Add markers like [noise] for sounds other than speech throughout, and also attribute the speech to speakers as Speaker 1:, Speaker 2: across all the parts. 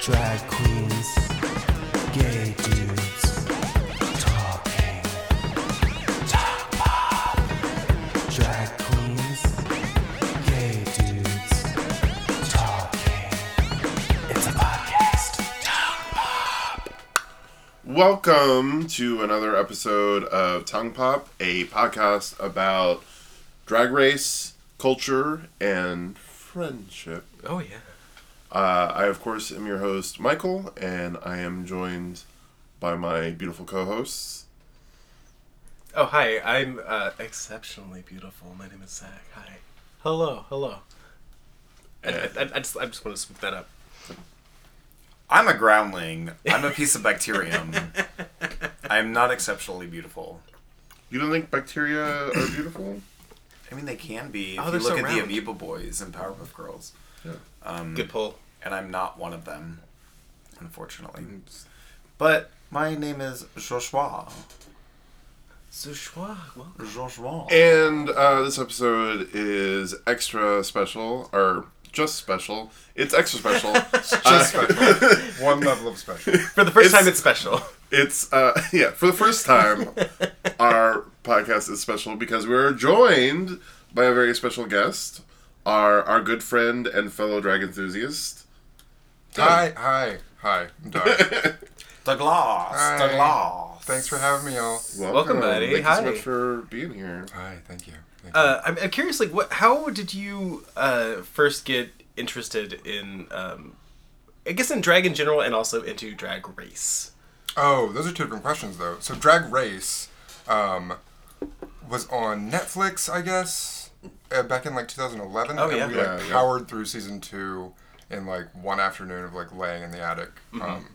Speaker 1: drag queens, gay dudes, talking, talk pop. Drag queens, gay dudes, talking. It's a podcast. Talk pop.
Speaker 2: Welcome to another episode of Tongue Pop, a podcast about drag race, culture, and friendship.
Speaker 1: Oh yeah.
Speaker 2: Uh, I, of course, am your host, Michael, and I am joined by my beautiful co [laughs] hosts.
Speaker 3: Oh, hi. I'm uh, exceptionally beautiful. My name is Zach. Hi. Hello. Hello. I, I, I, I just, I just want to sweep that up.
Speaker 4: I'm a groundling. I'm a piece of
Speaker 3: [laughs]
Speaker 4: bacterium. I'm not exceptionally beautiful.
Speaker 2: You don't think bacteria are beautiful?
Speaker 4: I mean, they can be. If
Speaker 3: Oh,
Speaker 4: you
Speaker 3: they're
Speaker 4: look
Speaker 3: so
Speaker 4: at
Speaker 3: round.
Speaker 4: the Amoeba Boys and Powerpuff Girls,
Speaker 3: Good pull.
Speaker 4: and I'm not one of them, unfortunately. But my name is Joshua.
Speaker 3: Zushua, welcome.
Speaker 4: Joshua.
Speaker 2: And uh, this episode is extra special, or just special. It's extra special. [laughs] Uh, just [laughs]
Speaker 5: One level of special.
Speaker 3: [laughs] For the first
Speaker 2: It's-
Speaker 3: time, it's special.
Speaker 2: It's uh [laughs] yeah, for the first [laughs] time our podcast is special because we're joined by a very special guest, our our good friend and fellow drag enthusiast.
Speaker 5: hi, hi, hi.
Speaker 3: [laughs]
Speaker 5: I'm Doug.
Speaker 4: Douglas.
Speaker 5: Hi.
Speaker 4: Douglas.
Speaker 5: Thanks for having me, y'all.
Speaker 3: Welcome, buddy.
Speaker 2: Thank you
Speaker 3: Hi.
Speaker 2: so much for being here.
Speaker 5: Hi, thank you. Thank
Speaker 3: Uh, I'm, I'm curious, like, what? How did you uh, first get interested in, um, I guess, in drag in general, and also into drag race?
Speaker 5: you. Oh, those are two different questions, though. So, Drag Race um, was on Netflix, I guess, uh, back in like 2011.
Speaker 3: Oh,
Speaker 5: and
Speaker 3: yeah.
Speaker 5: We
Speaker 2: Yeah,
Speaker 5: like
Speaker 2: yeah.
Speaker 5: powered through season two in like one afternoon of like laying in the attic,
Speaker 3: Mm-hmm.
Speaker 5: um,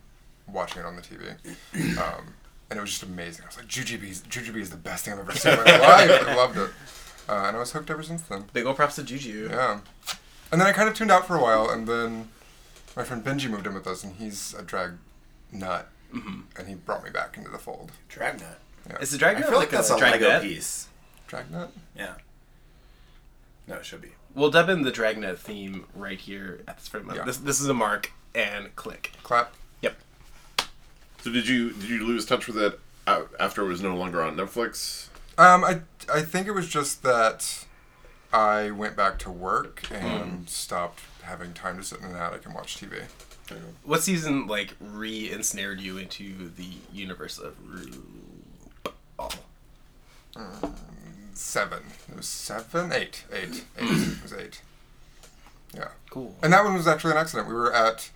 Speaker 5: watching it on the TV.
Speaker 3: [clears throat]
Speaker 5: Um, and it was just amazing. I was like, Jujubee Jujubee is the best thing I've ever seen in my life. I loved it. Uh, and I was hooked ever since then.
Speaker 3: Big ol' props to Juju.
Speaker 5: Yeah. And then I kind of tuned out for a while, and then my friend Benji moved in with us, and he's a drag nut, and he brought me back into the fold.
Speaker 4: Dragnet.
Speaker 3: Is the drag?
Speaker 4: I
Speaker 3: nut
Speaker 4: feel like that's a
Speaker 3: drag
Speaker 4: Lego
Speaker 3: net?
Speaker 4: piece.
Speaker 5: Drag nut?
Speaker 4: Yeah. No, it should be.
Speaker 3: We'll dub in the Dragnet theme right here at this very moment.
Speaker 5: Yeah.
Speaker 3: This, this is a mark and click.
Speaker 5: Clap.
Speaker 3: Yep.
Speaker 2: So did you did you lose touch with it a- after it was no longer on Netflix?
Speaker 5: Um, I I think it was just that I went back to work and stopped having time to sit in an attic and watch TV.
Speaker 3: What season like re-ensnared you into the universe of RuPaul?
Speaker 5: Seven. It was seven, eight, eight, eight. it was eight. Yeah.
Speaker 3: Cool.
Speaker 5: And that one was actually an accident. We were at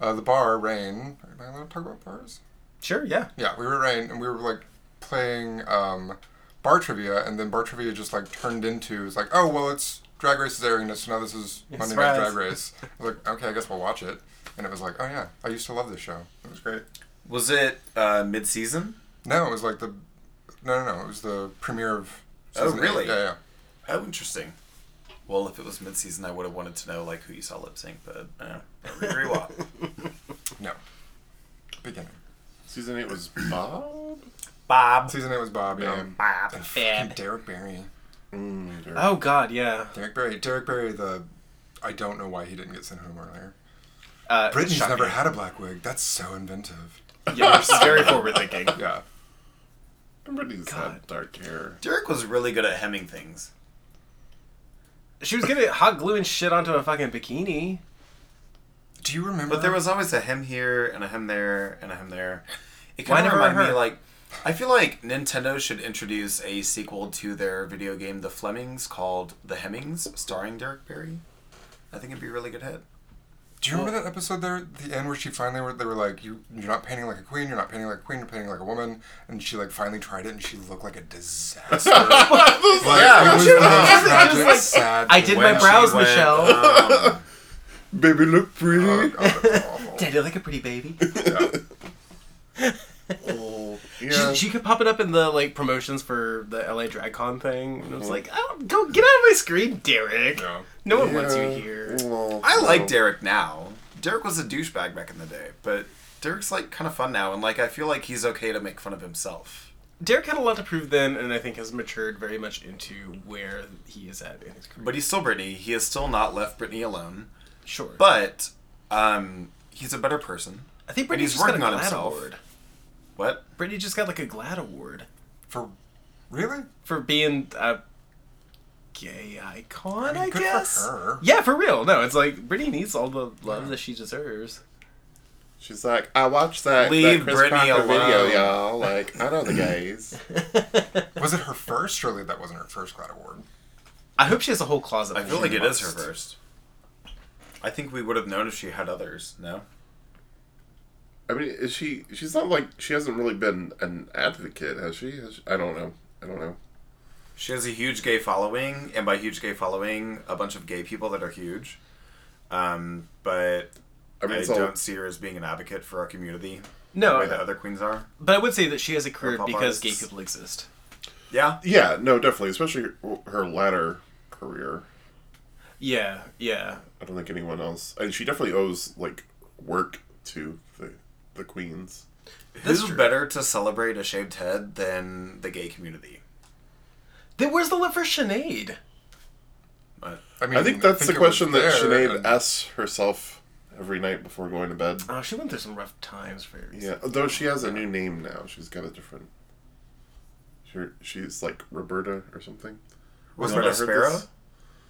Speaker 5: uh, the bar, Rain. Am I allowed to talk about bars?
Speaker 3: Sure. Yeah.
Speaker 5: Yeah, we were right, and we were like playing um, bar trivia, and then bar trivia just like turned into it's like, oh well, it's Drag Race is airing this, so now this is Monday Night
Speaker 3: surprise.
Speaker 5: Drag Race. I was like, okay, I guess we'll watch it, and it was like, oh yeah, I used to love this show. It was great.
Speaker 4: Was it uh, mid-season?
Speaker 5: No, it was like the, no, no, no, it was the premiere of.
Speaker 4: Oh,
Speaker 5: season eight.
Speaker 4: really?
Speaker 5: Yeah, yeah.
Speaker 4: Oh, interesting. Well, if it was mid-season, I would have wanted to know like who you saw lip sync, but uh,
Speaker 3: [laughs]
Speaker 4: every walk.
Speaker 5: No. Beginning.
Speaker 2: Season eight was Bob?
Speaker 4: Bob.
Speaker 5: Season eight was Bob. Yeah.
Speaker 4: Bob.
Speaker 3: Bad.
Speaker 5: And fucking Derek Barry.
Speaker 3: Oh God. Yeah.
Speaker 5: Derek Barry. Derek Barry. The, I don't know why he didn't get sent home earlier.
Speaker 3: Uh,
Speaker 5: Brittany's
Speaker 3: shocking.
Speaker 5: never had a black wig. That's so inventive.
Speaker 3: Yeah, which is very forward thinking.
Speaker 5: Yeah.
Speaker 2: Everybody's had
Speaker 3: God.
Speaker 2: dark hair.
Speaker 4: Derek was really good at hemming things.
Speaker 3: [laughs] She was getting hot glue and shit onto a fucking bikini.
Speaker 5: Do you remember?
Speaker 4: But there was always a hem here and a hem there and a hem there. It
Speaker 3: Why
Speaker 4: kind of
Speaker 3: never
Speaker 4: reminded me
Speaker 3: her?
Speaker 4: like I feel like Nintendo should introduce a sequel to their video game The Flemings called The Hemmings, starring Derek Barry. I think it'd be a really good hit.
Speaker 5: Do you remember that episode there, at the end where she finally were they were like, you you're not painting like a queen, you're not painting like a queen, you're painting like a woman, and she like finally tried it and she looked like
Speaker 3: [laughs]
Speaker 5: a disaster. like,
Speaker 4: Yeah,
Speaker 5: it was the most
Speaker 3: Everything
Speaker 5: tragic,
Speaker 3: was like,
Speaker 5: sad.
Speaker 3: I did
Speaker 4: When
Speaker 3: my
Speaker 4: she
Speaker 3: brows, [laughs]
Speaker 4: went,
Speaker 3: Michelle.
Speaker 4: um,
Speaker 2: Baby look
Speaker 5: Oh,
Speaker 2: pretty.
Speaker 5: God, that's awful.
Speaker 3: Did I look like a pretty [laughs] baby?
Speaker 2: Oh,
Speaker 3: She,
Speaker 2: yeah.
Speaker 3: she could pop it up in the like promotions for the LA Drag Con thing, and I was like, oh, "Go get out of my screen, Derek!
Speaker 5: Yeah.
Speaker 3: No one wants you
Speaker 2: Yeah.
Speaker 3: here."
Speaker 2: Oh,
Speaker 4: I
Speaker 2: no.
Speaker 4: like Derek now. Derek was a douchebag back in the day, but Derek's like kind of fun now, and like I feel like he's okay to make fun of himself.
Speaker 3: Derek had a lot to prove then, and I think has matured very much into where he is at in his career.
Speaker 4: But he's still Britney. He has still not left Britney alone.
Speaker 3: Sure,
Speaker 4: But um, he's a better person.
Speaker 3: I think
Speaker 4: And
Speaker 3: Brittany
Speaker 4: he's
Speaker 3: just got a
Speaker 4: working on
Speaker 3: Glad
Speaker 4: himself.
Speaker 3: award.
Speaker 4: What?
Speaker 3: Brittany just got like a Glad award
Speaker 5: For really?
Speaker 3: for being a gay icon. I,
Speaker 5: mean, good for
Speaker 3: guess.
Speaker 5: her.
Speaker 3: Yeah, for real. No, it's like Brittany needs all the love that she deserves.
Speaker 2: She's like, I watched that,
Speaker 4: Leave
Speaker 2: that Chris
Speaker 4: Britney
Speaker 2: Crocker video,
Speaker 4: alone.
Speaker 2: y'all. Like, I know the gays.
Speaker 5: Was it her first? Surely that wasn't her first Glad Award.
Speaker 3: I hope she has a whole closet.
Speaker 4: I feel
Speaker 3: full
Speaker 4: like it is her
Speaker 3: must.
Speaker 4: first. I think we would have known if she had others. No.
Speaker 2: I mean, is she? She's not like she hasn't really been an advocate, has she? Has she- I don't know. I don't know.
Speaker 4: She has a huge gay following, and by huge gay following, a bunch of gay people that are huge. Um, but
Speaker 2: I mean,
Speaker 4: I
Speaker 2: it's all
Speaker 4: don't see her as being an advocate for our community the way that
Speaker 3: No,
Speaker 4: other queens are.
Speaker 3: but I would say that she has a career
Speaker 4: pop
Speaker 3: because
Speaker 4: artists.
Speaker 3: gay people exist.
Speaker 4: Yeah,
Speaker 2: yeah, no, definitely, especially her, her latter career.
Speaker 3: Yeah, yeah.
Speaker 2: I don't think anyone else, and she definitely owes like work to the the queens.
Speaker 4: this is better to celebrate a shaved head than the gay community.
Speaker 3: Then where's the love for Sinead?
Speaker 4: But
Speaker 5: mean,
Speaker 2: I think that's the
Speaker 5: it was
Speaker 2: question that
Speaker 5: there,
Speaker 2: Sinead
Speaker 5: and-
Speaker 2: asks herself every night before going to bed.
Speaker 3: Oh, she went through some rough times for
Speaker 2: Yeah, although she has a new name now. She's got a different. She, she's like Roberta or something.
Speaker 4: was
Speaker 2: Have
Speaker 4: that
Speaker 2: you
Speaker 4: a
Speaker 2: not heard
Speaker 4: sparrow?
Speaker 2: this?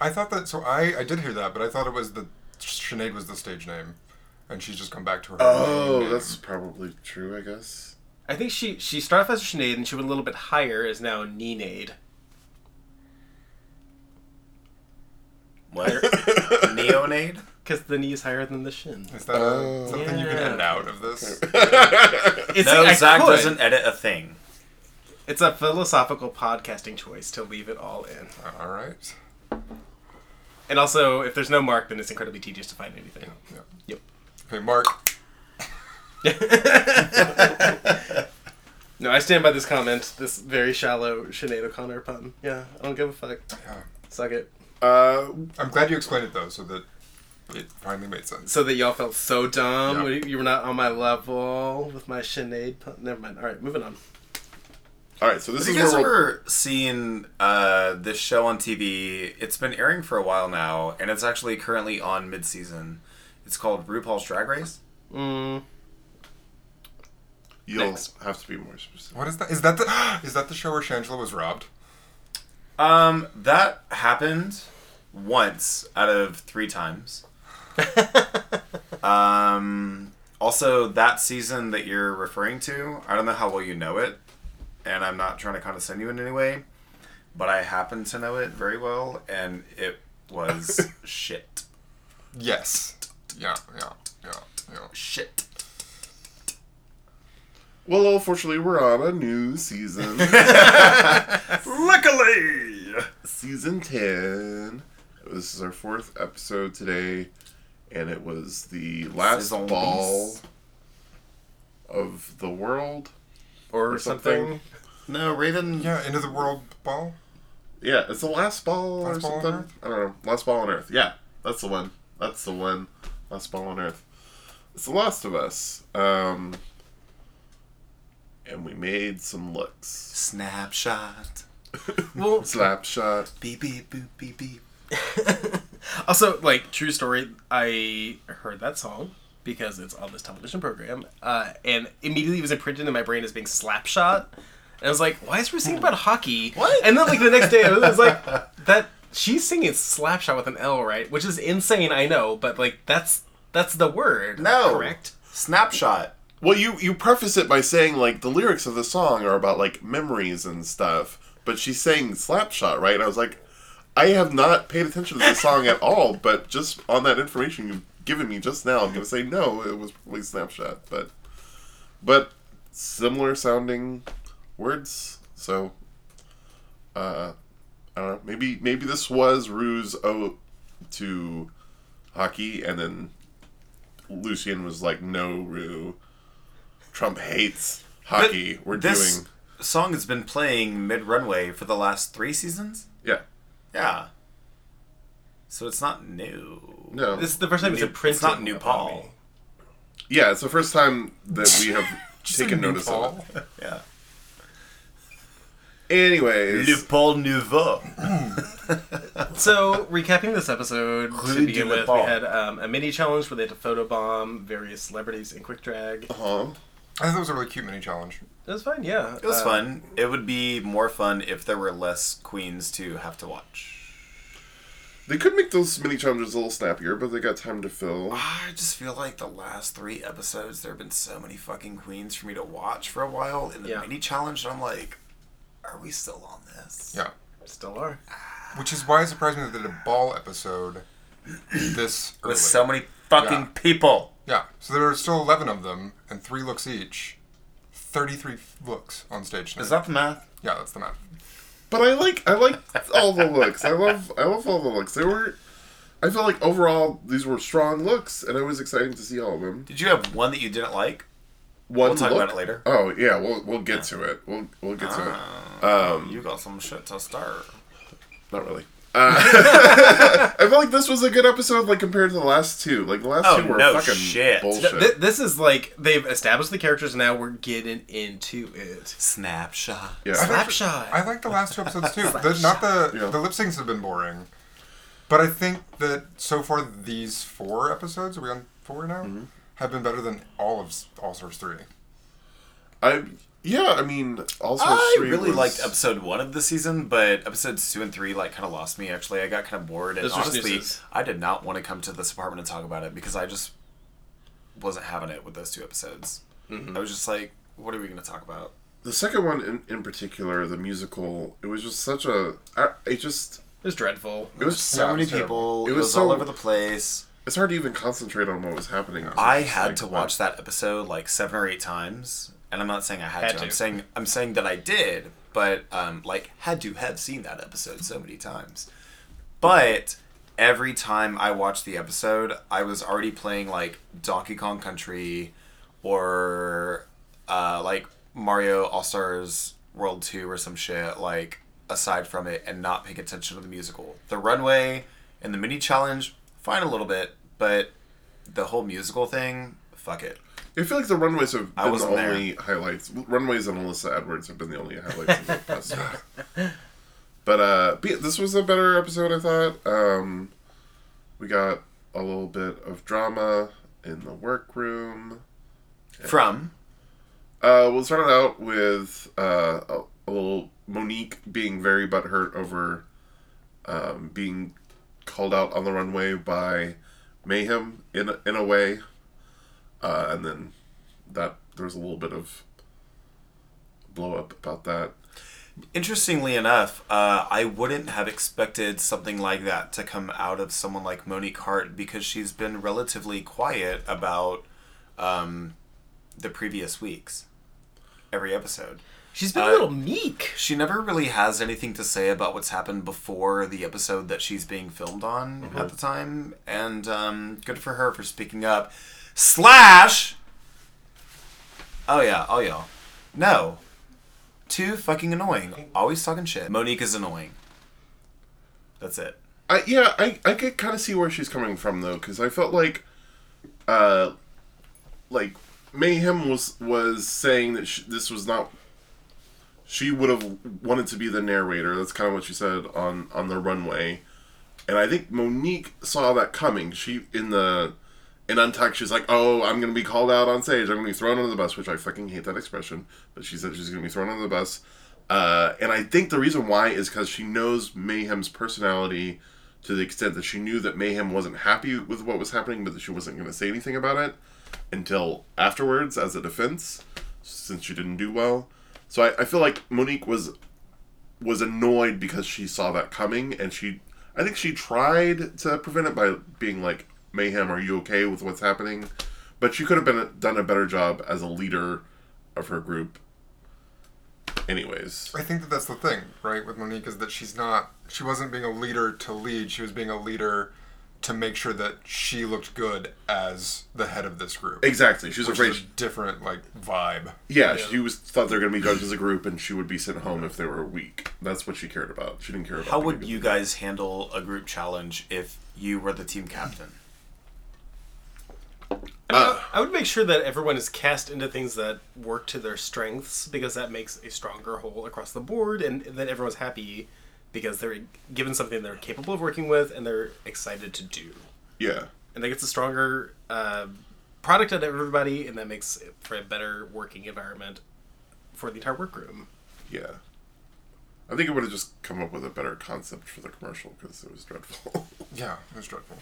Speaker 5: I thought that. So I I did hear that, but I thought it was the Sinead was the stage name, and she's just come back to her. main
Speaker 2: Oh,
Speaker 5: name.
Speaker 2: that's probably true. I [laughs] guess.
Speaker 3: I think she she started off as Sinead and she went a little bit higher is now Ninade.
Speaker 4: What? [laughs] Neonate?
Speaker 3: Because the knee is higher than the shin.
Speaker 5: Is that a,
Speaker 4: Oh.
Speaker 5: is that a thing you can
Speaker 3: Yeah.
Speaker 5: edit out of this?
Speaker 3: It's
Speaker 4: No,
Speaker 3: I
Speaker 4: Zach
Speaker 3: could.
Speaker 4: doesn't edit a thing.
Speaker 3: It's a philosophical podcasting choice to leave it all in.
Speaker 5: [laughs] All right.
Speaker 3: And also, if there's no mark, then it's incredibly tedious to find anything.
Speaker 5: Yeah.
Speaker 3: Yep.
Speaker 5: Okay, Mark.
Speaker 3: No, I stand by this comment. This very shallow Sinead O'Connor pun. Yeah, I don't give a fuck.
Speaker 5: Yeah.
Speaker 3: Suck it.
Speaker 2: [laughs] Uh,
Speaker 5: I'm glad you explained it though, so that it finally made sense.
Speaker 3: So that y'all felt so dumb.
Speaker 5: Yeah.
Speaker 3: when You you were not on my level with my Sinead pun. Never mind. All right, moving on.
Speaker 2: all right, so this
Speaker 4: Have
Speaker 2: is
Speaker 4: you guys
Speaker 2: where we'll,
Speaker 4: ever seen uh, this show on TV? It's been airing for a while now, and it's actually currently on mid-season. It's called RuPaul's Drag Race.
Speaker 3: Mm,
Speaker 2: you'll
Speaker 3: Next.
Speaker 2: have to be more specific.
Speaker 5: What is that? Is that the [gasps] is that the show where Shangela was robbed?
Speaker 4: Um, that happened once out of three [laughs] times. um, also, that season that you're referring to, I don't know how well you know it, and I'm not trying to condescend you in any way, but I happen to know it very well, and it [laughs] was shit.
Speaker 5: Yes. Yeah. Yeah. Yeah. Yeah.
Speaker 4: Shit.
Speaker 2: Well, unfortunately, we're on a new season, [laughs]
Speaker 4: Luckily!
Speaker 2: season ten. This is our fourth episode today, and it was the last
Speaker 4: Saison
Speaker 2: ball
Speaker 4: bis.
Speaker 2: of the world.
Speaker 3: or,
Speaker 2: Or something.
Speaker 3: something.
Speaker 4: No, Raven.
Speaker 5: Yeah. Into the world ball.
Speaker 2: Yeah, it's the last ball or
Speaker 5: Last Ball on
Speaker 2: something.
Speaker 5: Earth?
Speaker 2: I don't know. Last ball on Earth. Yeah, that's the one. That's the one. Last ball on Earth. It's the Last of Us. Um, and we made some looks.
Speaker 4: Snapshot.
Speaker 3: Well,
Speaker 2: Slap shot.
Speaker 4: Beep, beep, boop, beep, beep.
Speaker 3: also, like true story, I heard that song because it's on this television program, uh, and immediately it was imprinted in my brain as being Slapshot, and I was like, "Why is we singing about hockey?" What? And then like the next day, I was like,
Speaker 4: [laughs]
Speaker 3: "That she's singing Slapshot with an L, right?" Which is insane, I know, but like that's that's the word.
Speaker 4: No.
Speaker 3: correct.
Speaker 4: Snapshot.
Speaker 2: Well, you you preface it by saying like the lyrics of the song are about like memories and stuff, but she's saying slapshot, right? I was like, I have not paid attention to the song at all, but just on that information you've given me just now, I'm gonna say no, it was probably snapshot, but but similar sounding words, so uh, I don't know. Maybe maybe this was Rue's ode to hockey, and then Lucian was like, "No, Rue, Trump hates hockey.
Speaker 4: But
Speaker 2: We're
Speaker 4: this
Speaker 2: doing
Speaker 4: Song has been playing mid runway for the last three seasons.
Speaker 2: yeah,
Speaker 4: Yeah. So it's not new.
Speaker 2: no,
Speaker 3: This is the first time it's
Speaker 4: New-
Speaker 3: imprinted.
Speaker 4: it's not new
Speaker 3: upon
Speaker 4: Paul.
Speaker 3: me.
Speaker 2: yeah." It's the first time that we
Speaker 4: [laughs]
Speaker 2: have taken notice of
Speaker 5: Ball.
Speaker 4: Yeah.
Speaker 2: it. Anyways,
Speaker 4: Paul Nouveau.
Speaker 3: So, recapping this episode,
Speaker 4: Who
Speaker 3: to
Speaker 4: did
Speaker 3: begin
Speaker 4: the
Speaker 3: with, we
Speaker 4: bomb?
Speaker 3: had um, a mini challenge where they had to photobomb various celebrities in quick drag. It
Speaker 2: Huh?
Speaker 5: I thought it was a really cute mini challenge.
Speaker 3: was fun, yeah.
Speaker 4: It was
Speaker 3: Uh,
Speaker 4: fun. It would be more fun if there were less queens to have to watch.
Speaker 2: They could make those mini challenges a little snappier, but they got time to fill.
Speaker 4: I just feel like the last three episodes, there have been so many fucking queens for me to watch for a while in the
Speaker 3: Yeah.
Speaker 4: mini challenge, and I'm like, are we still on this?
Speaker 5: Yeah.
Speaker 3: Still are.
Speaker 5: Which is why it surprised me that they did a ball
Speaker 4: [coughs]
Speaker 5: episode this early.
Speaker 4: With so many fucking people.
Speaker 5: yeah. So there are still 11 of them and three looks each. 33 looks on stage. tonight.
Speaker 4: Is that the math?
Speaker 5: Yeah, that's the math.
Speaker 2: But I like I like all the looks. I love I love all the looks. They were I feel like overall these were strong looks and it was exciting to see all of them.
Speaker 4: Did you have one that you didn't like?
Speaker 2: One
Speaker 4: We'll talk
Speaker 2: look-
Speaker 4: about it later. Ah.
Speaker 2: Oh yeah, we'll we'll get to it. We'll we'll get to it. Um
Speaker 4: You got some shit to start.
Speaker 2: not really. Uh, [laughs] I feel like this was a good episode like compared to the last two. Like the last
Speaker 4: Oh,
Speaker 2: two were
Speaker 4: no
Speaker 2: fucking
Speaker 4: shit.
Speaker 2: bullshit.
Speaker 3: Th- th- this is like, they've established the characters, now we're getting into it.
Speaker 4: Snapshot.
Speaker 2: yeah.
Speaker 3: Slapshot!
Speaker 5: I like the last two episodes too. The, not the
Speaker 2: Yeah.
Speaker 5: the lip syncs have been boring, but I think that so far these four episodes are we on four now
Speaker 2: Mm-hmm.
Speaker 5: have been better than all of s- All Stars three.
Speaker 2: I yeah, I mean also
Speaker 4: I
Speaker 2: three
Speaker 4: really
Speaker 2: was-
Speaker 4: liked episode one of the season, but episodes two and three like kind of lost me. Actually, I got kind of bored, and
Speaker 3: Those were
Speaker 4: honestly,
Speaker 3: snoozes.
Speaker 4: I did not want to come to this apartment and talk about it because I just wasn't having it with those two episodes.
Speaker 2: Mm-hmm.
Speaker 4: I was just like, "What are we going to talk about?"
Speaker 2: the second one in, in particular, the musical, it was just such a I, it just
Speaker 3: It was dreadful.
Speaker 2: it was
Speaker 4: So
Speaker 5: it
Speaker 4: many
Speaker 5: was terrible.
Speaker 4: people. It
Speaker 2: It
Speaker 4: was,
Speaker 2: was so-
Speaker 4: all over the place.
Speaker 2: it's hard to even concentrate on what was happening.
Speaker 4: I had
Speaker 2: uh,
Speaker 4: to watch that episode like seven or eight times, and I'm not saying I had,
Speaker 3: Had
Speaker 4: to. I'm
Speaker 3: to.
Speaker 4: saying I'm saying that I did, but um, like had to have seen that episode so many times. But every time I watched the episode, I was already playing like Donkey Kong Country, or uh, like Mario All Stars World Two or some shit. Like aside from it, and not paying attention to the musical, the runway, and the mini challenge. Fine a little bit, but the whole musical thing, fuck it.
Speaker 2: I feel like the runways have
Speaker 4: I
Speaker 2: been the
Speaker 4: wasn't there.
Speaker 2: only highlights. Runways and Alyssa Edwards have been the only highlights of
Speaker 4: [laughs]
Speaker 2: the past year. But uh, but yeah, this was a better episode, I thought. Um, we got a little bit of drama in the workroom.
Speaker 4: From
Speaker 2: Uh, we'll start it out with uh, a, a little Monique being very butthurt over um, being called out on the runway by Mayhem in a, in a way, uh, and then that there was a little bit of blow up about that.
Speaker 4: interestingly enough, uh, I wouldn't have expected something like that to come out of someone like Monique Hart because she's been relatively quiet about um, the previous weeks, every episode.
Speaker 3: She's been
Speaker 4: Uh,
Speaker 3: a little meek.
Speaker 4: She never really has anything to say about what's happened before the episode that she's being filmed on at the time, and um, good for her for speaking up. Slash. Oh yeah, oh yeah. No. Too fucking annoying. Always talking shit. Monique is annoying. That's it.
Speaker 2: I, yeah, I, I could kind of see where she's coming from though, because I felt like, uh, like Mayhem was was saying that sh this was not. She would have wanted to be the narrator. That's kind of what she said on on the runway, and I think Monique saw that coming. She in the in Untucked, she's like, "Oh, I'm gonna be called out on stage. I'm gonna be thrown under the bus," which I fucking hate that expression. But she said she's gonna be thrown under the bus, uh, and I think the reason why is because she knows Mayhem's personality to the extent that she knew that Mayhem wasn't happy with what was happening, but that she wasn't gonna say anything about it until afterwards as a defense, since she didn't do well. So I, I feel like Monique was was annoyed because she saw that coming and she I think she tried to prevent it by being like, Mayhem, are you okay with what's happening? But she could have been done a better job as a leader of her group. Anyways.
Speaker 5: I think that that's the thing, right, with Monique is that she's not she wasn't being a leader to lead. She was being a leader to make sure that she looked good as the head of this group.
Speaker 2: Exactly. She's
Speaker 5: Which
Speaker 2: afraid
Speaker 5: is a different like vibe.
Speaker 2: Yeah, she was thought they were gonna be judged as a group and she would be sent home if they were weak. That's what she cared about. She didn't care about
Speaker 4: How
Speaker 2: being a
Speaker 4: would
Speaker 2: good-
Speaker 4: you guys handle a group challenge if you were the team captain?
Speaker 3: I would make sure that everyone is cast into things that work to their strengths because that makes a stronger whole across the board and that everyone's happy because they're given something they're capable of working with and they're excited to do.
Speaker 2: Yeah.
Speaker 3: And that gets a stronger uh, product out of everybody, and that makes it for a better working environment for the entire workroom.
Speaker 2: Yeah. I think I would have just come up with a better concept for the commercial because it was dreadful. [laughs]
Speaker 5: Yeah, it was dreadful.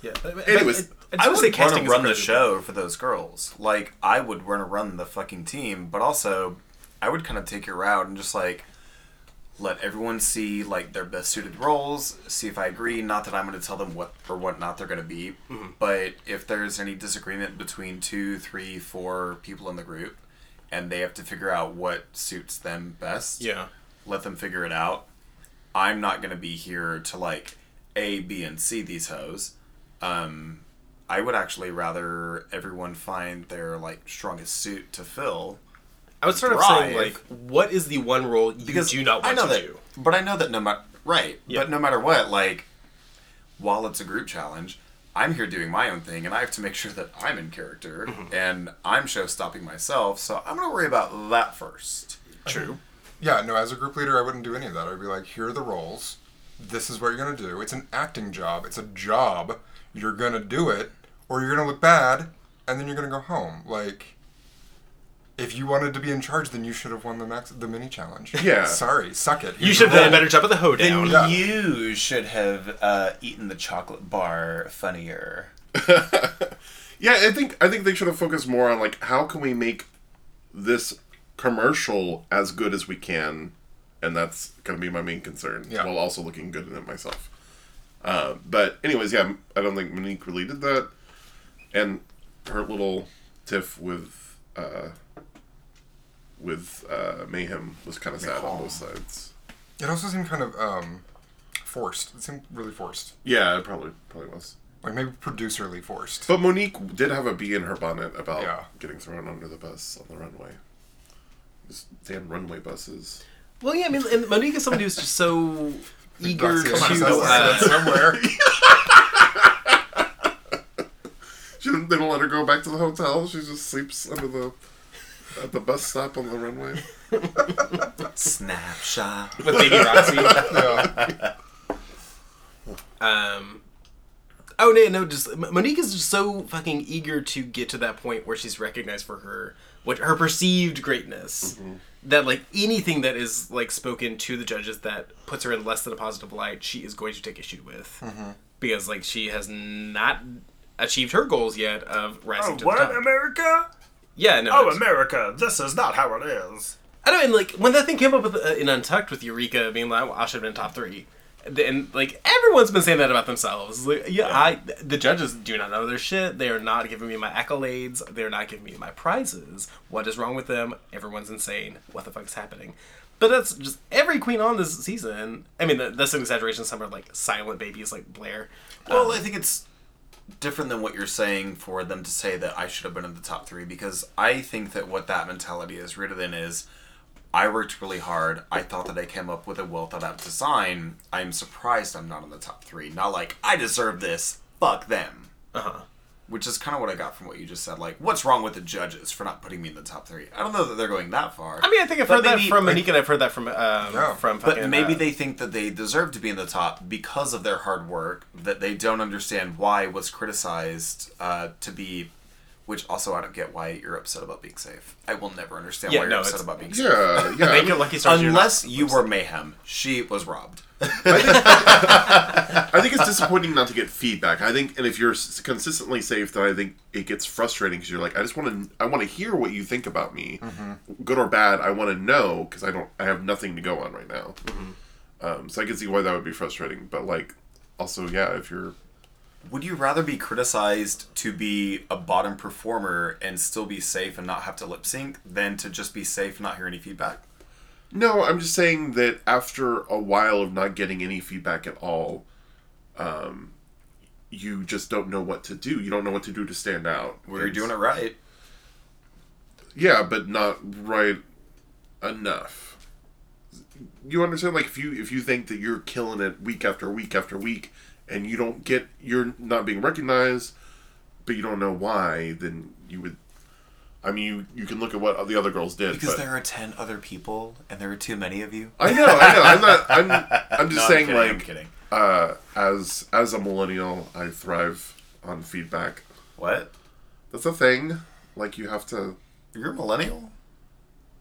Speaker 3: Yeah.
Speaker 2: Anyways,
Speaker 3: I, I,
Speaker 4: I
Speaker 3: just
Speaker 4: would
Speaker 3: say
Speaker 4: want
Speaker 3: casting
Speaker 4: to
Speaker 3: is
Speaker 4: run the
Speaker 3: incredible.
Speaker 4: show for those girls. Like I would want to run the fucking team, but also I would kind of take your route and just like let everyone see like their best suited roles. See if I agree. Not that I'm going to tell them what or what not they're going to be,
Speaker 3: Mm-hmm.
Speaker 4: but if there's any disagreement between two, three, four people in the group, and they have to figure out what suits them best.
Speaker 3: Yeah.
Speaker 4: let them figure it out. I'm not gonna be here to like A, B, and C these hoes. Um, I would actually rather everyone find their like strongest suit to fill
Speaker 3: I would start off
Speaker 4: thrive.
Speaker 3: saying like, what is the one role you
Speaker 4: because
Speaker 3: do not
Speaker 4: I
Speaker 3: want
Speaker 4: know
Speaker 3: to
Speaker 4: that,
Speaker 3: do?
Speaker 4: but I know that no matter right,
Speaker 3: Yeah.
Speaker 4: but no matter what, like while it's a group challenge, I'm here doing my own thing, and I have to make sure that I'm in character
Speaker 3: Mm-hmm.
Speaker 4: and I'm show stopping myself. So I'm gonna worry about that first.
Speaker 3: True.
Speaker 5: Yeah, no, as a group leader, I wouldn't do any of that. I'd be like, here are the roles. This is what you're going to do. It's an acting job, it's a job. You're going to do it, or you're going to look bad, and then you're going to go home. Like, if you wanted to be in charge, then you should have won the max, the mini challenge.
Speaker 2: Yeah.
Speaker 5: [laughs] Sorry, suck it.
Speaker 3: You should have done a better job at the hoedown.
Speaker 5: Yeah.
Speaker 4: you should have uh, eaten the chocolate bar funnier.
Speaker 2: Yeah, I think I think they should have focused more on like how can we make this commercial as good as we can, and that's gonna be my main concern
Speaker 5: Yeah.
Speaker 2: while also looking good in it myself. Uh, but anyways, yeah, I don't think Monique really did that, and her little tiff with uh, with uh, mayhem was kind of sad on both sides.
Speaker 5: It also seemed kind of um, forced. It seemed really forced.
Speaker 2: Yeah, it probably probably was.
Speaker 5: Like, maybe producerly forced.
Speaker 2: But Monique did have a bee in her bonnet about
Speaker 5: Yeah.
Speaker 2: getting thrown under the bus on the runway. These damn runway buses.
Speaker 3: Well, yeah, I mean, and Monique is someone who's just so eager
Speaker 5: That's it.
Speaker 3: to.
Speaker 5: That's
Speaker 3: Uh,
Speaker 5: it.
Speaker 3: [laughs]
Speaker 5: somewhere.
Speaker 2: She didn't, they don't let her go back to the hotel. She just sleeps under the at the bus stop on the runway.
Speaker 4: Snapshot.
Speaker 3: with Baby Roxy.
Speaker 5: yeah.
Speaker 3: Um, oh no, no, just M- Monique is just so fucking eager to get to that point where she's recognized for her, what her perceived greatness, that like anything that is like spoken to the judges that puts her in less than a positive light, she is going to take issue with, because like she has not achieved her goals yet of rising to the top.
Speaker 4: America?
Speaker 3: yeah, no, it's-
Speaker 4: Oh, America, this is not how it is.
Speaker 3: I know, and like when that thing came up with uh, in Untucked with Eureka being like, well, I should have been top three, and, then, like everyone's been saying that about themselves. Like, yeah, I the judges do not know their shit. They are not giving me my accolades. They are not giving me my prizes. What is wrong with them? Everyone's insane. What the fuck's happening? But that's just every queen on this season. I mean, that- that's an exaggeration. Some are like silent babies, like Blair.
Speaker 4: Well, I think it's different than what you're saying for them to say that I should have been in the top three because I think that what that mentality is rooted in is I worked really hard. I thought that I came up with a well thought out design. I'm surprised I'm not in the top three. Not like I deserve this. Fuck them. Uh huh. Which is kind of what I got from what you just said. Like, what's wrong with the judges for not putting me in the top three? I don't know that they're going that far.
Speaker 3: I mean, I think I've
Speaker 4: But
Speaker 3: heard that
Speaker 4: maybe-
Speaker 3: from Monique, and I've heard that from um,
Speaker 5: Yeah.
Speaker 3: from.
Speaker 4: But
Speaker 3: fucking,
Speaker 4: maybe
Speaker 3: uh,
Speaker 4: they think that they deserve to be in the top because of their hard work. That they don't understand why was criticized uh, to be, which also I don't get why you're upset about being safe. I will never understand
Speaker 3: Yeah,
Speaker 4: why you're
Speaker 3: no,
Speaker 4: upset
Speaker 3: it's-
Speaker 4: about being safe.
Speaker 2: Yeah, yeah. I,
Speaker 3: Make
Speaker 2: mean,
Speaker 3: it lucky stars. you're not-
Speaker 4: Unless you were mayhem, she was robbed.
Speaker 2: I think it's disappointing not to get feedback. I think, and if you're s- consistently safe, then I think it gets frustrating because you're like, I just want to, I want to hear what you think about me, good or bad. I want to know because I don't, I have nothing to go on right now. Um, so I can see why that would be frustrating, but like, also, yeah, if you're
Speaker 4: Would you rather be criticized to be a bottom performer and still be safe and not have to lip sync than to just be safe and not hear any feedback?
Speaker 2: No, I'm just saying that after a while of not getting any feedback at all, um, you just don't know what to do. You don't know what to do to stand out.
Speaker 4: Where you're doing it right.
Speaker 2: Yeah, but not right enough. You understand? Like if you if you think that you're killing it week after week after week, and you don't get you're not being recognized, but you don't know why, then you would. I mean, you, you can look at what the other girls did.
Speaker 4: Because
Speaker 2: but-
Speaker 4: there are ten other people, and there are too many of you.
Speaker 2: I know, I know. I'm not.
Speaker 4: [laughs]
Speaker 2: I'm. I'm
Speaker 4: No,
Speaker 2: just saying,
Speaker 4: kidding,
Speaker 2: like,
Speaker 4: I'm kidding.
Speaker 2: uh, as as a millennial, I thrive on feedback.
Speaker 4: What?
Speaker 2: That's a thing. Like, you have to.
Speaker 4: You're a millennial?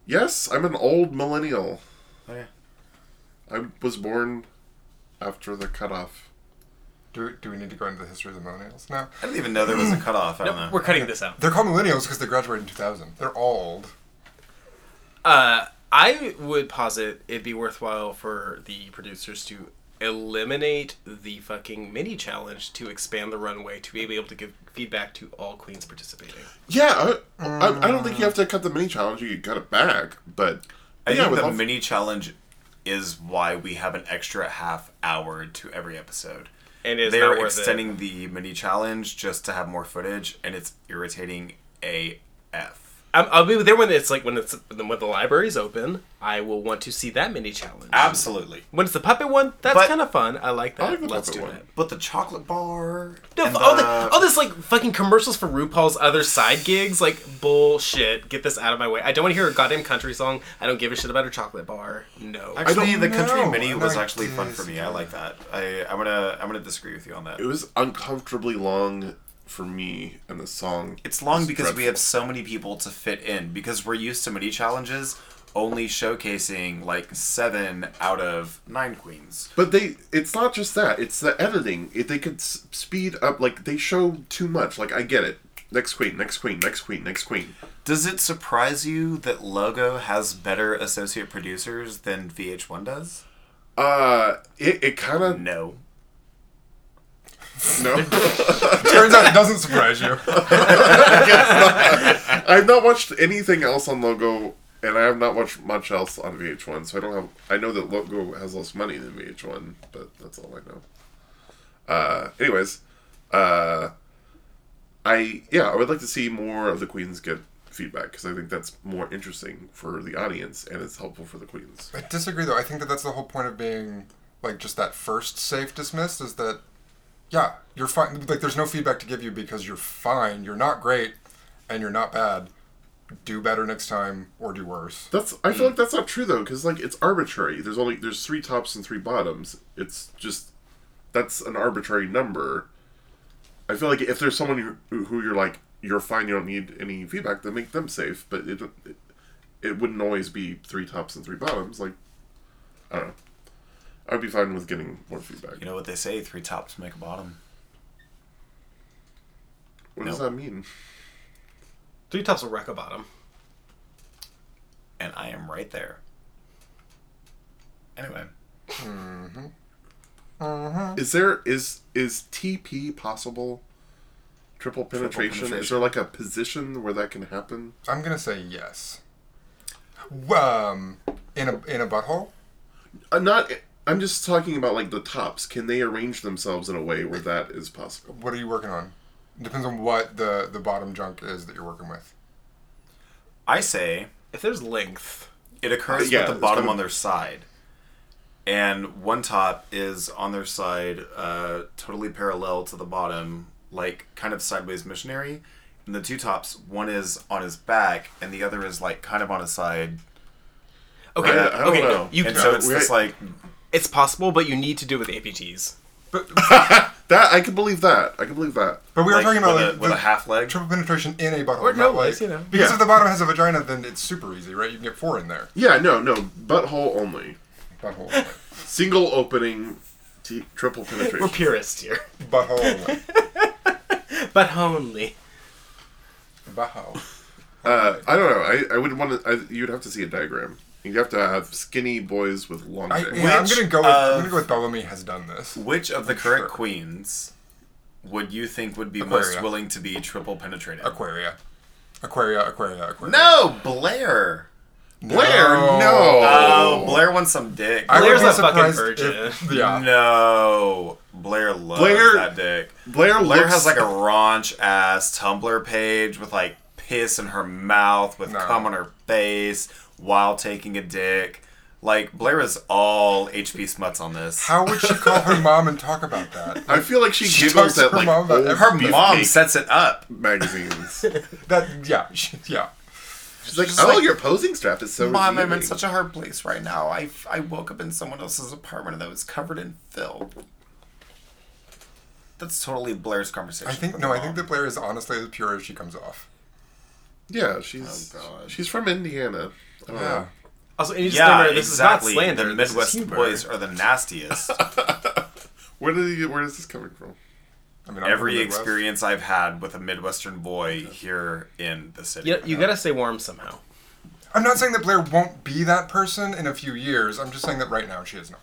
Speaker 2: Yes, I'm an old millennial.
Speaker 4: Oh yeah.
Speaker 2: I was born after the cutoff.
Speaker 5: Do, do we need to go into the history of the millennials now?
Speaker 4: I didn't even know there was a cutoff. I don't know.
Speaker 3: We're cutting this out.
Speaker 5: They're called millennials because they graduated in 2000. They're all old.
Speaker 3: Uh, I would posit it'd be worthwhile for the producers to eliminate the fucking mini challenge to expand the runway to be able to give feedback to all queens participating.
Speaker 2: Yeah, I, I, I don't think you have to cut the mini challenge. You can cut it back, but
Speaker 4: I
Speaker 2: yeah,
Speaker 4: think
Speaker 2: with
Speaker 4: the
Speaker 2: all-
Speaker 4: mini challenge is why we have an extra half hour to every episode.
Speaker 3: And it's
Speaker 4: They're
Speaker 3: not worth
Speaker 4: extending the mini challenge just to have more footage, and it's irritating AF.
Speaker 3: it. I'm, I'll be there when it's like when it's when the library's open. I will want to see that mini challenge.
Speaker 4: Absolutely.
Speaker 3: When it's the puppet one, that's
Speaker 4: But-
Speaker 3: kind of fun. I like that.
Speaker 2: like the
Speaker 3: Let's
Speaker 2: puppet
Speaker 3: do
Speaker 2: one.
Speaker 3: that.
Speaker 4: But the chocolate bar.
Speaker 3: No,
Speaker 4: and
Speaker 3: f- all,
Speaker 4: the-
Speaker 3: the, all this like fucking commercials for RuPaul's other side gigs, like bullshit. Get this out of my way. I don't want to hear a goddamn country song. I don't give a shit about her chocolate bar. No.
Speaker 4: Actually,
Speaker 5: don't
Speaker 4: the country
Speaker 5: know.
Speaker 4: mini
Speaker 5: I'm
Speaker 4: was
Speaker 5: not
Speaker 4: actually fun for me. I like that. I I'm gonna I'm gonna disagree with you on that.
Speaker 2: it was uncomfortably long for me, and the song.
Speaker 4: It's long
Speaker 2: was
Speaker 4: because we
Speaker 2: dreadful.
Speaker 4: have so many people to fit in because we're used to mini challenges only showcasing like seven out of nine queens.
Speaker 2: But they, it's not just that. It's the editing. It, they could s- speed up. Like they show too much. Like I get it. Next queen, next queen, next queen, next queen.
Speaker 4: Does it surprise you that Logo has better associate producers than VH1 does?
Speaker 2: Uh, it, it kind of
Speaker 4: No. [laughs]
Speaker 2: no.
Speaker 5: Turns out it [laughs] doesn't surprise you.
Speaker 2: [laughs] I've not watched anything else on Logo, and I have not watched much else on VH1. So I don't have. I know that Logo has less money than VH1, but that's all I know. Uh, anyways, uh, I yeah, I would like to see more of the queens get feedback because I think that's more interesting for the audience and it's helpful for the queens.
Speaker 5: I disagree though. I think that that's the whole point of being like just that first safe dismissed is that yeah, you're fine. Like there's no feedback to give you because you're fine. You're not great, and you're not bad. Do better next time or do worse.
Speaker 2: That's I
Speaker 4: Hmm.
Speaker 2: feel like that's not true though, because like it's arbitrary. There's only there's three tops and three bottoms. It's just that's an arbitrary number. I feel like if there's someone who, who you're like you're fine, you don't need any feedback, then make them safe. But it it, it wouldn't always be three tops and three bottoms. Like I don't know. I'd be fine with getting more feedback.
Speaker 4: You know what they say, three tops make a bottom.
Speaker 2: what does
Speaker 4: no.
Speaker 2: that mean?
Speaker 3: Three tops will wreck a bottom.
Speaker 4: And I am right there. Anyway.
Speaker 2: Is there is is TP possible? Triple penetration? Is there
Speaker 4: penetration.
Speaker 2: like a position where that can happen?
Speaker 5: I'm gonna say yes. Um, in a in a butthole.
Speaker 2: I'm Uh, not. I'm just talking about like the tops. Can they arrange themselves in a way where that is possible?
Speaker 5: What are you working on? Depends on what the the bottom junk is that you're working with.
Speaker 4: I say
Speaker 3: If there's length,
Speaker 4: It occurs
Speaker 2: Yeah,
Speaker 4: with the
Speaker 2: it's
Speaker 4: bottom
Speaker 2: kind of-
Speaker 4: on their side. And one top is on their side, uh, totally parallel to the bottom, like kind of sideways missionary. And the two tops, one is on his back, and the other is like kind of on his side.
Speaker 3: okay,
Speaker 2: I- I don't
Speaker 3: okay,
Speaker 2: know.
Speaker 3: you.
Speaker 4: And so it's
Speaker 2: we-
Speaker 4: this like,
Speaker 3: It's possible, but you need to do it with amputees.
Speaker 5: But
Speaker 2: That I can believe that. I can believe that.
Speaker 5: but we were
Speaker 4: like,
Speaker 5: talking about
Speaker 4: with,
Speaker 5: like
Speaker 4: a, with
Speaker 5: the-
Speaker 4: a half leg.
Speaker 5: triple penetration in a butthole.
Speaker 3: Or
Speaker 5: not
Speaker 3: no,
Speaker 5: like,
Speaker 3: it's, you know.
Speaker 5: Because
Speaker 2: Yeah.
Speaker 5: if the bottom has a vagina, then it's super easy, right? You can get four in there.
Speaker 2: Yeah. No. No. Butthole only.
Speaker 5: Butthole. only.
Speaker 2: Single opening. T- triple penetration.
Speaker 3: We're purists here, [laughs]
Speaker 5: butthole. only.
Speaker 3: but only.
Speaker 5: Butthole.
Speaker 2: Uh, I don't know. I, I would want to. I, you'd have to see a diagram. You'd have to have skinny boys with long
Speaker 5: I,
Speaker 2: dicks.
Speaker 5: yeah, I'm
Speaker 4: Which
Speaker 5: gonna go. With, I'm gonna
Speaker 4: of-
Speaker 5: go with Bellamy has done this.
Speaker 4: Which of the current
Speaker 5: sure.
Speaker 4: queens would you think would be
Speaker 5: Aquaria.
Speaker 4: most willing to be triple penetrated?
Speaker 5: Aquaria, Aquaria, Aquaria, Aquaria.
Speaker 4: no, Blair.
Speaker 2: Blair, no.
Speaker 4: Oh, Blair wants some dick.
Speaker 5: I would
Speaker 3: Blair's
Speaker 5: be
Speaker 3: a fucking
Speaker 5: surprised If,
Speaker 3: virgin.
Speaker 5: [laughs] yeah.
Speaker 4: No, Blair loves
Speaker 2: Blair-
Speaker 4: that dick.
Speaker 2: Blair,
Speaker 4: Blair
Speaker 2: looks,
Speaker 4: has like a raunch ass Tumblr page with like piss in her mouth with
Speaker 5: No.
Speaker 4: cum on her face while taking a dick. Like Blair is all HP Smuts on this.
Speaker 5: How would she call her mom and talk about that?
Speaker 2: I feel like she,
Speaker 5: She
Speaker 2: giggles
Speaker 5: talks to
Speaker 2: at
Speaker 5: her
Speaker 2: like
Speaker 5: mom about
Speaker 2: old
Speaker 5: everything.
Speaker 4: her mom
Speaker 2: beefcake
Speaker 4: sets it up.
Speaker 2: magazines.
Speaker 5: [laughs] That yeah, she, yeah.
Speaker 2: She's like, "Oh,
Speaker 4: like,
Speaker 2: your posing strap is so."
Speaker 4: Mom, I'm in
Speaker 2: revealing."
Speaker 4: such a hard place right now. I, I woke up in someone else's apartment that was covered in filth. That's totally Blair's conversation.
Speaker 5: I think
Speaker 4: with
Speaker 5: no,
Speaker 4: her
Speaker 5: I think
Speaker 4: mom.
Speaker 5: that Blair is honestly as pure as she comes off.
Speaker 2: Yeah, she's
Speaker 4: Oh, God.
Speaker 2: she's from Indiana. I don't
Speaker 5: Yeah.
Speaker 2: know.
Speaker 3: Also, and you just
Speaker 4: yeah,
Speaker 3: remember this
Speaker 4: exactly.
Speaker 3: is not slander.
Speaker 4: the
Speaker 3: this is
Speaker 4: Midwest
Speaker 3: humor.
Speaker 4: boys are the
Speaker 3: [laughs]
Speaker 4: nastiest.
Speaker 2: Where did you, where is this coming from?
Speaker 5: I mean, I'm
Speaker 4: Every
Speaker 5: from the Midwest.
Speaker 4: experience I've had with a Midwestern boy here in the city.
Speaker 3: You, you gotta stay warm somehow.
Speaker 5: I'm not saying that Blair won't be that person in a few years. I'm just saying that right now she is not.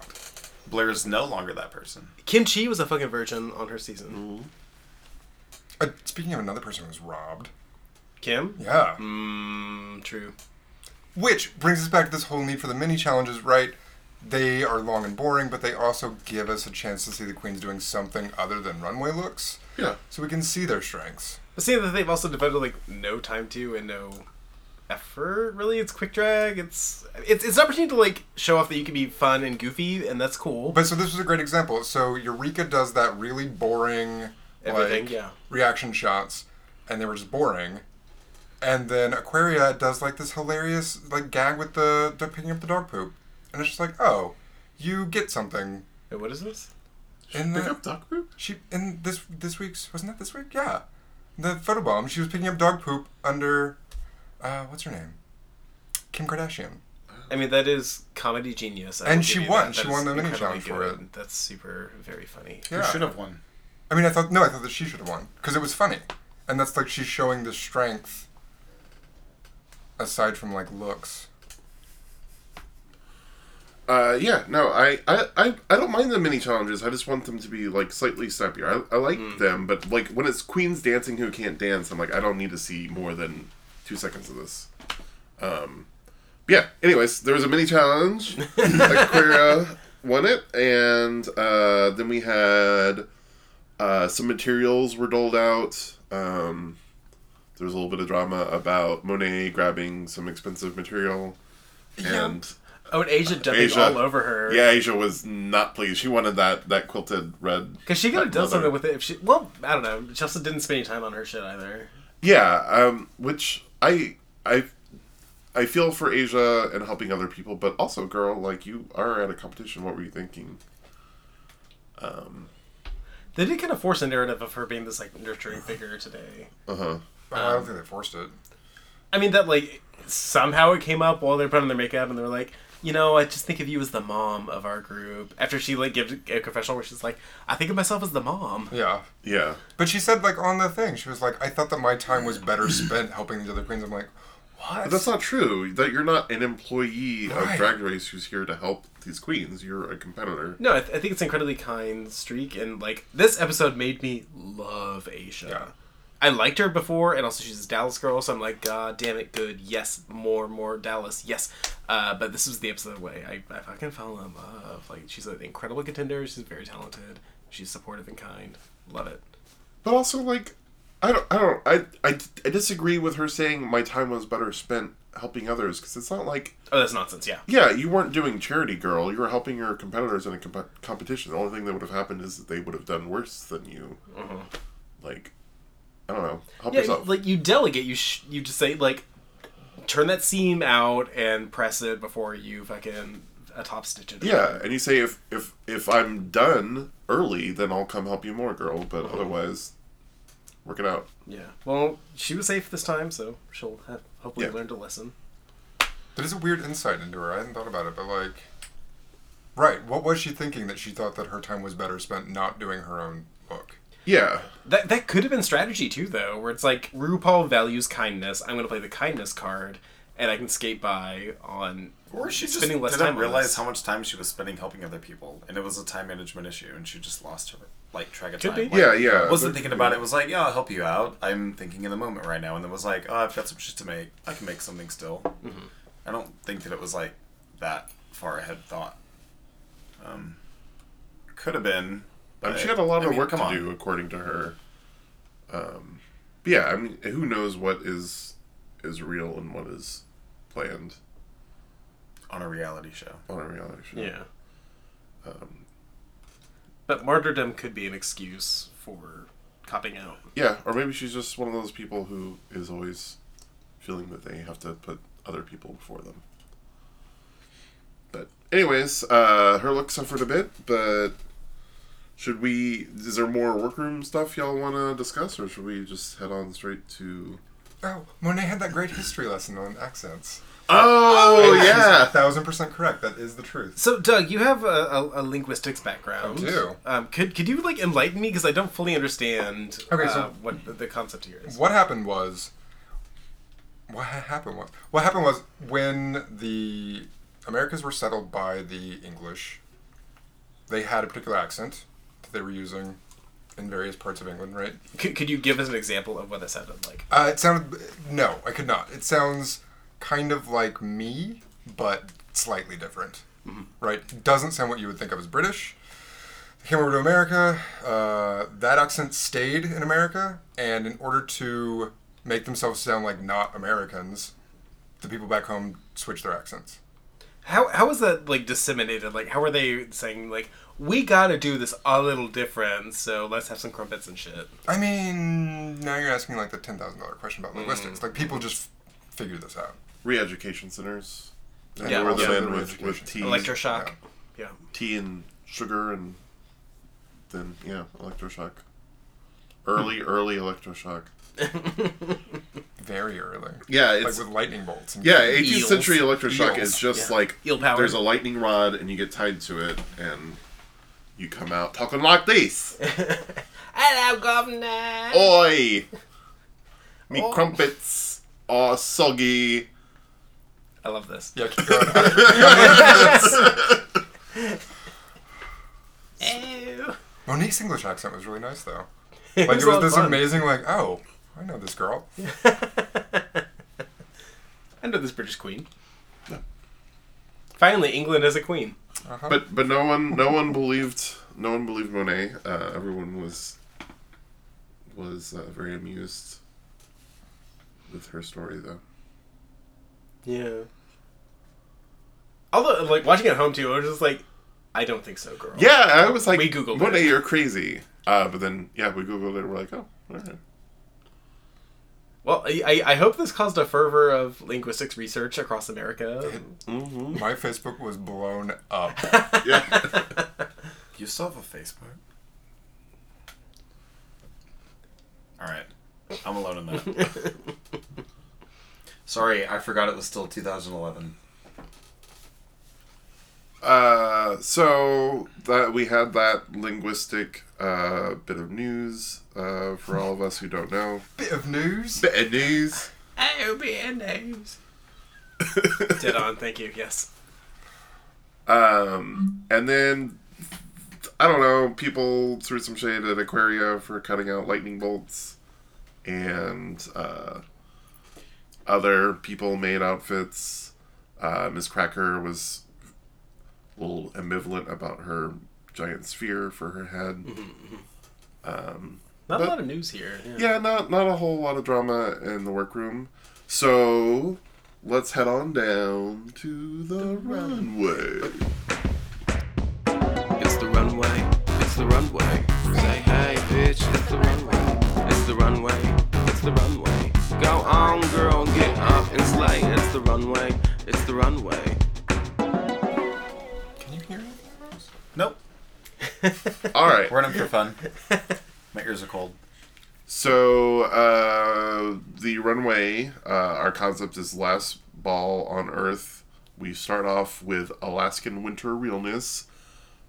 Speaker 4: Blair is no longer that person.
Speaker 3: Kim Chi was a fucking virgin on her season.
Speaker 4: Mm-hmm.
Speaker 5: Uh, speaking of another person who was robbed.
Speaker 3: Kim?
Speaker 5: Yeah.
Speaker 3: Mm, true.
Speaker 5: Which brings us back to this whole need for the mini challenges, right? They are long and boring, but they also give us a chance to see the queens doing something other than runway looks,
Speaker 2: Yeah,
Speaker 5: so we can see their strengths.
Speaker 3: But seeing that they've also devoted like no time to and no effort, really, it's quick drag. It's it's it's an opportunity to like show off that you can be fun and goofy, and that's cool.
Speaker 5: But so this was a great example. So Eureka does that really boring
Speaker 3: Everything,
Speaker 5: like
Speaker 3: yeah.
Speaker 5: reaction shots, and they were just boring. And then Aquaria does like this hilarious like gag with the, the picking up the dog poop, and it's just like, oh, you get something
Speaker 3: Wait, what is this?
Speaker 5: in
Speaker 2: pick
Speaker 5: the,
Speaker 2: up Doc Group.
Speaker 5: she in this this week's wasn't that this week? Yeah, the photobomb. She was picking up dog poop under, uh, what's her name, Kim Kardashian.
Speaker 3: I mean, that is comedy genius. I
Speaker 5: And
Speaker 3: will
Speaker 5: she
Speaker 3: give you
Speaker 5: won.
Speaker 3: that.
Speaker 5: She
Speaker 3: That
Speaker 5: won
Speaker 3: is
Speaker 5: the mini
Speaker 3: incredibly
Speaker 5: challenge for
Speaker 3: good. That's super very funny.
Speaker 5: Yeah.
Speaker 4: have won.
Speaker 5: I mean, I thought no, I thought that she should have won because it was funny, and that's like she's showing the strength. Aside from like looks,
Speaker 2: Uh, yeah, no, I, I, I, I don't mind the mini challenges. I just want them to be like slightly snappier. I, I like them, but like when it's queens dancing who can't dance, I'm like, I don't need to see more than two seconds of this. Um, yeah. Anyways, there was a mini challenge. Aquaria won it, and uh, then we had uh, some materials were doled out. Um, there was a little bit of drama about Monet grabbing some expensive material, and.
Speaker 3: Oh, and Asia dumping
Speaker 2: Asia.
Speaker 3: all over her.
Speaker 2: Yeah, Asia was not pleased. She wanted that that quilted red.
Speaker 3: Because she could have done
Speaker 2: leather.
Speaker 3: something with it if she. Well, I don't know. Chelsea didn't spend any time on her shit either.
Speaker 2: Yeah, um, which I I I feel for Asia and helping other people, but also, girl, like you are at a competition. What were you thinking?
Speaker 3: They did kind of force a narrative of her being this like nurturing figure today.
Speaker 2: Uh huh.
Speaker 5: I don't think they forced it.
Speaker 3: I mean that like somehow it came up while they were putting on their makeup and they were like, you know, I just think of you as the mom of our group. After she like gives a confessional where she's like, I think of myself as the mom.
Speaker 5: Yeah,
Speaker 2: Yeah.
Speaker 5: but she said like on the thing, she was like, "I thought that my time was better spent helping these other queens." I'm like, what?
Speaker 2: But that's not true. That you're not an employee
Speaker 5: Right.
Speaker 2: of Drag Race who's here to help these queens. You're a competitor.
Speaker 3: No, I, th- I think it's an incredibly kind streak and like this episode made me love Asia.
Speaker 5: Yeah.
Speaker 3: I liked her before, and also she's a Dallas girl, so I'm like, God damn it, good, yes, more, more Dallas, yes. Uh, but this was the episode way I, I fucking fell in love. Like, she's an incredible contender. She's very talented. She's supportive and kind. Love it.
Speaker 2: But also, like, I don't, I don't, I, I, I disagree with her saying my time was better spent helping others because it's not like
Speaker 3: Oh, that's nonsense. Yeah.
Speaker 2: Yeah, you weren't doing charity, girl. You were helping your competitors in a comp- competition. The only thing that would have happened is that they would have done worse than you.
Speaker 4: Uh-huh.
Speaker 2: Like, I don't know. Help
Speaker 3: Yeah,
Speaker 2: yourself.
Speaker 3: like you delegate. You sh- you just say like, turn that seam out and press it before you fucking a top stitch it.
Speaker 2: yeah, and you say if if if I'm done early, then I'll come help you more, girl. But
Speaker 4: Uh-huh.
Speaker 2: otherwise, work it out.
Speaker 3: Yeah. Well, she was safe this time, so she'll have hopefully
Speaker 2: Yeah.
Speaker 3: learned a lesson.
Speaker 5: That is a weird insight into her. I hadn't thought about it, but like, right? What was she thinking that she thought that her time was better spent not doing her own look?
Speaker 2: Yeah,
Speaker 3: That that could have been strategy too, though, where it's like RuPaul values kindness. I'm going to play the kindness card, and I can skate by on.
Speaker 4: Or she just
Speaker 3: Spending less
Speaker 4: didn't
Speaker 3: time on
Speaker 4: realize
Speaker 3: this.
Speaker 4: how much time she was spending helping other people, and it was a time management issue, and she just lost her like track of
Speaker 3: Could
Speaker 4: time.
Speaker 3: be.
Speaker 4: Like,
Speaker 2: yeah, yeah.
Speaker 4: wasn't
Speaker 2: But-
Speaker 4: thinking about it. Was like, yeah, I'll help you out. I'm thinking in the moment right now, and then was like, oh, I've got some shit to make. I can make something still.
Speaker 2: Mm-hmm.
Speaker 4: I don't think that it was like that far ahead thought. Um, could have been.
Speaker 2: Um,
Speaker 4: but-
Speaker 2: she had a lot
Speaker 4: I
Speaker 2: of
Speaker 4: mean,
Speaker 2: work
Speaker 4: come
Speaker 2: to
Speaker 4: on.
Speaker 2: do, according to her. Um, but yeah, I mean, who knows what is is real and what is planned.
Speaker 4: on a reality show.
Speaker 2: on a reality show.
Speaker 3: Yeah. Um, but martyrdom could be an excuse for copping out.
Speaker 2: Yeah, or maybe she's just one of those people who is always feeling that they have to put other people before them. But anyways, uh, her look suffered a bit, but should we? Is there more workroom stuff y'all want to discuss, or should we just head on straight to?
Speaker 5: Oh, Monet had that great history lesson on accents.
Speaker 2: [laughs] Oh,
Speaker 5: She's a
Speaker 2: yeah,
Speaker 5: thousand percent correct. That is the truth.
Speaker 3: So, Doug, you have a, a, a linguistics background.
Speaker 5: I do.
Speaker 3: Um, could could you like enlighten me because I don't fully understand
Speaker 5: Okay,
Speaker 3: uh,
Speaker 5: so-
Speaker 3: what the- the concept here is?
Speaker 5: What happened was, what ha- happened was, what happened was when the Americas were settled by the English, they had a particular accent that they were using in various parts of England, right?
Speaker 3: Could, could you give us an example of what that sounded like?
Speaker 5: Uh, it sounded no, I could not. It sounds kind of like me, but slightly different.
Speaker 2: Mm-hmm.
Speaker 5: Right? Doesn't sound what you would think of as British. Came over to America. Uh, that accent stayed in America, and in order to make themselves sound like not Americans, the people back home switched their accents.
Speaker 3: How how was that like disseminated? Like, how are they saying like we got to do this a little different? So let's have some crumpets and shit.
Speaker 5: I mean, now you're asking like the ten thousand dollar question about linguistics.
Speaker 2: Mm.
Speaker 5: Like people just figured this out.
Speaker 2: re-education centers. And
Speaker 3: Yeah.
Speaker 2: yeah, where they
Speaker 5: Also
Speaker 2: land
Speaker 5: the
Speaker 2: with, with
Speaker 5: re-education
Speaker 2: tea,
Speaker 3: Electroshock. Yeah.
Speaker 2: tea and sugar, and then yeah, electroshock. Early, early electroshock.
Speaker 5: Very early.
Speaker 2: Yeah,
Speaker 5: Like
Speaker 2: it's
Speaker 5: with lightning bolts. and-
Speaker 2: Yeah, 18th
Speaker 3: Eels.
Speaker 2: century electroshock is
Speaker 5: Eels.
Speaker 2: just
Speaker 3: Yeah.
Speaker 2: like
Speaker 3: Eel power.
Speaker 2: there's a lightning rod and you get tied to it and you come out talking like
Speaker 3: [laughs]
Speaker 2: this.
Speaker 3: Hello, governor.
Speaker 5: Oh.
Speaker 2: Oi! Me
Speaker 3: Oh.
Speaker 2: crumpets are soggy.
Speaker 3: I love this.
Speaker 5: Yeah, keep
Speaker 3: [laughs]
Speaker 5: going. [laughs]
Speaker 3: Ew.
Speaker 5: Monique's English accent was really nice though. Like
Speaker 3: was
Speaker 5: it
Speaker 3: a
Speaker 5: was
Speaker 3: lot of
Speaker 5: this
Speaker 3: fun.
Speaker 5: amazing like, oh, I know this girl.
Speaker 3: [laughs] I know this British queen. Finally, England has a queen.
Speaker 5: Uh-huh.
Speaker 2: But but no one no one believed no one believed Monet. Uh, everyone was was uh, very amused with her story though.
Speaker 3: Yeah. Although, like watching it at home too, I was just like, I don't think so, girl.
Speaker 2: Yeah, I was like,
Speaker 3: We Googled
Speaker 2: Monet,
Speaker 3: it.
Speaker 2: you're crazy. Uh, but then yeah, we googled it. We're like, oh, all right.
Speaker 3: Well, I, I I hope this caused a fervor of linguistics research across America.
Speaker 5: My Facebook was blown up.
Speaker 2: Yeah.
Speaker 4: You still have a Facebook? All right, I'm alone in that.
Speaker 2: [laughs]
Speaker 4: Sorry, I forgot it was still 2011.
Speaker 2: Uh, so that we had that linguistic uh, bit of news uh, for all of us who don't know.
Speaker 5: Bit of news.
Speaker 2: [laughs] Bit of news.
Speaker 3: Oh, names. Dead on. Thank you. Yes.
Speaker 2: Um, and then I don't know. People threw some shade at Aquaria for cutting out lightning bolts, and uh, other people made outfits. Uh, Miss Cracker was a little ambivalent about her giant sphere for her head.
Speaker 3: Not
Speaker 2: But-
Speaker 3: a lot of news here. Yeah.
Speaker 2: yeah, not not a whole lot of drama in the workroom. So let's head on down to the, runway.
Speaker 6: It's the runway, it's the runway. Say hey, bitch, it's the runway. It's the runway, it's the runway. Go on, girl, get up and slay. It's the runway, it's the runway.
Speaker 5: Can you hear anything? Rose?
Speaker 4: Nope,
Speaker 2: All right.
Speaker 4: we're in it
Speaker 2: [laughs]
Speaker 4: for fun. My ears are cold.
Speaker 2: So uh, the runway, uh, our concept is last ball on Earth. We start off with Alaskan winter realness,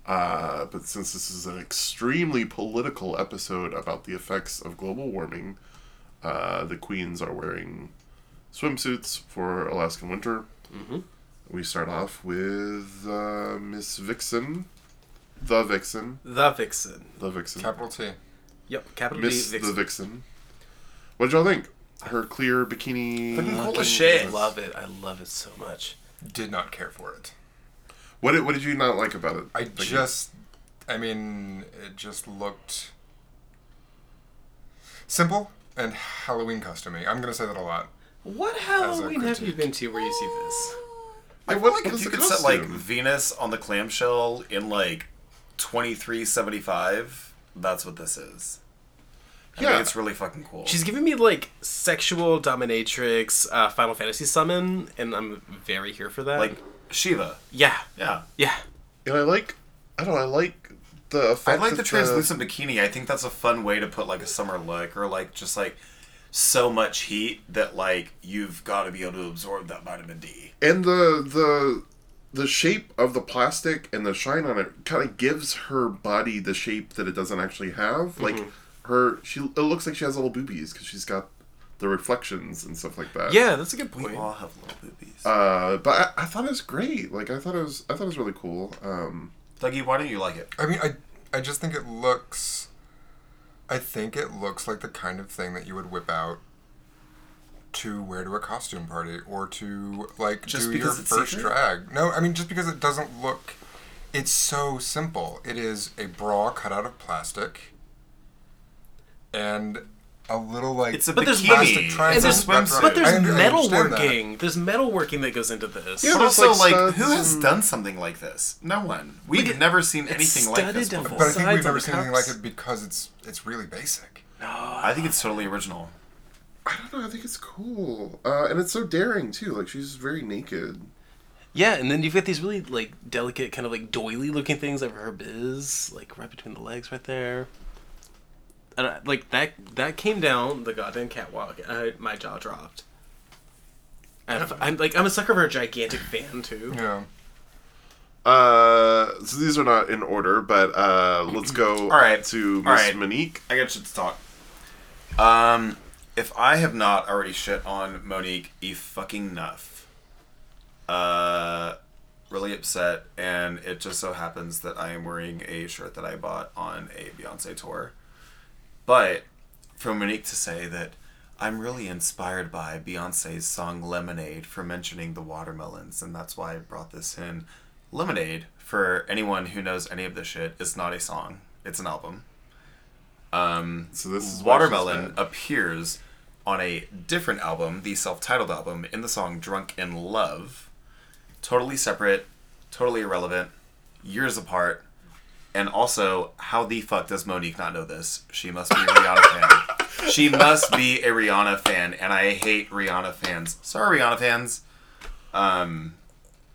Speaker 2: uh, but since this is an extremely political episode about the effects of global warming, uh, the queens are wearing swimsuits for Alaskan winter. We start off with uh, Miss Vixen, the Vixen,
Speaker 3: The Vixen.
Speaker 2: the Vixen.
Speaker 5: Capital T.
Speaker 3: Yep. Capital D.
Speaker 2: Miss
Speaker 3: Vixen.
Speaker 2: the Vixen. What did y'all think? Her clear bikini.
Speaker 4: Holy shit!
Speaker 3: Love it. I love it so much.
Speaker 5: Did not care for it.
Speaker 2: What did, what did you not like about it?
Speaker 5: I
Speaker 2: Like,
Speaker 5: just I mean, it just looked simple and Halloween costumey. I'm gonna say that a lot.
Speaker 3: What
Speaker 5: As a
Speaker 3: Halloween have
Speaker 5: critique.
Speaker 3: you been to where you see this?
Speaker 2: I
Speaker 4: Well,
Speaker 2: would
Speaker 4: like,
Speaker 2: like
Speaker 4: you
Speaker 2: you
Speaker 4: could set like Venus on the clamshell in like twenty three seventy five. That's what this is. I
Speaker 2: Yeah.
Speaker 4: think it's really fucking cool.
Speaker 3: She's giving me like sexual dominatrix uh, Final Fantasy summon, and I'm very here for that.
Speaker 4: like Shiva.
Speaker 3: yeah,
Speaker 4: Yeah.
Speaker 3: yeah.
Speaker 2: and I like, I don't know, I like the
Speaker 4: I
Speaker 2: effect.
Speaker 4: like
Speaker 2: that
Speaker 4: the translucent bikini. I think that's a fun way to put like a summer look or like just like so much heat that like you've got to be able to absorb that vitamin D.
Speaker 2: and the the the shape of the plastic and the shine on it kind of gives her body the shape that it doesn't actually have.
Speaker 4: Mm-hmm.
Speaker 2: Like her, she it looks like she has little boobies because she's got the reflections and stuff like that.
Speaker 3: Yeah, that's a good
Speaker 4: We
Speaker 3: point.
Speaker 4: all have little boobies.
Speaker 2: Uh, but I, I thought it was great. Like I thought it was, I thought it was really cool. Um,
Speaker 4: Dougie, why don't you like it?
Speaker 5: I mean, I I just think it looks. I think it looks like the kind of thing that you would whip out to wear to a costume party or to like
Speaker 4: Just
Speaker 5: do your
Speaker 4: because it's
Speaker 5: first
Speaker 4: see-through?
Speaker 5: drag. No, I mean just because it doesn't look. It's so simple. It is a bra cut out of plastic, and a little like
Speaker 4: It's a
Speaker 3: But there's
Speaker 5: plastic
Speaker 4: bikini.
Speaker 5: triangle.
Speaker 3: And there's,
Speaker 4: That's what I'm
Speaker 5: wrapped
Speaker 4: saying.
Speaker 3: but
Speaker 5: around it.
Speaker 3: there's
Speaker 5: I under- I
Speaker 3: metal
Speaker 5: understand that.
Speaker 3: working. There's metal working that goes into this.
Speaker 2: Yeah.
Speaker 4: But
Speaker 2: It's
Speaker 4: also,
Speaker 2: like
Speaker 4: like,
Speaker 2: studs
Speaker 4: who has
Speaker 2: and-
Speaker 4: done something like this? No one. We've never seen anything like this
Speaker 3: studded on
Speaker 4: before.
Speaker 5: But I think
Speaker 3: Sides
Speaker 5: we've
Speaker 3: on
Speaker 5: never
Speaker 3: the
Speaker 5: seen anything
Speaker 3: cups.
Speaker 5: like it because it's it's really basic.
Speaker 4: I think it's totally original.
Speaker 2: I don't know. I think it's cool, uh, and it's so daring too. Like she's very naked.
Speaker 3: Yeah, and then you've got these really like delicate, kind of like doily looking things over her biz, like right between the legs, right there. And I, like that, that came down the goddamn catwalk. and I, my jaw dropped. And if- I'm like, I'm a sucker for a gigantic fan too.
Speaker 5: Yeah.
Speaker 2: Uh, so these are not in order, but uh, let's go All
Speaker 4: right.
Speaker 2: to Miss
Speaker 4: [clears throat] All right.
Speaker 2: Monique.
Speaker 4: I got shit to talk. Um, if I have not already shit on Monique, e fucking nuff. Uh, really upset, and it just so happens that I am wearing a shirt that I bought on a Beyonce tour. But for Monique to say that I'm really inspired by Beyonce's song Lemonade for mentioning the watermelons, and that's why I brought this in. Lemonade, for anyone who knows any of this shit, is not a song, it's an album.
Speaker 2: So this is why she's
Speaker 4: Watermelon
Speaker 2: mad.
Speaker 4: appears on a different album, the self titled album, in the song Drunk in Love. Totally separate, totally irrelevant, years apart. And also, how the fuck does Monique not know this? She must be a
Speaker 2: [laughs]
Speaker 4: Rihanna fan. She must be a Rihanna fan, and I hate Rihanna fans. Sorry, Rihanna fans. Um,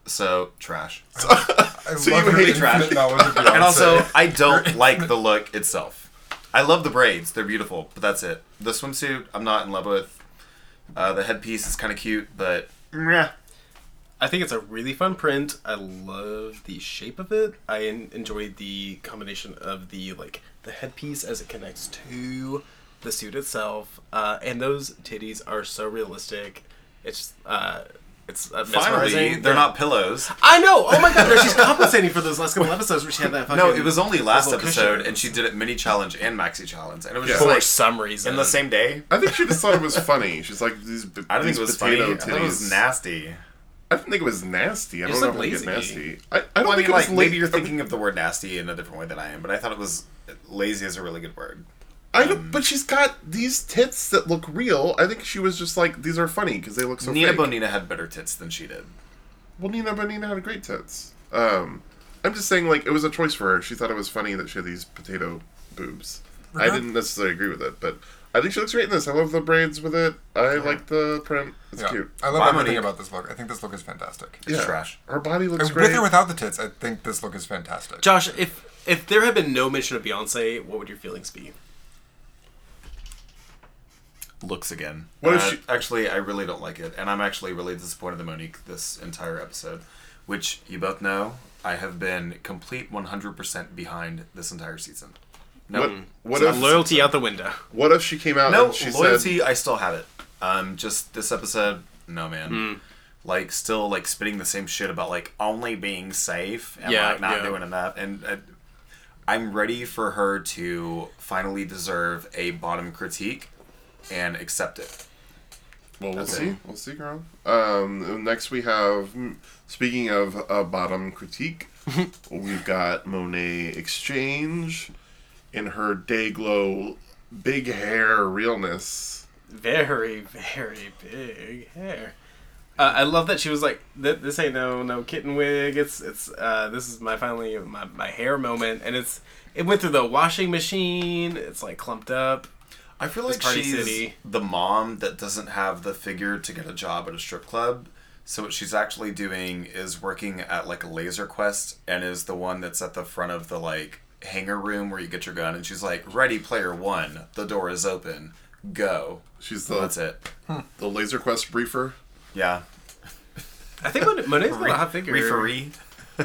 Speaker 4: so trash.
Speaker 5: I
Speaker 2: So
Speaker 5: love
Speaker 2: you
Speaker 5: her
Speaker 2: hate
Speaker 5: infinite
Speaker 4: trash.
Speaker 5: knowledge
Speaker 4: [laughs]
Speaker 5: of
Speaker 4: And also,
Speaker 5: Beyonce.
Speaker 2: [laughs]
Speaker 4: I don't like the look itself. I love the braids; they're beautiful, but that's it. The swimsuit, I'm not in love with. Uh, the headpiece is kind of cute, but meh.
Speaker 3: I think it's a really fun print. I love the shape of it. I en- enjoyed the combination of the like the headpiece as it connects to the suit itself, uh, and those titties are so realistic. It's uh, it's uh,
Speaker 4: finally,
Speaker 3: mesmerizing.
Speaker 4: they're
Speaker 3: Yeah.
Speaker 4: not pillows.
Speaker 3: [laughs] I know. Oh my god, no, she's compensating for those last couple episodes where she had that. Fucking
Speaker 4: No, it was only last
Speaker 3: little
Speaker 4: episode,
Speaker 3: cushion.
Speaker 4: and she did it mini challenge and maxi challenge, and it was
Speaker 2: Yeah.
Speaker 4: just
Speaker 3: for
Speaker 4: like
Speaker 3: some reason.
Speaker 4: in the same day.
Speaker 2: I think she just thought it was funny. She's like these. b-
Speaker 4: [laughs] I don't think
Speaker 2: these
Speaker 4: it was funny.
Speaker 2: potato
Speaker 4: I thought it was
Speaker 2: titties.
Speaker 4: nasty.
Speaker 2: I didn't think it was nasty. I
Speaker 3: It's
Speaker 2: don't know
Speaker 3: not
Speaker 2: if I get
Speaker 3: lazy.
Speaker 2: nasty. I, I don't
Speaker 4: Well, I
Speaker 2: think
Speaker 4: mean, like
Speaker 2: it was
Speaker 4: maybe
Speaker 2: la-
Speaker 4: you're thinking of the word nasty in a different way than I am, but I thought it was lazy is a really good word.
Speaker 2: I
Speaker 4: um,
Speaker 2: don't, but she's got these tits that look real. I think she was just like these are funny because they look so.
Speaker 4: Nina
Speaker 2: fake.
Speaker 4: Bonina had better tits than she did.
Speaker 2: Well, Nina Bonina had great tits. Um, I'm just saying, like it was a choice for her. She thought it was funny that she had these potato boobs.
Speaker 5: Uh-huh.
Speaker 2: I didn't necessarily agree with it, but I think she looks great in this. I love the braids with it. I like the print. It's
Speaker 5: Yeah.
Speaker 2: cute.
Speaker 5: I love
Speaker 4: Bye,
Speaker 5: everything
Speaker 4: Monique.
Speaker 5: about this look. I think this look is fantastic.
Speaker 4: It's trash.
Speaker 2: Her body looks
Speaker 5: And
Speaker 2: great.
Speaker 5: With or without the tits, I think this look is fantastic.
Speaker 3: Josh, if if there had been no mention of Beyonce, what would your feelings be?
Speaker 4: looks again.
Speaker 2: What if
Speaker 4: Uh,
Speaker 2: she-
Speaker 4: Actually, I really don't like it, and I'm actually really disappointed in Monique this entire episode, which you both know I have been complete 100% behind this entire season. No,
Speaker 2: what, what
Speaker 3: So
Speaker 2: if
Speaker 3: loyalty out the window.
Speaker 2: what if she came out
Speaker 4: no
Speaker 2: and she
Speaker 4: loyalty.
Speaker 2: said
Speaker 4: I still have it. Um, just this episode, no man.
Speaker 2: Hmm.
Speaker 4: Like still like spitting the same shit about like only being safe and
Speaker 3: Yeah,
Speaker 4: like not
Speaker 3: yeah.
Speaker 4: doing enough, and uh, I'm ready for her to finally deserve a bottom critique and accept it.
Speaker 2: well we'll
Speaker 4: That's
Speaker 2: see
Speaker 4: it.
Speaker 2: we'll see girl um next we have mm, speaking of a bottom critique
Speaker 4: [laughs]
Speaker 2: we've got Monet exchange in her day glow big hair realness
Speaker 3: Very, very big hair. Uh, I love that she was like, "Th- "This ain't no no kitten wig. It's it's uh, this is my finally my, my hair moment." And it's it went through the washing machine. It's like clumped up.
Speaker 4: I feel like
Speaker 3: Party
Speaker 4: she's
Speaker 3: City.
Speaker 4: the mom that doesn't have the figure to get a job at a strip club. So what she's actually doing is working at like a laser quest and is the one that's at the front of the like hangar room where you get your gun and she's like, Ready player one, the door is open. Go.
Speaker 2: She's
Speaker 4: That's
Speaker 2: the,
Speaker 4: it.
Speaker 2: the Laser Quest briefer.
Speaker 4: Yeah.
Speaker 3: I think Mon- Monet's got a hot figure.
Speaker 4: Referee.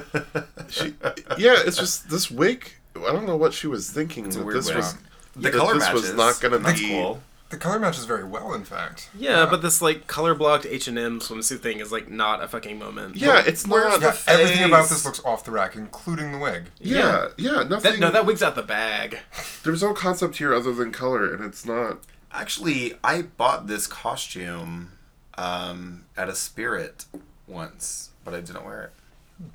Speaker 4: [laughs]
Speaker 2: She, yeah, it's just this wig. I don't know what she was thinking. that
Speaker 4: weird
Speaker 2: this
Speaker 4: wig.
Speaker 2: was
Speaker 4: The
Speaker 2: that
Speaker 4: color
Speaker 2: this
Speaker 4: matches.
Speaker 2: was not going to
Speaker 4: That's
Speaker 2: be.
Speaker 4: cool.
Speaker 5: The color matches very well, in fact.
Speaker 3: Yeah, but this like color blocked H and M swimsuit thing is like not a fucking moment.
Speaker 2: Yeah, it's not.
Speaker 5: Yeah, everything about
Speaker 2: face?
Speaker 5: this looks off the rack, including the wig.
Speaker 2: Yeah, yeah, nothing.
Speaker 3: That, no, that wig's out the bag.
Speaker 2: There's no concept here other than color, and it's not.
Speaker 4: Actually, I bought this costume um, at a spirit once, but I didn't wear it.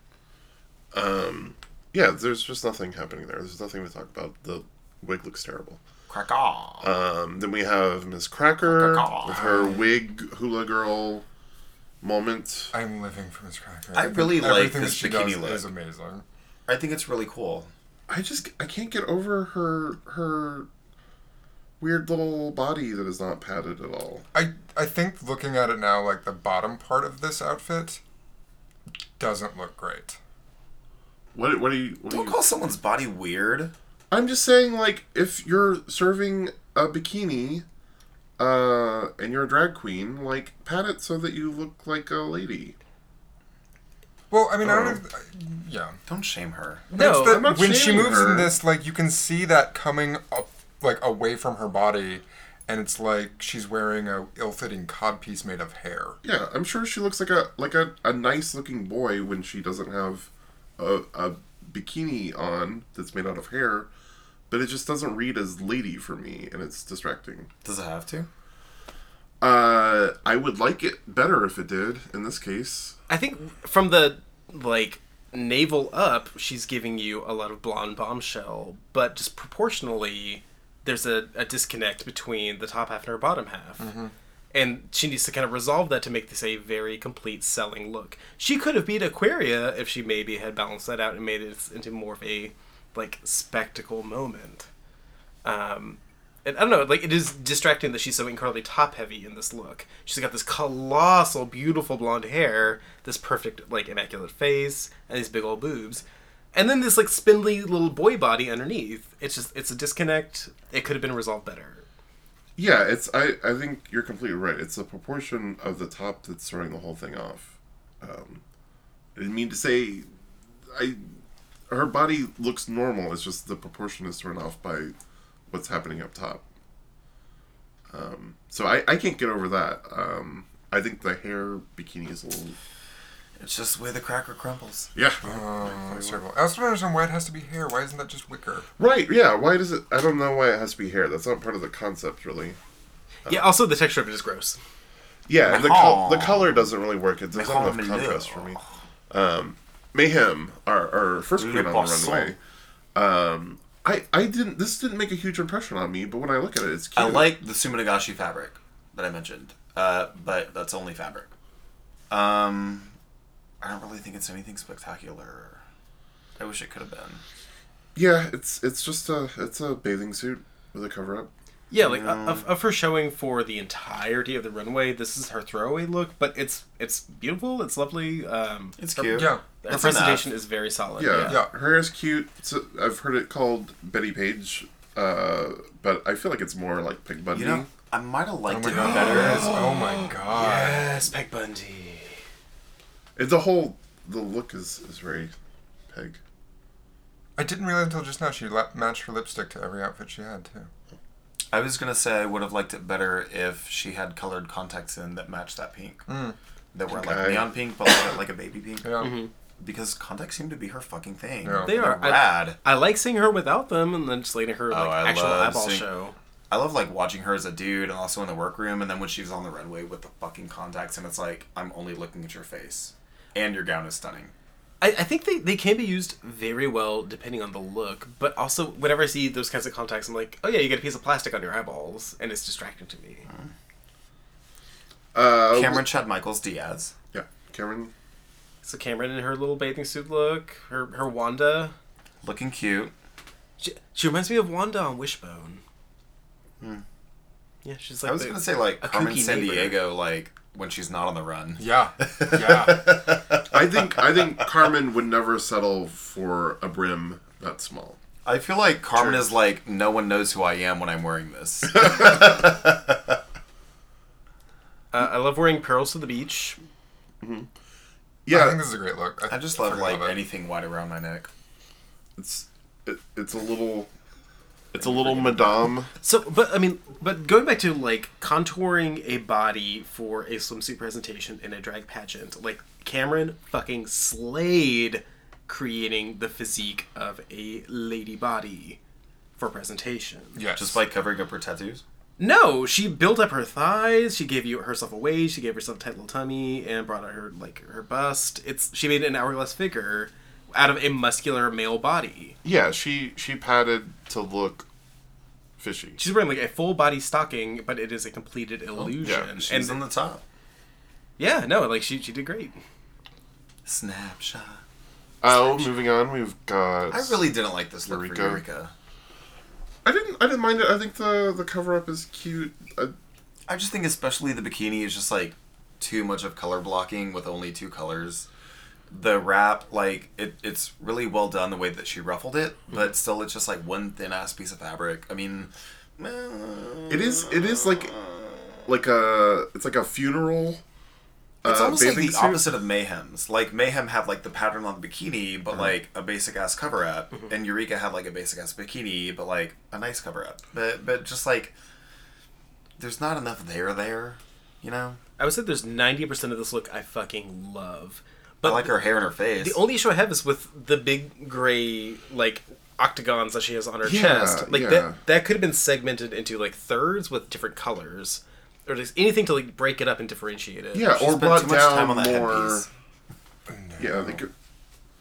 Speaker 2: Yeah, there's just nothing happening there. There's nothing to talk about. The wig looks terrible.
Speaker 4: Crack off.
Speaker 2: Um, then we have Miss Cracker
Speaker 4: Cracker.
Speaker 2: with her wig hula girl moment.
Speaker 5: I'm living for Miss Cracker.
Speaker 4: I really like
Speaker 5: Everything
Speaker 4: this
Speaker 5: that she
Speaker 4: bikini
Speaker 5: does
Speaker 4: look.
Speaker 5: is amazing.
Speaker 4: I think it's really cool.
Speaker 2: I just I can't get over her her weird little body that is not padded at all.
Speaker 5: I I think looking at it now, like the bottom part of this outfit doesn't look great.
Speaker 2: What what do you? What do
Speaker 4: Don't
Speaker 2: you
Speaker 4: call someone's body weird.
Speaker 2: I'm just saying, like, if you're serving a bikini, uh, and you're a drag queen, like, pat it so that you look like a lady.
Speaker 5: Well, I mean, I
Speaker 4: Oh.
Speaker 5: don't. Even, yeah.
Speaker 4: Don't shame her.
Speaker 3: No,
Speaker 5: But
Speaker 2: I'm not
Speaker 5: when she
Speaker 2: shaming
Speaker 5: moves
Speaker 2: her.
Speaker 5: in this, like you can see that coming up, like away from her body, and it's like she's wearing a ill-fitting codpiece made of hair.
Speaker 2: Yeah, I'm sure she looks like a like a, a nice looking boy when she doesn't have a, a bikini on that's made out of hair, but it just doesn't read as lady for me, and it's distracting.
Speaker 4: Does it have to?
Speaker 2: Uh, I would like it better if it did. In this case,
Speaker 3: I think from the like navel up, she's giving you a lot of blonde bombshell, but just proportionally, there's a, a disconnect between the top half and her bottom half. And she needs to kind of resolve that to make this a very complete selling look. She could have beat Aquaria if she maybe had balanced that out and made it into more of a like spectacle moment. Um, and I don't know, like it is distracting that she's so incredibly top heavy in this look. She's got this colossal, beautiful blonde hair, this perfect, like immaculate face, and these big old boobs, and then this like spindly little boy body underneath. It's just it's a disconnect. It could have been resolved better.
Speaker 2: yeah, it's I I think you're completely right. It's the proportion of the top that's throwing the whole thing off. Um, I didn't mean to say, I her body looks normal. It's just the proportion is thrown off by what's happening up top. Um, so I I can't get over that. Um, I think the hair bikini is a little
Speaker 4: It's just the way the cracker crumbles.
Speaker 2: yeah
Speaker 5: Oh,
Speaker 4: Mm.
Speaker 5: that's terrible. I also don't understand why it has to be hair. Why isn't that just wicker?
Speaker 2: right yeah. Why does it? I don't know why it has to be hair. That's not part of the concept really.
Speaker 4: Oh.
Speaker 3: Yeah. Also, the texture of it is gross.
Speaker 2: Yeah, and the,
Speaker 4: Mahal.
Speaker 2: col- the color doesn't really work. It doesn't have
Speaker 4: Mahal
Speaker 2: enough contrast for me. Um, Mayhem, our, our first
Speaker 4: Le
Speaker 2: queen on the
Speaker 4: Poisson.
Speaker 2: runway. Um, I, I didn't. This didn't make a huge impression on me, but when I look at it, it's cute.
Speaker 4: I like the Suminagashi fabric that I mentioned, uh, but that's only fabric. Um, I don't really think it's anything spectacular. I wish it could have been.
Speaker 2: Yeah, it's it's just a it's a bathing suit with a cover up.
Speaker 3: Yeah, like
Speaker 4: Mm.
Speaker 3: of, of her showing for the entirety of the runway. This is her throwaway look, but it's it's beautiful. It's lovely. Um,
Speaker 4: It's
Speaker 3: her-
Speaker 4: cute.
Speaker 5: Yeah.
Speaker 3: Her
Speaker 4: That's
Speaker 3: presentation is very solid.
Speaker 2: Yeah,
Speaker 5: Yeah.
Speaker 2: her hair's cute. It's a, I've heard it called Betty Page, uh, but I feel like it's more like Pig Bundy.
Speaker 4: You know, I might have liked
Speaker 5: my
Speaker 4: it
Speaker 5: God.
Speaker 4: better.
Speaker 5: [gasps]
Speaker 4: [gasps]
Speaker 5: Oh my god.
Speaker 3: Yes, Peg Bundy.
Speaker 2: It- the whole the look is is very Peg.
Speaker 5: I didn't realize until just now she la- matched her lipstick to every outfit she had too.
Speaker 4: I was gonna say I would have liked it better if she had colored contacts in that matched that pink. That were like
Speaker 2: Okay.
Speaker 4: neon pink, but like, like a baby pink.
Speaker 5: Mm. Yeah.
Speaker 4: Because contacts seem to be her fucking thing.
Speaker 5: Yeah.
Speaker 3: They
Speaker 4: They're
Speaker 3: are. I-
Speaker 4: rad.
Speaker 3: I like seeing her without them, and then just letting her like
Speaker 4: Oh, I
Speaker 3: actual
Speaker 4: love
Speaker 3: eyeball
Speaker 4: seeing-
Speaker 3: show.
Speaker 4: I love like watching her as a dude and also in the workroom and then when she's on the runway with the fucking contacts and it's like I'm only looking at your face. And your gown is stunning.
Speaker 3: I, I think they, they can be used very well depending on the look, but also whenever I see those kinds of contacts, I'm like, oh yeah, you get a piece of plastic on your eyeballs, and it's distracting to me.
Speaker 2: Uh,
Speaker 4: Cameron Chad Michaels Diaz.
Speaker 2: Yeah, Cameron.
Speaker 3: So Cameron in her little bathing suit look, her her Wanda.
Speaker 4: Looking cute.
Speaker 3: She, she reminds me of Wanda on Wishbone. Yeah, she's
Speaker 4: Hmm.
Speaker 3: like.
Speaker 4: I was
Speaker 3: the-
Speaker 4: going to say, like,
Speaker 3: a
Speaker 4: Carmen
Speaker 3: kooky
Speaker 4: San
Speaker 3: neighbor.
Speaker 4: Diego, like, when she's not on the run. [laughs]
Speaker 5: Yeah, yeah.
Speaker 2: I think I think Carmen would never settle for a brim that small.
Speaker 4: I feel like Carmen is like, no one knows who I am when I'm wearing this.
Speaker 3: Uh, I love wearing pearls to the beach.
Speaker 5: I think
Speaker 2: Yeah,
Speaker 5: this is a great look.
Speaker 4: I just love,
Speaker 5: freaking
Speaker 4: like,
Speaker 5: it.
Speaker 4: anything wide around my neck.
Speaker 2: it's it, it's a little it's a little madame.
Speaker 3: So, but I mean, but going back to like contouring a body for a swimsuit presentation in a drag pageant, like Cameron fucking slayed creating the physique of a lady body for presentation.
Speaker 5: Yes.
Speaker 4: Just by covering up her tattoos.
Speaker 3: No, she built up her thighs. She gave you herself a waist. She gave herself a tight little tummy and brought out her like her bust. It's she made an hourglass figure out of a muscular male body.
Speaker 2: Yeah, she she padded to look fishy.
Speaker 3: She's wearing like a full body stocking, but it is a completed illusion.
Speaker 4: She's
Speaker 3: and
Speaker 4: on the top.
Speaker 3: yeah, no, like she she did great.
Speaker 4: Snapshot.
Speaker 2: Oh, moving on, we've got.
Speaker 4: I really didn't like this look
Speaker 2: Eureka.
Speaker 4: for Eureka.
Speaker 2: I didn't. I didn't mind it. I think the the cover up is cute. Uh, I,
Speaker 4: I just think especially the bikini is just like too much of color blocking with only two colors. The wrap, like it, it's really well done the way that she ruffled it,
Speaker 3: Mm-hmm.
Speaker 4: but still, it's just like one thin ass piece of fabric. I mean, eh,
Speaker 3: Uh,
Speaker 2: it is. It is like like a. It's like a funeral.
Speaker 4: it's
Speaker 2: uh,
Speaker 4: almost like
Speaker 2: bathing
Speaker 4: the
Speaker 2: suit?
Speaker 4: opposite of Mayhem's. Like Mayhem had like the pattern on the bikini,
Speaker 3: Mm-hmm.
Speaker 4: but like a basic ass cover up, and Eureka had like a basic ass bikini, but like a nice cover up. But but just like there's not enough there there, you know.
Speaker 3: I would say there's 90% of this look I fucking love. But
Speaker 4: I like her hair and her face.
Speaker 3: the only issue I have is with the big gray, like, octagons that she has on her
Speaker 2: Yeah,
Speaker 3: chest. Like,
Speaker 2: yeah.
Speaker 3: that, that could have been segmented into, like, thirds with different colors. Or just anything to, like, break it up and differentiate it.
Speaker 2: Yeah, or
Speaker 4: spent
Speaker 2: brought
Speaker 4: too much
Speaker 2: down
Speaker 4: time on that
Speaker 2: more.
Speaker 4: headpiece.
Speaker 2: Yeah, they could.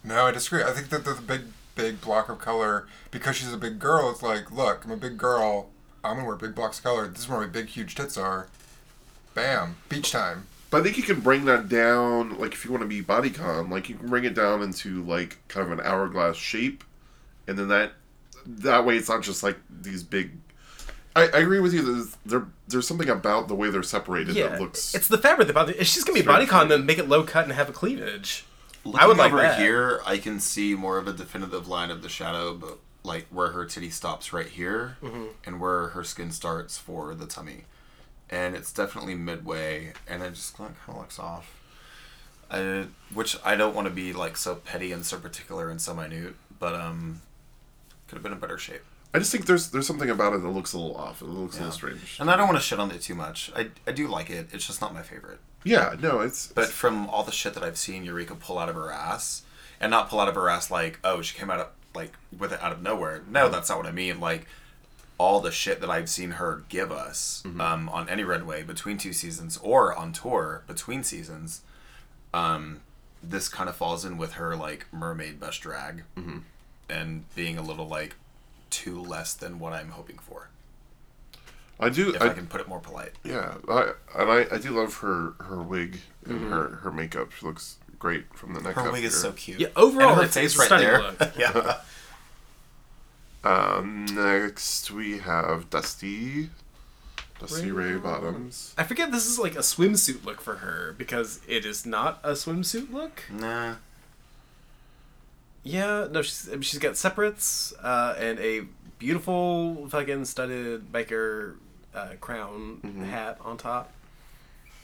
Speaker 5: No, I disagree. I think that the, the big, big block of color, because she's a big girl, it's like, look, I'm a big girl. I'm gonna wear big blocks of color. This is where my big, huge tits are. Bam, beach time.
Speaker 2: But I think you can bring that down, like if you want to be bodycon, like you can bring it down into like kind of an hourglass shape, and then that that way it's not just like these big. I, I agree with you. There's, there there's something about the way they're separated
Speaker 3: Yeah,
Speaker 2: that looks.
Speaker 3: it's the fabric that bothers If she's going to be
Speaker 2: Straight
Speaker 3: bodycon, then make it low cut and have a cleavage.
Speaker 4: Looking
Speaker 3: would like
Speaker 4: over
Speaker 3: that.
Speaker 4: here, I can see more of a definitive line of the shadow, but like where her titty stops right here,
Speaker 3: Mm-hmm.
Speaker 4: and where her skin starts for the tummy, and it's definitely midway, and it just kind of looks off. I, which I don't want to be like so petty and so particular and so minute, but um, could have been in better shape.
Speaker 2: I just think there's there's something about it that looks a little off. It looks a little strange.
Speaker 4: And I don't want to shit on it too much. I, I do like it. It's just not my favorite.
Speaker 2: Yeah, no, it's
Speaker 4: But from all the shit that I've seen Eureka pull out of her ass, and not pull out of her ass like, oh, she came out of like with it out of nowhere. No, that's not what I mean. Like all the shit that I've seen her give us um, on any runway between two seasons or on tour between seasons, um, this kind of falls in with her like mermaid best drag and being a little like too less than what I'm hoping for.
Speaker 2: I do
Speaker 4: If I,
Speaker 2: I,
Speaker 4: can put it more polite.
Speaker 2: yeah I and I, I do love her her wig and her her makeup. She looks great from the neck
Speaker 4: Mm-hmm. Her
Speaker 2: up.
Speaker 4: wig is
Speaker 2: here.
Speaker 4: so cute.
Speaker 3: Yeah, overall,
Speaker 4: and her
Speaker 3: it's-
Speaker 4: face
Speaker 3: it's a
Speaker 4: right
Speaker 3: stunning
Speaker 4: there.
Speaker 3: look.
Speaker 4: yeah.
Speaker 2: Um, next we have Dusty, Dusty Ray, Bottoms.
Speaker 3: I forget this is like a swimsuit look for her because it is not a swimsuit look.
Speaker 4: Nah.
Speaker 3: Yeah, no, she's I mean, she's got separates uh, and a beautiful fucking studded biker uh, crown hat on top,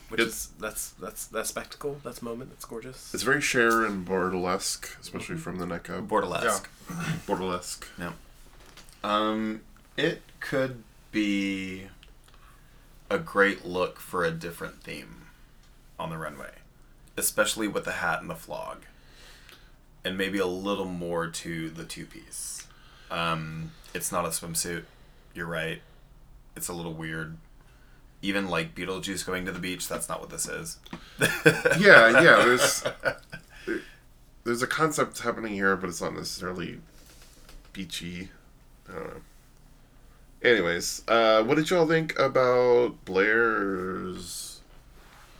Speaker 3: which
Speaker 2: It's-
Speaker 3: is that's that's that spectacle, that's moment, that's gorgeous.
Speaker 2: It's very Cher and Bordelesque, especially from the neck up.
Speaker 4: Bordelesque. [laughs]
Speaker 2: Bordelesque.
Speaker 4: No. Um, it could be a great look for a different theme on the runway, especially with the hat and the flog, and maybe a little more to the two piece. Um, it's not a swimsuit. You're right. It's a little weird. Even like Beetlejuice going to the beach, that's not what this is.
Speaker 2: Yeah, yeah. There's there's a concept happening here, but it's not necessarily beachy. I don't know. Anyways, uh, what did y'all think about Blair's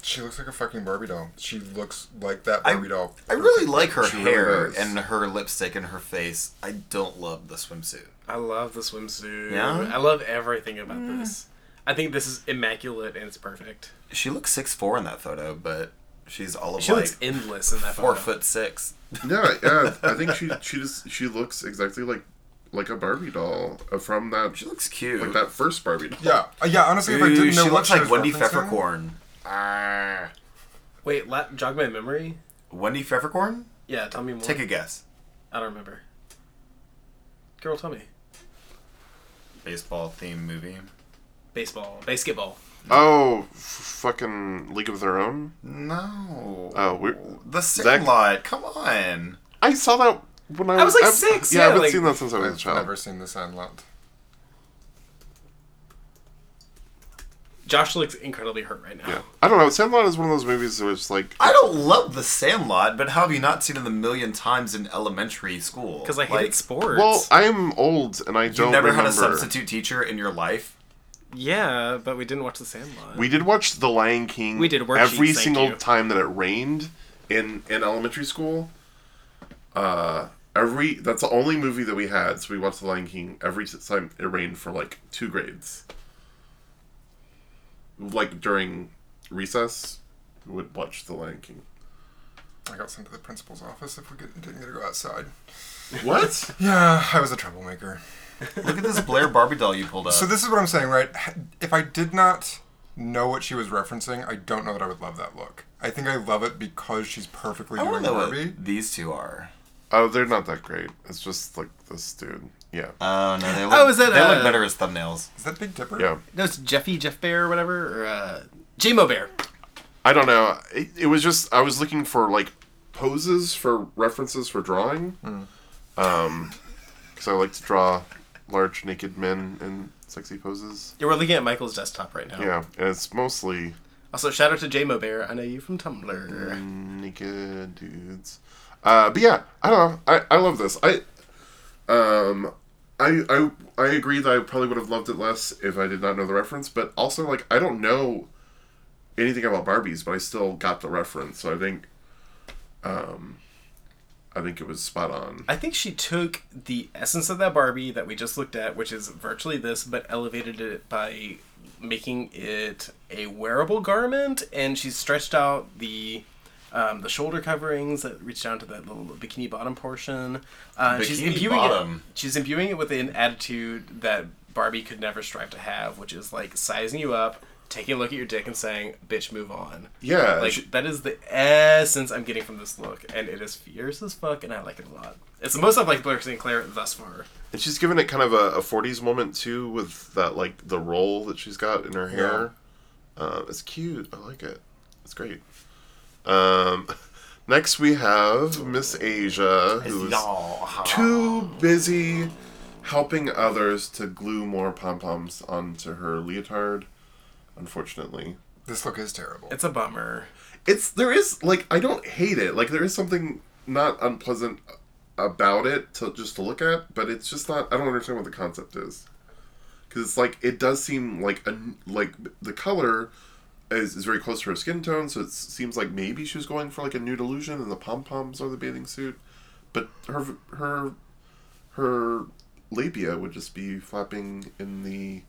Speaker 5: She looks like a fucking Barbie doll. She looks like that
Speaker 4: I,
Speaker 5: Barbie doll.
Speaker 4: I really like her
Speaker 5: She really
Speaker 4: hair
Speaker 5: does.
Speaker 4: and her lipstick and her face. I don't love the swimsuit.
Speaker 3: I love the swimsuit.
Speaker 4: Yeah?
Speaker 3: I love everything about this. I think this is immaculate and it's perfect.
Speaker 4: She looks six four in that photo, but she's all of
Speaker 3: She
Speaker 4: like
Speaker 3: looks endless in that
Speaker 4: four
Speaker 3: photo.
Speaker 4: foot six.
Speaker 2: [laughs] Yeah, yeah. I think she she just she looks exactly like like a Barbie doll uh, from that
Speaker 4: She looks cute.
Speaker 2: like that first Barbie doll.
Speaker 5: Yeah, Uh, yeah. Honestly, if I
Speaker 4: Ooh,
Speaker 5: didn't
Speaker 4: she
Speaker 5: know what
Speaker 4: looks
Speaker 5: she
Speaker 4: like
Speaker 5: was
Speaker 4: Wendy
Speaker 5: referencing-
Speaker 4: Pfeffercorn.
Speaker 5: Ah.
Speaker 3: Wait, la- jog my memory.
Speaker 4: Wendy Pfeffercorn?
Speaker 3: Yeah, tell me more.
Speaker 4: Take a guess.
Speaker 3: I don't remember. Girl, tell me.
Speaker 4: Baseball theme movie.
Speaker 3: Baseball, basketball.
Speaker 2: Oh, f- fucking League of Their Own.
Speaker 4: No.
Speaker 2: Oh, we're,
Speaker 4: the
Speaker 2: Zach-
Speaker 4: Sandlot. lot. Come on.
Speaker 2: I saw that when I was,
Speaker 3: I was like
Speaker 2: I've-
Speaker 3: six,
Speaker 2: Yeah,
Speaker 3: yeah,
Speaker 2: I haven't
Speaker 3: like-
Speaker 2: seen that since I was a
Speaker 5: I've
Speaker 2: child.
Speaker 5: never seen The Sandlot.
Speaker 3: Josh looks incredibly hurt right now.
Speaker 2: Yeah. I don't know. Sandlot is one of those movies where it's like
Speaker 4: I don't love the Sandlot, but how have you not seen it a million times in elementary school?
Speaker 3: Because I hated
Speaker 4: like,
Speaker 3: sports.
Speaker 2: Well, I'm old and I
Speaker 4: You've
Speaker 2: don't
Speaker 4: never
Speaker 2: remember.
Speaker 4: had a substitute teacher in your life.
Speaker 3: yeah, but we didn't watch The Sandlot.
Speaker 2: We did watch The Lion King.
Speaker 3: We did worksheets,
Speaker 2: every
Speaker 3: thank
Speaker 2: single
Speaker 3: you.
Speaker 2: time that it rained in in elementary school. Uh, every that's the only movie that we had. So we watched The Lion King every time it rained for like two grades. Like during recess, we would watch The Lion King.
Speaker 5: I got sent to the principal's office if we could, didn't get to go outside.
Speaker 2: What?
Speaker 5: Yeah, I was a troublemaker.
Speaker 4: Look at this Blair Barbie doll you [laughs] pulled up.
Speaker 5: So this is what I'm saying, right? If I did not know what she was referencing, I don't know that I would love that look. I think I love it because she's perfectly
Speaker 4: I
Speaker 5: doing
Speaker 4: don't know what
Speaker 5: Barbie.
Speaker 4: these two are.
Speaker 2: [laughs] oh, they're not that great. It's just like this dude. Yeah.
Speaker 4: [laughs] Oh no, they look,
Speaker 3: Oh, is that,
Speaker 4: they
Speaker 3: uh,
Speaker 4: look better as thumbnails.
Speaker 5: Is that Big Dipper?
Speaker 2: Yeah.
Speaker 3: no, it's Jeffy, Jeff Bear, or whatever, or uh, J-Mo Bear.
Speaker 2: I don't know. It, it was just I was looking for like poses for references for drawing, Um 'cause because I like to draw large naked men in sexy poses.
Speaker 3: Yeah, we're looking at Michael's desktop right now.
Speaker 2: Yeah, and it's mostly
Speaker 3: Also, shout out to J-Mo Bear. I know you from Tumblr.
Speaker 2: naked dudes. Uh, but yeah, I don't know. I, I love this. I um I I I agree that I probably would have loved it less if I did not know the reference, but also like I don't know anything about Barbies, but I still got the reference, so I think um I think it was spot on.
Speaker 3: I think she took the essence of that Barbie that we just looked at, which is virtually this, but elevated it by making it a wearable garment, and she stretched out the um, the shoulder coverings that reach down to that little bikini bottom portion. Uh, she's
Speaker 4: Bikini
Speaker 3: imbuing
Speaker 4: bottom.
Speaker 3: It, she's imbuing it with an attitude that Barbie could never strive to have, which is like sizing you up, taking a look at your dick, and saying, "Bitch, move on."
Speaker 2: Yeah,
Speaker 3: Like
Speaker 2: she-
Speaker 3: that is the essence I'm getting from this look, and it is fierce as fuck, and I like it a lot. It's the most I've liked Blair St. Clair thus far.
Speaker 2: and she's given it kind of a, a 40s moment too with that like the roll that she's got in her hair. Uh, it's cute. I like it. It's great. Um [laughs] next we have Miss Asia who's too busy helping others to glue more pom poms onto her leotard. Unfortunately,
Speaker 5: This look is terrible.
Speaker 3: It's a bummer.
Speaker 2: it's there is like I don't hate it. Like there is something not unpleasant about it to just to look at, but it's just not. I don't understand what the concept is because it's like it does seem like a like the color. Is, is very close to her skin tone, so it seems like maybe she was going for like a nude illusion, and the pom poms are the bathing suit, but her her her labia would just be flapping in the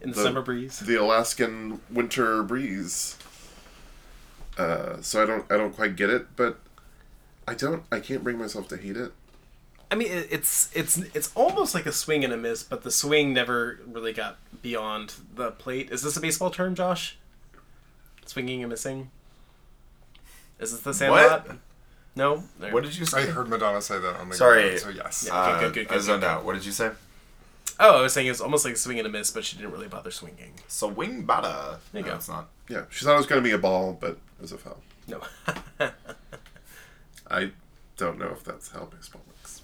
Speaker 3: In the,
Speaker 2: The-
Speaker 3: summer breeze.
Speaker 2: the Alaskan winter breeze. Uh, so I don't I don't quite get it, but I don't I can't bring myself to hate it.
Speaker 3: I mean, it, it's it's it's almost like a swing and a miss, but the swing never really got beyond the plate. Is this a baseball term, Josh? Swinging and missing. Is this the Sandlot? No. There.
Speaker 4: What did you
Speaker 5: I
Speaker 4: say?
Speaker 5: heard Madonna say that on the
Speaker 4: Sorry.
Speaker 5: ground, so yes.
Speaker 3: Yeah.
Speaker 4: Uh,
Speaker 3: Good, good, good,
Speaker 4: I
Speaker 3: good,
Speaker 4: zoned out. What did you say?
Speaker 3: Oh, I was saying it's almost like a swing and a miss, but she didn't really bother swinging.
Speaker 4: Swing bada.
Speaker 3: There you
Speaker 4: no,
Speaker 3: go.
Speaker 4: It's not.
Speaker 2: Yeah, she thought it was going to be a ball, but it was a foul.
Speaker 3: No. [laughs]
Speaker 2: I don't know if that's how baseball works.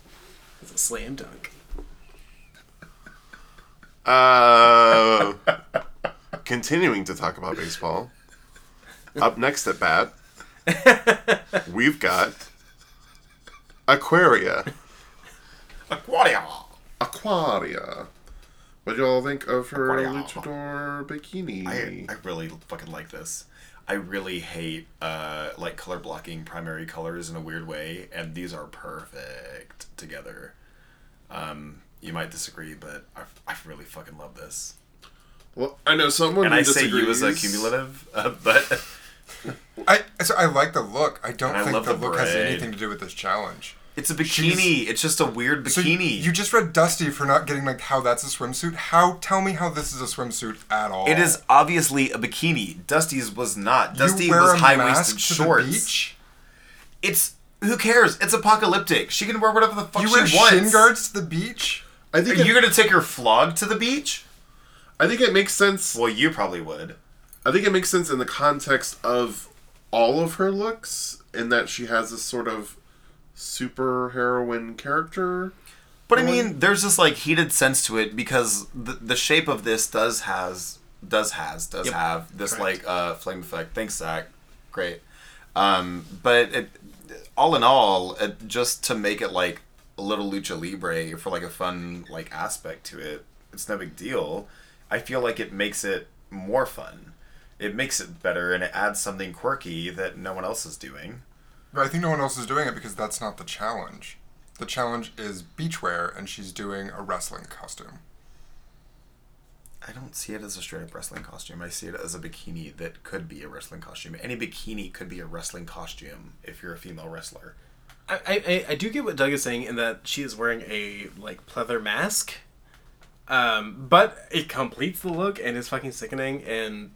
Speaker 3: it's a slam dunk.
Speaker 2: Uh, continuing to talk about baseball. Up next at bat, we've got Aquaria.
Speaker 4: Aquaria.
Speaker 2: Aquaria, What do y'all think of her
Speaker 4: Wow.
Speaker 2: luchador bikini?
Speaker 4: I, I really fucking like this. I really hate uh, like color blocking primary colors in a weird way, and these are perfect together. Um, you might disagree, but I, I really fucking love this.
Speaker 2: well, I know someone
Speaker 4: And
Speaker 2: who
Speaker 4: I say you
Speaker 2: disagrees.
Speaker 4: as a cumulative, uh, but [laughs]
Speaker 5: I so I like the look. I don't
Speaker 4: And I
Speaker 5: think
Speaker 4: love
Speaker 5: the,
Speaker 4: the
Speaker 5: look has
Speaker 4: braid.
Speaker 5: anything to do with this challenge.
Speaker 4: it's a bikini. it's just a weird
Speaker 5: So you,
Speaker 4: bikini.
Speaker 5: you just read Dusty for not getting like how that's a swimsuit. How tell me how this is a swimsuit at all?
Speaker 4: it is obviously a bikini. Dusty's was not.
Speaker 5: You
Speaker 4: Dusty
Speaker 5: wear a
Speaker 4: was high
Speaker 5: mask
Speaker 4: waisted
Speaker 5: to the
Speaker 4: shorts.
Speaker 5: beach?
Speaker 4: It's who cares? It's apocalyptic. She can wear whatever the fuck
Speaker 5: You
Speaker 4: she
Speaker 5: wear
Speaker 4: wants.
Speaker 5: shin guards to the beach?
Speaker 2: I
Speaker 4: Are
Speaker 2: think
Speaker 4: you
Speaker 2: it,
Speaker 4: gonna take her flog to the beach?
Speaker 2: I think it makes sense.
Speaker 4: Well, you probably would.
Speaker 2: I think it makes sense in the context of all of her looks, in that she has this sort of super heroine character.
Speaker 4: But I mean, there's this like heated sense to it because the, the shape of this does has does has does
Speaker 3: Yep.
Speaker 4: have this
Speaker 3: Correct.
Speaker 4: like uh, flame effect. Thanks, Zach. Great. Um, but it, all in all, it, just to make it like a little lucha libre for like a fun like aspect to it, it's no big deal. I feel like it makes it more fun. It makes it better, and it adds something quirky that no one else is doing.
Speaker 5: But I think no one else is doing it because that's not the challenge. The challenge is beachwear, and she's doing a wrestling costume.
Speaker 4: I don't see it as a straight up wrestling costume. I see it as a bikini that could be a wrestling costume. Any bikini could be a wrestling costume if you're a female wrestler.
Speaker 3: I, I, I do get what Doug is saying in that she is wearing a like pleather mask, um, but it completes the look and is fucking sickening. And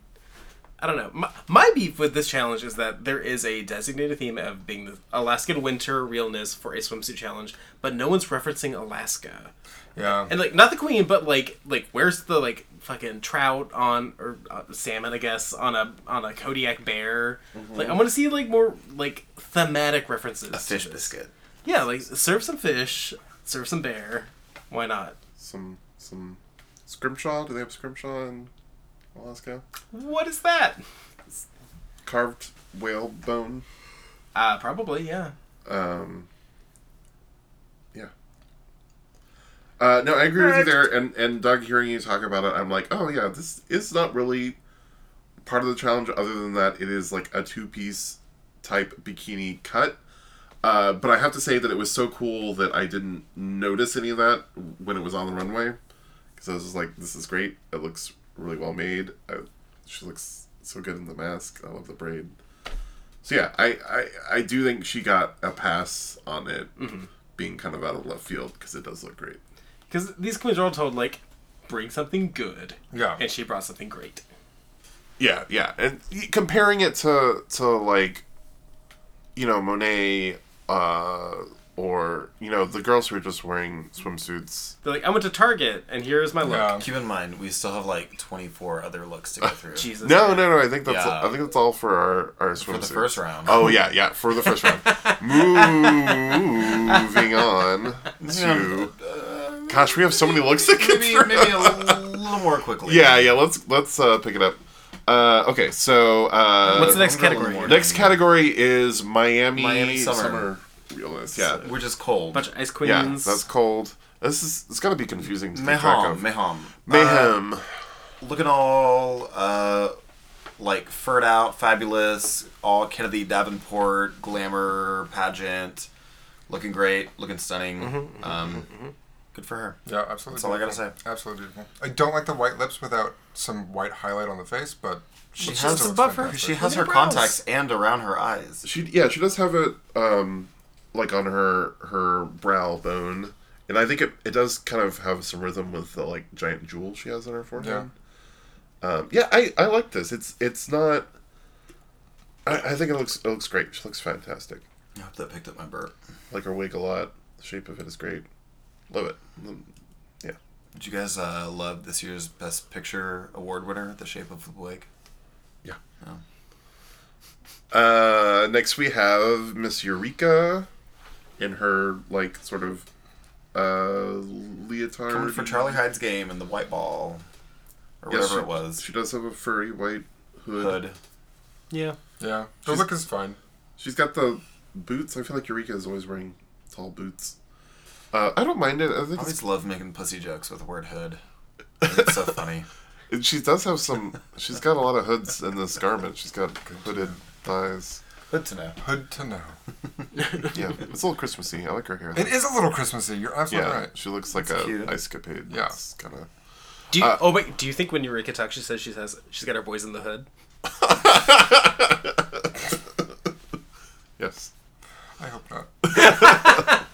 Speaker 3: I don't know. My, my beef with this challenge is that there is a designated theme of being the Alaskan winter realness for a swimsuit challenge, but no one's referencing Alaska.
Speaker 5: Yeah.
Speaker 3: And like not the queen, but like like where's the like fucking trout on or uh, salmon, I guess, on a on a Kodiak bear. Like I want to see like more like thematic references. to
Speaker 4: Fish
Speaker 3: this.
Speaker 4: biscuit.
Speaker 3: Yeah, like serve some fish, serve some bear. Why not?
Speaker 2: Some some scrimshaw. Do they have scrimshaw in Alaska?
Speaker 3: What is that?
Speaker 2: Carved whale bone.
Speaker 3: Uh, probably yeah.
Speaker 2: Um, yeah. Uh, no, I agree with you there. And and Doug, hearing you talk about it, I'm like, oh yeah, this is not really part of the challenge. Other than that, it is like a two piece type bikini cut. Uh, but I have to say that it was so cool that I didn't notice any of that when it was on the runway, because I was just like, "This is great. It looks really well made. I, she looks so good in the mask. I love the braid." So yeah, I, I, I do think she got a pass on it being kind of out of left field because it does look great.
Speaker 3: Because these queens are all told like bring something good.
Speaker 5: Yeah.
Speaker 3: And she brought something great.
Speaker 2: Yeah, yeah, and y- comparing it to to like, you know, Monet, uh, or you know, the girls who are just wearing swimsuits.
Speaker 3: They're like I went to Target and here's my look.
Speaker 5: Yeah.
Speaker 4: Keep in mind, we still have like 24 other looks
Speaker 2: [laughs]
Speaker 4: to go through
Speaker 3: Jesus.
Speaker 2: No, no, no. I think that's
Speaker 4: Yeah.
Speaker 2: I think that's all for our our swimsuit.
Speaker 4: for the first round.
Speaker 2: Oh [laughs] yeah, yeah, for the first
Speaker 4: [laughs]
Speaker 2: round. Moving
Speaker 4: [laughs]
Speaker 2: on to. Gosh, we have so many looks that could
Speaker 4: Maybe, maybe a little more quickly.
Speaker 2: Yeah, yeah. Let's let's uh, pick it up. Uh, okay, so uh,
Speaker 3: What's the next
Speaker 4: Wonder
Speaker 3: category?
Speaker 4: Woman.
Speaker 2: next category is Miami
Speaker 4: Miami summer.
Speaker 2: realness. Yeah,
Speaker 4: Which is cold.
Speaker 3: Bunch of ice queens.
Speaker 2: yeah. That's cold. This is it's gonna be confusing to keep track
Speaker 4: Mayhem.
Speaker 2: of.
Speaker 4: Mayhem.
Speaker 2: Mayhem.
Speaker 4: looking all uh like furred out, fabulous, all Kennedy Davenport glamour pageant, looking great, looking stunning. um, good for her.
Speaker 5: Yeah, absolutely.
Speaker 4: That's all I gotta
Speaker 5: beautiful.
Speaker 4: say.
Speaker 5: Absolutely beautiful. I don't like the white lips without some white highlight on the face, but she
Speaker 4: has a
Speaker 3: buffer.
Speaker 4: She has
Speaker 3: Look
Speaker 4: her
Speaker 3: at her brows.
Speaker 4: contacts and around her eyes.
Speaker 2: she yeah she does have it um like on her her brow bone, and I think it it does kind of have some rhythm with the like giant jewel she has on her forehead. Um, yeah, I I like this. It's it's not. I, I think it looks it looks great. She looks fantastic.
Speaker 4: I hope that picked up my burp.
Speaker 2: like her wig a lot. The shape of it is great. Love it. Mm, Yeah.
Speaker 4: Did you guys uh, love this year's Best Picture award winner, The Shape of the Lake?
Speaker 2: Yeah.
Speaker 4: Oh.
Speaker 2: Uh, next we have Miss Eureka in her like sort of uh leotard.
Speaker 4: Coming for Charlie Hyde's game and the white ball, or
Speaker 2: Yes,
Speaker 4: whatever
Speaker 2: she-
Speaker 4: it was.
Speaker 2: She does have a furry white hood.
Speaker 4: Hood.
Speaker 3: Yeah.
Speaker 5: Yeah, the look is fine.
Speaker 2: She's got the boots. I feel like Eureka is always wearing tall boots. Uh, I don't mind it. I think
Speaker 4: I always love making pussy jokes with the word hood. [laughs] It's so funny.
Speaker 2: And she does have some. She's got a lot of hoods in this garment. She's got hooded thighs.
Speaker 4: Good to know.
Speaker 5: Hood to know.
Speaker 2: Yeah, it's a little Christmassy. I like her hair.
Speaker 5: It is a little Christmassy. You're absolutely
Speaker 2: Yeah,
Speaker 5: right.
Speaker 2: she looks like
Speaker 4: That's
Speaker 2: a
Speaker 4: cute.
Speaker 2: ice capade.
Speaker 5: Yeah.
Speaker 2: it's kind of.
Speaker 3: Do you, oh wait, do you think when Eureka talks, she says she has she's got her boys in the hood?
Speaker 2: Yes.
Speaker 5: I hope not.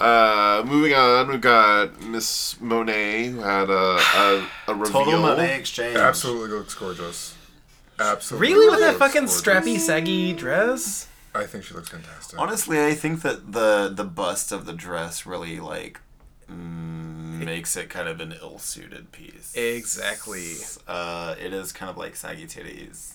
Speaker 2: Uh, moving on, we've got Miss Monet who had a a, a reveal.
Speaker 4: Total money exchange.
Speaker 5: Absolutely looks gorgeous. Absolutely.
Speaker 3: Really, with that
Speaker 5: looks
Speaker 3: fucking
Speaker 5: gorgeous.
Speaker 3: strappy, saggy dress?
Speaker 5: I think she looks fantastic.
Speaker 4: Honestly, I think that the the bust of the dress really like mm, makes it kind of an ill-suited piece.
Speaker 3: Exactly.
Speaker 4: Uh, it is kind of like saggy titties.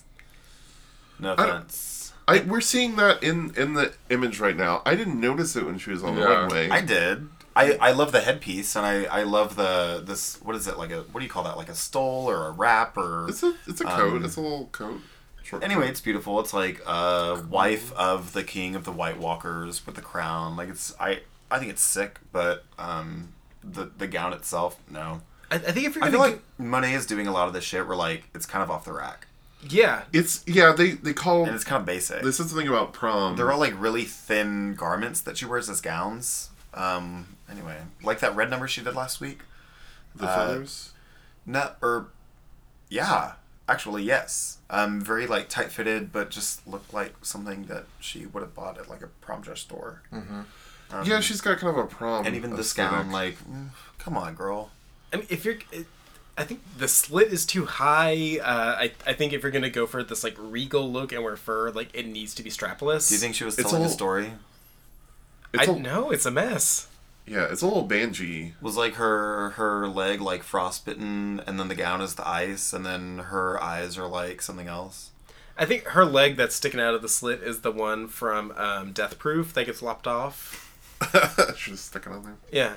Speaker 4: No offense.
Speaker 2: I, we're seeing that in in the image right now. I didn't notice it when she was on the
Speaker 5: Yeah.
Speaker 2: runway.
Speaker 4: I did. I, I love the headpiece and I, I love the this what is it like a what do you call that like a stole or a wrap or
Speaker 2: It's a it's a coat.
Speaker 4: Um,
Speaker 2: it's a little coat. Short
Speaker 4: anyway it's beautiful it's like uh wife of the king of the white walkers with the crown like it's I I think it's sick but um the the gown itself no
Speaker 3: I, I think if you're
Speaker 4: I
Speaker 3: gonna,
Speaker 4: feel
Speaker 3: go-
Speaker 4: like Monet is doing a lot of this shit where like it's kind of off the rack
Speaker 3: yeah,
Speaker 2: coat. It's yeah. They they call
Speaker 4: and it's kind of basic.
Speaker 2: this is the thing about prom.
Speaker 4: They're all like really thin garments that she wears as gowns. Um, anyway, like that red number she did last week.
Speaker 2: the
Speaker 4: uh,
Speaker 2: feathers.
Speaker 4: No, or yeah, actually yes. Um, very like tight fitted, but just looked like something that she would have bought at like a prom dress store.
Speaker 2: yeah, she's got kind of a prom.
Speaker 4: um, And even this
Speaker 2: aesthetic.
Speaker 4: gown, like, mm, come on, girl.
Speaker 3: I mean, if you're, I think the slit is too high. Uh, I I think if you're gonna go for this like regal look and wear fur, like it needs to be strapless.
Speaker 4: Do you think she was
Speaker 2: It's
Speaker 4: telling a
Speaker 2: all-
Speaker 4: story?
Speaker 2: it's
Speaker 3: I
Speaker 2: a,
Speaker 3: know it's a mess.
Speaker 2: yeah, it's a little banjy.
Speaker 4: was like her her leg like frostbitten and then the gown is the ice and then her eyes are like something else
Speaker 3: I think her leg that's sticking out of the slit is the one from um, Death Proof that gets lopped off.
Speaker 2: [laughs] she's sticking on there.
Speaker 3: Yeah,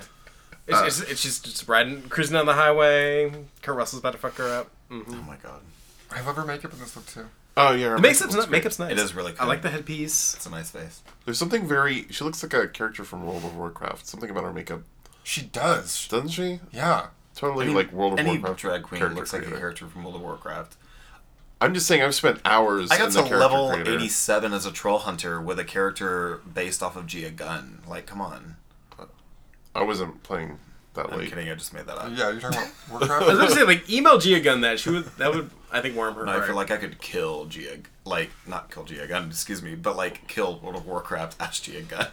Speaker 3: it's,
Speaker 4: Uh.
Speaker 3: it's, it's she's just riding cruising down the highway. Kurt Russell's about to fuck her up.
Speaker 4: oh my god
Speaker 5: I love her makeup in this look too.
Speaker 2: Oh yeah, her
Speaker 3: The makeup's
Speaker 2: looks
Speaker 3: not
Speaker 2: great.
Speaker 3: makeup's nice.
Speaker 4: It is really
Speaker 3: I
Speaker 4: cool.
Speaker 3: like the headpiece.
Speaker 4: it's a nice face
Speaker 2: There's something very. She looks like a character from World of Warcraft. Something about her makeup,
Speaker 5: She does.
Speaker 2: doesn't she?
Speaker 5: Yeah.
Speaker 2: Totally like World of
Speaker 4: any
Speaker 2: Warcraft
Speaker 4: drag queen
Speaker 2: character
Speaker 4: looks like a
Speaker 2: creator.
Speaker 4: character from world of warcraft
Speaker 2: I'm just saying, I've spent hours.
Speaker 4: i got
Speaker 2: in
Speaker 4: to
Speaker 2: the character
Speaker 4: level
Speaker 2: creator.
Speaker 4: 87 as a troll hunter with a character based off of gia gunn like come on
Speaker 2: I wasn't playing that
Speaker 4: i'm
Speaker 2: late.
Speaker 4: kidding i just made that up
Speaker 5: Yeah, you're talking
Speaker 4: [laughs]
Speaker 5: about
Speaker 3: I was
Speaker 5: Warcraft?
Speaker 3: gonna say like email Gia Gun that she would that would I think warm her.
Speaker 4: No, I
Speaker 3: heart.
Speaker 4: feel like I could kill Gia, like not kill Gia Gunn, excuse me, but like kill World of Warcraft [laughs] as Oh, Gia Gunn.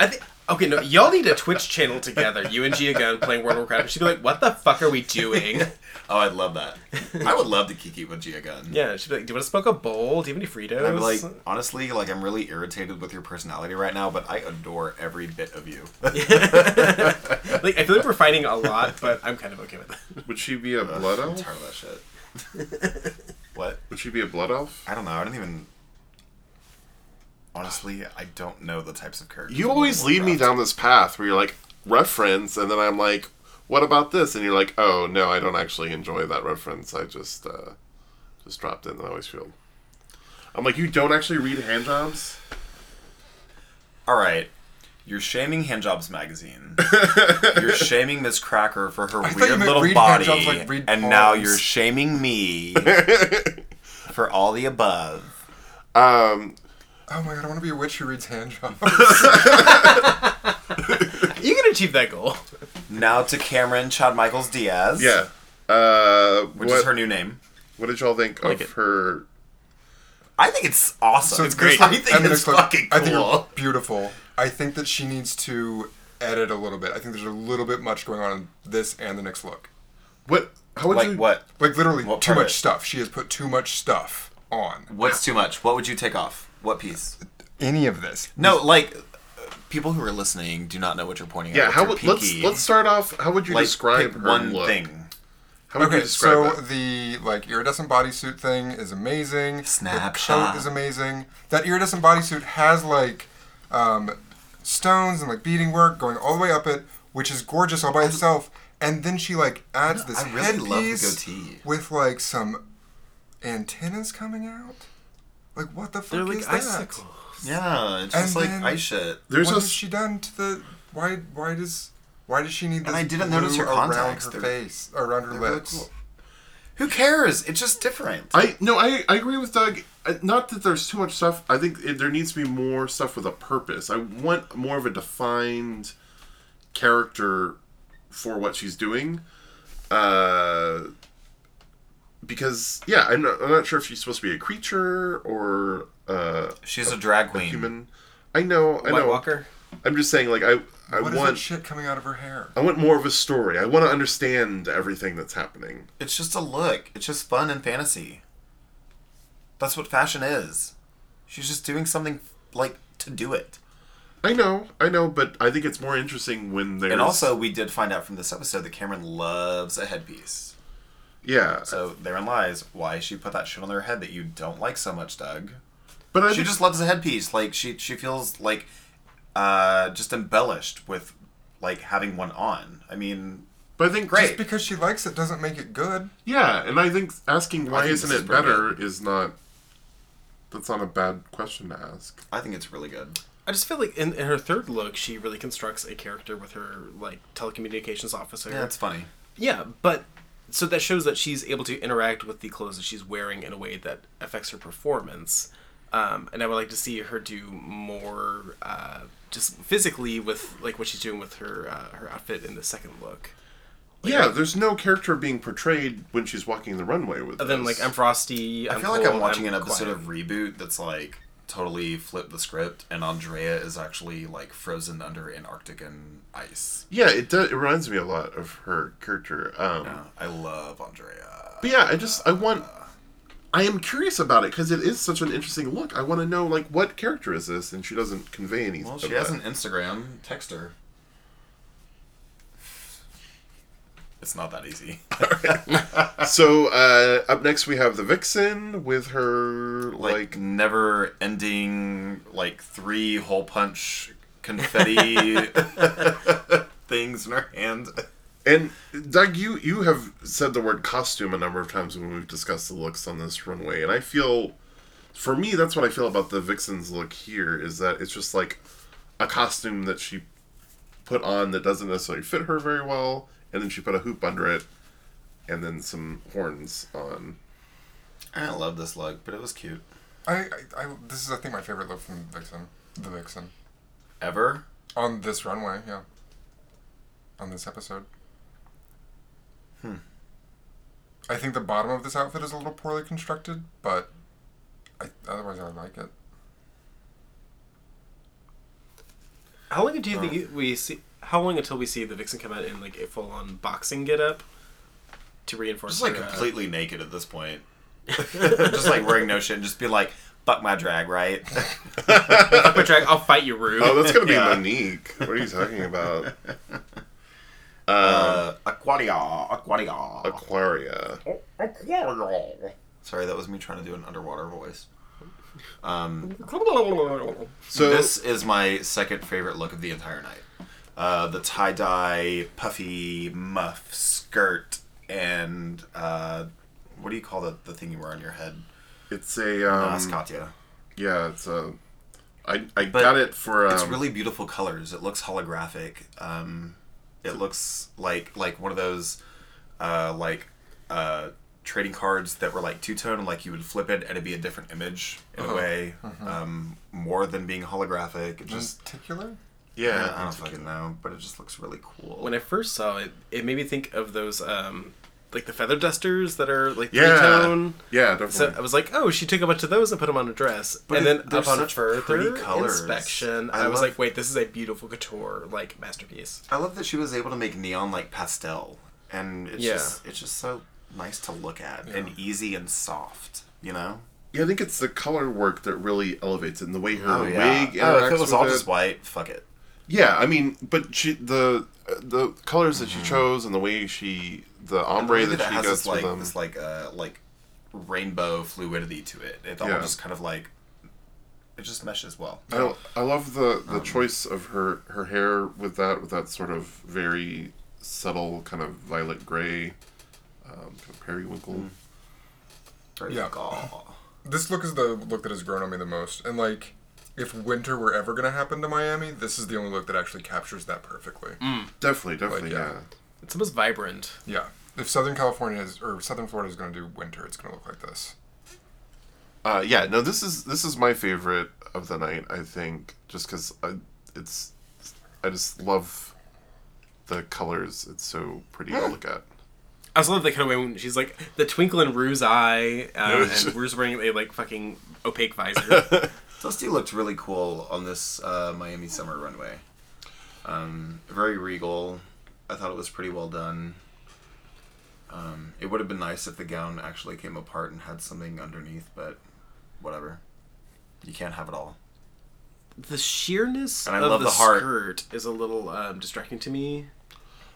Speaker 3: I think okay, no, y'all need a Twitch channel together. You and Gia Gunn playing World of Warcraft. She'd be like, "What the fuck are we doing?"
Speaker 4: Oh, I'd love that. I would love to kiki with Gia Gunn.
Speaker 3: Yeah, she'd be like, "Do you want to smoke a bowl? Do you have any Fritos?"
Speaker 4: I'm like, [laughs] honestly, like I'm really irritated with your personality right now, but I adore every bit of you.
Speaker 3: [laughs]
Speaker 4: [laughs]
Speaker 3: Like, I feel like we're fighting a lot, but I'm kind of okay with that.
Speaker 2: Would she be a blood
Speaker 4: I'm
Speaker 2: elf?
Speaker 4: tired of that shit. what?
Speaker 2: Would she be a blood elf?
Speaker 4: I don't know. I don't even. Honestly, I don't know the types of characters.
Speaker 2: You
Speaker 4: in
Speaker 2: always
Speaker 4: World
Speaker 2: lead
Speaker 4: of
Speaker 2: me
Speaker 4: Warcraft.
Speaker 2: down this path where you're like reference, and then I'm like, "What about this?" And you're like, "Oh no, I don't actually enjoy that reference. I just uh, just dropped in the always field." I'm like, "You don't actually read handjobs?"
Speaker 4: All right. You're shaming Handjobs magazine. you're shaming Miss Cracker for her
Speaker 5: thought you
Speaker 4: weird
Speaker 5: meant
Speaker 4: little
Speaker 5: read
Speaker 4: body,
Speaker 5: handjobs like read
Speaker 4: and now
Speaker 5: palms.
Speaker 4: you're shaming me for all the above.
Speaker 2: Um,
Speaker 5: Oh my god, I want to be a witch who reads
Speaker 4: [laughs]
Speaker 5: handjobs.
Speaker 3: You can achieve that goal.
Speaker 4: Now to Cameron Chad Michaels Diaz.
Speaker 2: yeah. Uh,
Speaker 4: which
Speaker 2: what,
Speaker 4: is her new name.
Speaker 2: what did y'all think
Speaker 3: Like
Speaker 2: of
Speaker 3: it.
Speaker 2: her?
Speaker 4: I think it's awesome.
Speaker 5: So this-
Speaker 4: I think
Speaker 5: and the
Speaker 4: it's
Speaker 5: next one,
Speaker 4: fucking cool.
Speaker 5: I think you're beautiful. I think that she needs to edit a little bit. I think there's a little bit much going on in this and the next look.
Speaker 2: What? How would
Speaker 4: like
Speaker 2: you?
Speaker 4: what?
Speaker 5: Like literally
Speaker 4: What
Speaker 5: too
Speaker 4: part?
Speaker 5: much stuff. She has put too much stuff on.
Speaker 4: What's too much? What would you take off? What piece?
Speaker 5: Any of this.
Speaker 4: No, like uh, people who are listening do not know what you're pointing at.
Speaker 2: Yeah.
Speaker 4: with
Speaker 2: How
Speaker 4: your
Speaker 2: would let's
Speaker 4: pinky.
Speaker 2: let's start off? How would you
Speaker 4: like,
Speaker 2: describe
Speaker 4: pick
Speaker 2: her
Speaker 4: one
Speaker 2: look?
Speaker 4: thing.
Speaker 2: How would you
Speaker 5: Okay,
Speaker 2: describe
Speaker 5: so
Speaker 2: it?
Speaker 5: the like iridescent bodysuit thing is amazing. The
Speaker 4: Snapshot.
Speaker 5: coat is amazing. That iridescent bodysuit has like um, stones and like beading work going all the way up it, which is gorgeous all by itself. And then she like adds this
Speaker 4: I really love the
Speaker 5: headpiece
Speaker 4: goatee.
Speaker 5: with like some antennas coming out. Like what the fuck is that?
Speaker 4: Yeah, it's
Speaker 5: And
Speaker 4: just like
Speaker 5: then-
Speaker 4: eye shit.
Speaker 2: There's
Speaker 5: what
Speaker 2: a
Speaker 5: has she done to the? Why why does Why does she need this
Speaker 4: And I didn't
Speaker 5: blue
Speaker 4: notice her
Speaker 5: around
Speaker 4: contacts.
Speaker 5: her
Speaker 4: They're-
Speaker 5: face, around her
Speaker 4: really
Speaker 5: lips?
Speaker 4: cool. Who cares? It's just different.
Speaker 2: I no, I, I agree with Doug. Uh, Not that there's too much stuff. I think it, there needs to be more stuff with a purpose. I want more of a defined character for what she's doing. Uh, because yeah, I'm not, I'm not sure if she's supposed to be a creature or uh,
Speaker 4: She's a drag queen.
Speaker 2: human. I know, I
Speaker 3: White
Speaker 2: know.
Speaker 3: Walker.
Speaker 2: I'm just saying, like I I
Speaker 5: What is that
Speaker 2: want
Speaker 5: shit coming out of her hair?
Speaker 2: I want more of a story. I want to understand everything that's happening.
Speaker 4: It's just a look. It's just fun and fantasy. That's what fashion is. She's just doing something like to do it.
Speaker 2: I know, I know, but I think it's more interesting when there's
Speaker 4: And also, we did find out from this episode that Cameron loves a headpiece.
Speaker 2: yeah.
Speaker 4: So therein lies why she put that shit on her head that you don't like so much, Doug.
Speaker 2: But I
Speaker 4: She
Speaker 2: think-
Speaker 4: just loves a headpiece. Like she she feels like uh just embellished with like having one on. I mean,
Speaker 2: But I think
Speaker 4: Great.
Speaker 5: Just because she likes it doesn't make it good.
Speaker 2: yeah, and I think asking why
Speaker 4: think
Speaker 2: isn't
Speaker 4: this is
Speaker 2: it
Speaker 4: pretty
Speaker 2: better is not. That's not a bad question to ask.
Speaker 4: I think it's really good.
Speaker 3: I just feel like in, in her third look, she really constructs a character with her like telecommunications officer.
Speaker 4: Yeah, it's funny.
Speaker 3: Yeah, but so that shows that she's able to interact with the clothes that she's wearing in a way that affects her performance. Um, and I would like to see her do more, uh, just physically with like what she's doing with her uh, her outfit in the second look.
Speaker 2: yeah, there's no character being portrayed when she's walking the runway with.
Speaker 3: Other than
Speaker 2: this.
Speaker 3: like I'm frosty.
Speaker 4: I feel like I'm watching an episode of Reboot that's like totally flipped the script, and Andrea is actually like frozen under Antarctican ice.
Speaker 2: yeah, it does. It reminds me a lot of her character. Um,
Speaker 4: I love Andrea.
Speaker 2: But yeah, I just I want. I am curious about it because it is such an interesting look. I want to know like what character is this, and she doesn't convey anything.
Speaker 4: Well, she has an Instagram. Text her. It's not that [laughs] easy.
Speaker 2: So uh, up next we have the vixen with her
Speaker 4: like
Speaker 2: like
Speaker 4: never ending like three hole punch confetti [laughs] things in her hand.
Speaker 2: And Doug, you you have said the word costume a number of times when we've discussed the looks on this runway, and I feel, for me, that's what I feel about the Vixen's look here is that it's just like a costume that she put on that doesn't necessarily fit her very well, and then she put a hoop under it, and then some horns on.
Speaker 4: I don't love this look, but it was cute.
Speaker 5: I, I, I this is I think my favorite look from Vixen, the Vixen,
Speaker 4: Ever?
Speaker 5: on this runway. Yeah, on this episode. Hmm. I think the bottom of this outfit is a little poorly constructed, but I, otherwise I like it.
Speaker 3: How long do you think we see? How long until we see the vixen come out in like a full on boxing getup to reinforce?
Speaker 4: Just like
Speaker 3: her, uh,
Speaker 4: completely naked at
Speaker 2: [laughs]
Speaker 4: this point. just like wearing no shit and just be like, fuck my drag, right?
Speaker 2: [laughs]
Speaker 3: Fuck my drag, I'll fight you, Rue.
Speaker 4: [laughs]
Speaker 3: [laughs]
Speaker 2: Oh, that's gonna be
Speaker 4: Yeah.
Speaker 2: Monique. What are you talking
Speaker 4: [laughs]
Speaker 2: about?
Speaker 4: uh, Aquaria, Aquaria.
Speaker 2: Aquaria.
Speaker 4: Sorry, that was me trying to do an underwater voice.
Speaker 2: So
Speaker 4: this is my second favorite look of the entire night. Uh, the tie dye, puffy muff skirt, and uh, what do you call the, the thing you wear on your head?
Speaker 2: it's a um,
Speaker 4: Ascatia.
Speaker 2: yeah, it's a. I, I
Speaker 4: But
Speaker 2: got it for um,
Speaker 4: it's really beautiful colors. It looks holographic. Um, it looks like like one of those uh, like uh, trading cards that were like two tone, and like you would flip it and it'd be a different image in
Speaker 2: Uh-huh.
Speaker 4: a way, um, more than being holographic. It just
Speaker 5: Particular?
Speaker 2: Mm. yeah.
Speaker 4: I don't fucking know, but it just looks really cool.
Speaker 3: when I first saw it, it made me think of those um like the feather dusters that are like
Speaker 2: Yeah.
Speaker 3: three tone.
Speaker 2: Yeah, definitely.
Speaker 3: So I was like, oh, she took a bunch of those and put them on a dress.
Speaker 4: But
Speaker 3: and
Speaker 4: it-
Speaker 3: then
Speaker 4: they're
Speaker 3: upon
Speaker 4: such
Speaker 3: further
Speaker 4: pretty colours.
Speaker 3: inspection,
Speaker 4: I
Speaker 3: I, was
Speaker 4: love-
Speaker 3: like, wait, this is a beautiful couture like masterpiece.
Speaker 4: I love that she was able to make neon like pastel, and it's
Speaker 3: Yeah.
Speaker 4: just it's just so nice to look at and easy and soft. You know,
Speaker 2: Yeah, I think it's the color work that really elevates it, and the way her wig interacts
Speaker 4: Oh, if it was
Speaker 2: with
Speaker 4: all
Speaker 2: it.
Speaker 4: just white, fuck it.
Speaker 2: Yeah, I mean, but she the the colors that she chose and the way she the ombre
Speaker 4: The way
Speaker 2: that,
Speaker 4: Mm-hmm. that
Speaker 2: she
Speaker 4: it has
Speaker 2: gets
Speaker 4: this,
Speaker 2: with
Speaker 4: like
Speaker 2: them.
Speaker 4: this like uh like rainbow fluidity to it. It all
Speaker 2: Yeah.
Speaker 4: just kind of like it just meshes well.
Speaker 2: I, don't- I love the the
Speaker 4: Um.
Speaker 2: choice of her her hair with that with that sort of very subtle kind of violet gray, um, kind of periwinkle.
Speaker 4: Very
Speaker 5: Yeah.
Speaker 4: like, aw.
Speaker 5: This look is the look that has grown on me the most, and like if winter were ever going to happen to Miami, this is the only look that actually captures that perfectly.
Speaker 2: Definitely, definitely,
Speaker 5: Like, yeah.
Speaker 2: yeah.
Speaker 3: It's almost vibrant.
Speaker 5: Yeah. If Southern California is or Southern Florida is going to do winter, it's going to look like this.
Speaker 2: Uh, yeah, no, this is this is my favorite of the night. I think just because it's, I just love the colors. It's so pretty to look at.
Speaker 3: I also love the cutaway when she's like the twinkle in Rue's eye,
Speaker 4: [laughs]
Speaker 3: um, and Rue's wearing a like fucking opaque visor.
Speaker 4: Dusty looked really cool on this uh, Miami summer runway. Um, very regal. I thought it was pretty well done. Um, it would have been nice if the gown actually came apart and had something underneath, but whatever. You can't have it all.
Speaker 3: the sheerness
Speaker 4: And I
Speaker 3: of
Speaker 4: love
Speaker 3: the,
Speaker 4: the heart.
Speaker 3: skirt is a little um, distracting to me.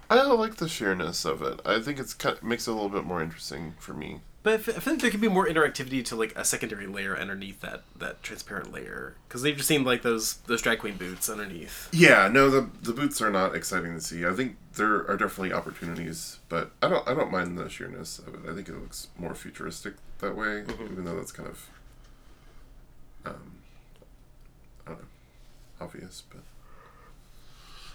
Speaker 2: I don't like the sheerness of it. I think it's kind makes it a little bit more interesting for me.
Speaker 3: But I fe- I feel like there could be more interactivity to like a secondary layer underneath that that transparent layer because they've just seen like those those drag queen boots underneath.
Speaker 2: Yeah, no, the the boots are not exciting to see. I think there are definitely opportunities, but I don't I don't mind the sheerness of it. I think it looks more futuristic that way, even though that's kind of, um, I don't know, obvious. But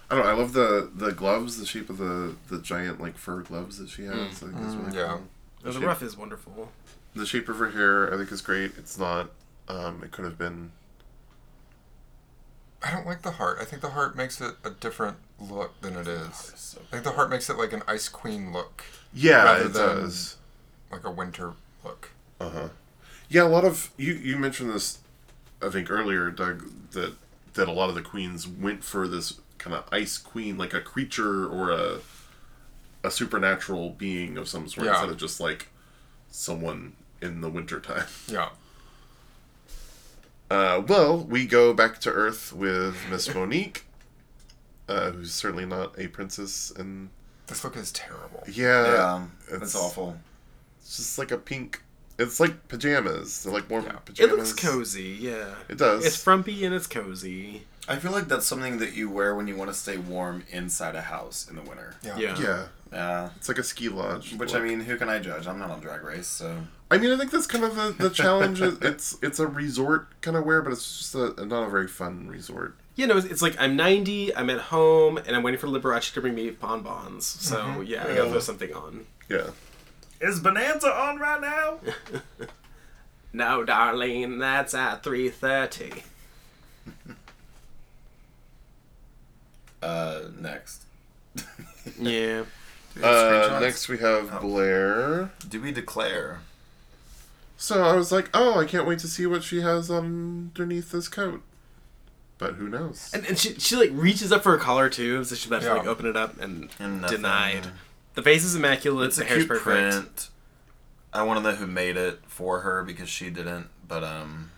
Speaker 2: I don't. know, I love the the gloves, the shape of the the giant like fur gloves that she has. I think is really
Speaker 5: Mm, yeah.
Speaker 2: cool.
Speaker 3: Oh, the
Speaker 2: shape-
Speaker 3: ruff is wonderful.
Speaker 2: The shape of her hair, I think, is great. It's not. Um, it could have been.
Speaker 5: I don't like the heart. I think the heart makes it a different look than it is. I think the heart makes it like an ice queen look,
Speaker 2: Yeah,
Speaker 5: Rather
Speaker 2: it
Speaker 5: than-
Speaker 2: does.
Speaker 5: like a winter look.
Speaker 2: Yeah, a lot of you. You mentioned this, I think earlier, Doug, that that a lot of the queens went for this kind of ice queen, like a creature or a a supernatural being of some sort,
Speaker 5: Yeah.
Speaker 2: instead of just like someone in the wintertime. [laughs]
Speaker 5: Yeah.
Speaker 2: Uh, well, we go back to Earth with Miss Monique, uh, who's certainly not a princess, and
Speaker 5: This look
Speaker 2: [laughs]
Speaker 5: is terrible.
Speaker 2: yeah,
Speaker 4: Yeah,
Speaker 2: it's,
Speaker 4: that's Um, awful.
Speaker 2: It's just like a pink. It's like pajamas, like more
Speaker 3: It
Speaker 2: pajamas.
Speaker 3: looks cozy, yeah.
Speaker 2: It does.
Speaker 3: It's frumpy and it's cozy.
Speaker 4: I feel like that's something that you wear when you want to stay warm inside a house in the winter.
Speaker 5: Yeah.
Speaker 3: Yeah.
Speaker 2: yeah,
Speaker 4: Yeah.
Speaker 2: it's like a ski lodge.
Speaker 4: Which I
Speaker 2: look.
Speaker 4: mean, who can I judge? I'm not on Drag Race, so
Speaker 2: I mean, I think that's kind of the, the challenge. It- it's it's a resort kind of wear, but it's just a, not a very fun resort.
Speaker 3: You know, it's, it's like I'm 90, I'm at home, and I'm waiting for Liberace to bring me bonbons. So yeah, I gotta throw something on.
Speaker 2: Yeah.
Speaker 4: is Bonanza on right now?
Speaker 3: No, darling, that's at 3:30.
Speaker 4: Uh, next.
Speaker 3: Yeah.
Speaker 2: Uh,
Speaker 4: screenshots?
Speaker 2: next we have
Speaker 5: Oh.
Speaker 2: Blair.
Speaker 4: Do we declare?
Speaker 2: So I was like, oh, I can't wait to see what she has underneath this coat. But who knows?
Speaker 3: And, and she, she like reaches up for her collar too, so she's about to like
Speaker 5: Yeah.
Speaker 3: open it up and,
Speaker 4: And nothing.
Speaker 3: denied. The face is immaculate.
Speaker 4: It's
Speaker 3: the
Speaker 4: a
Speaker 3: hair's
Speaker 4: cute
Speaker 3: perfect.
Speaker 4: print. I want to know who made it for her because she didn't. But um,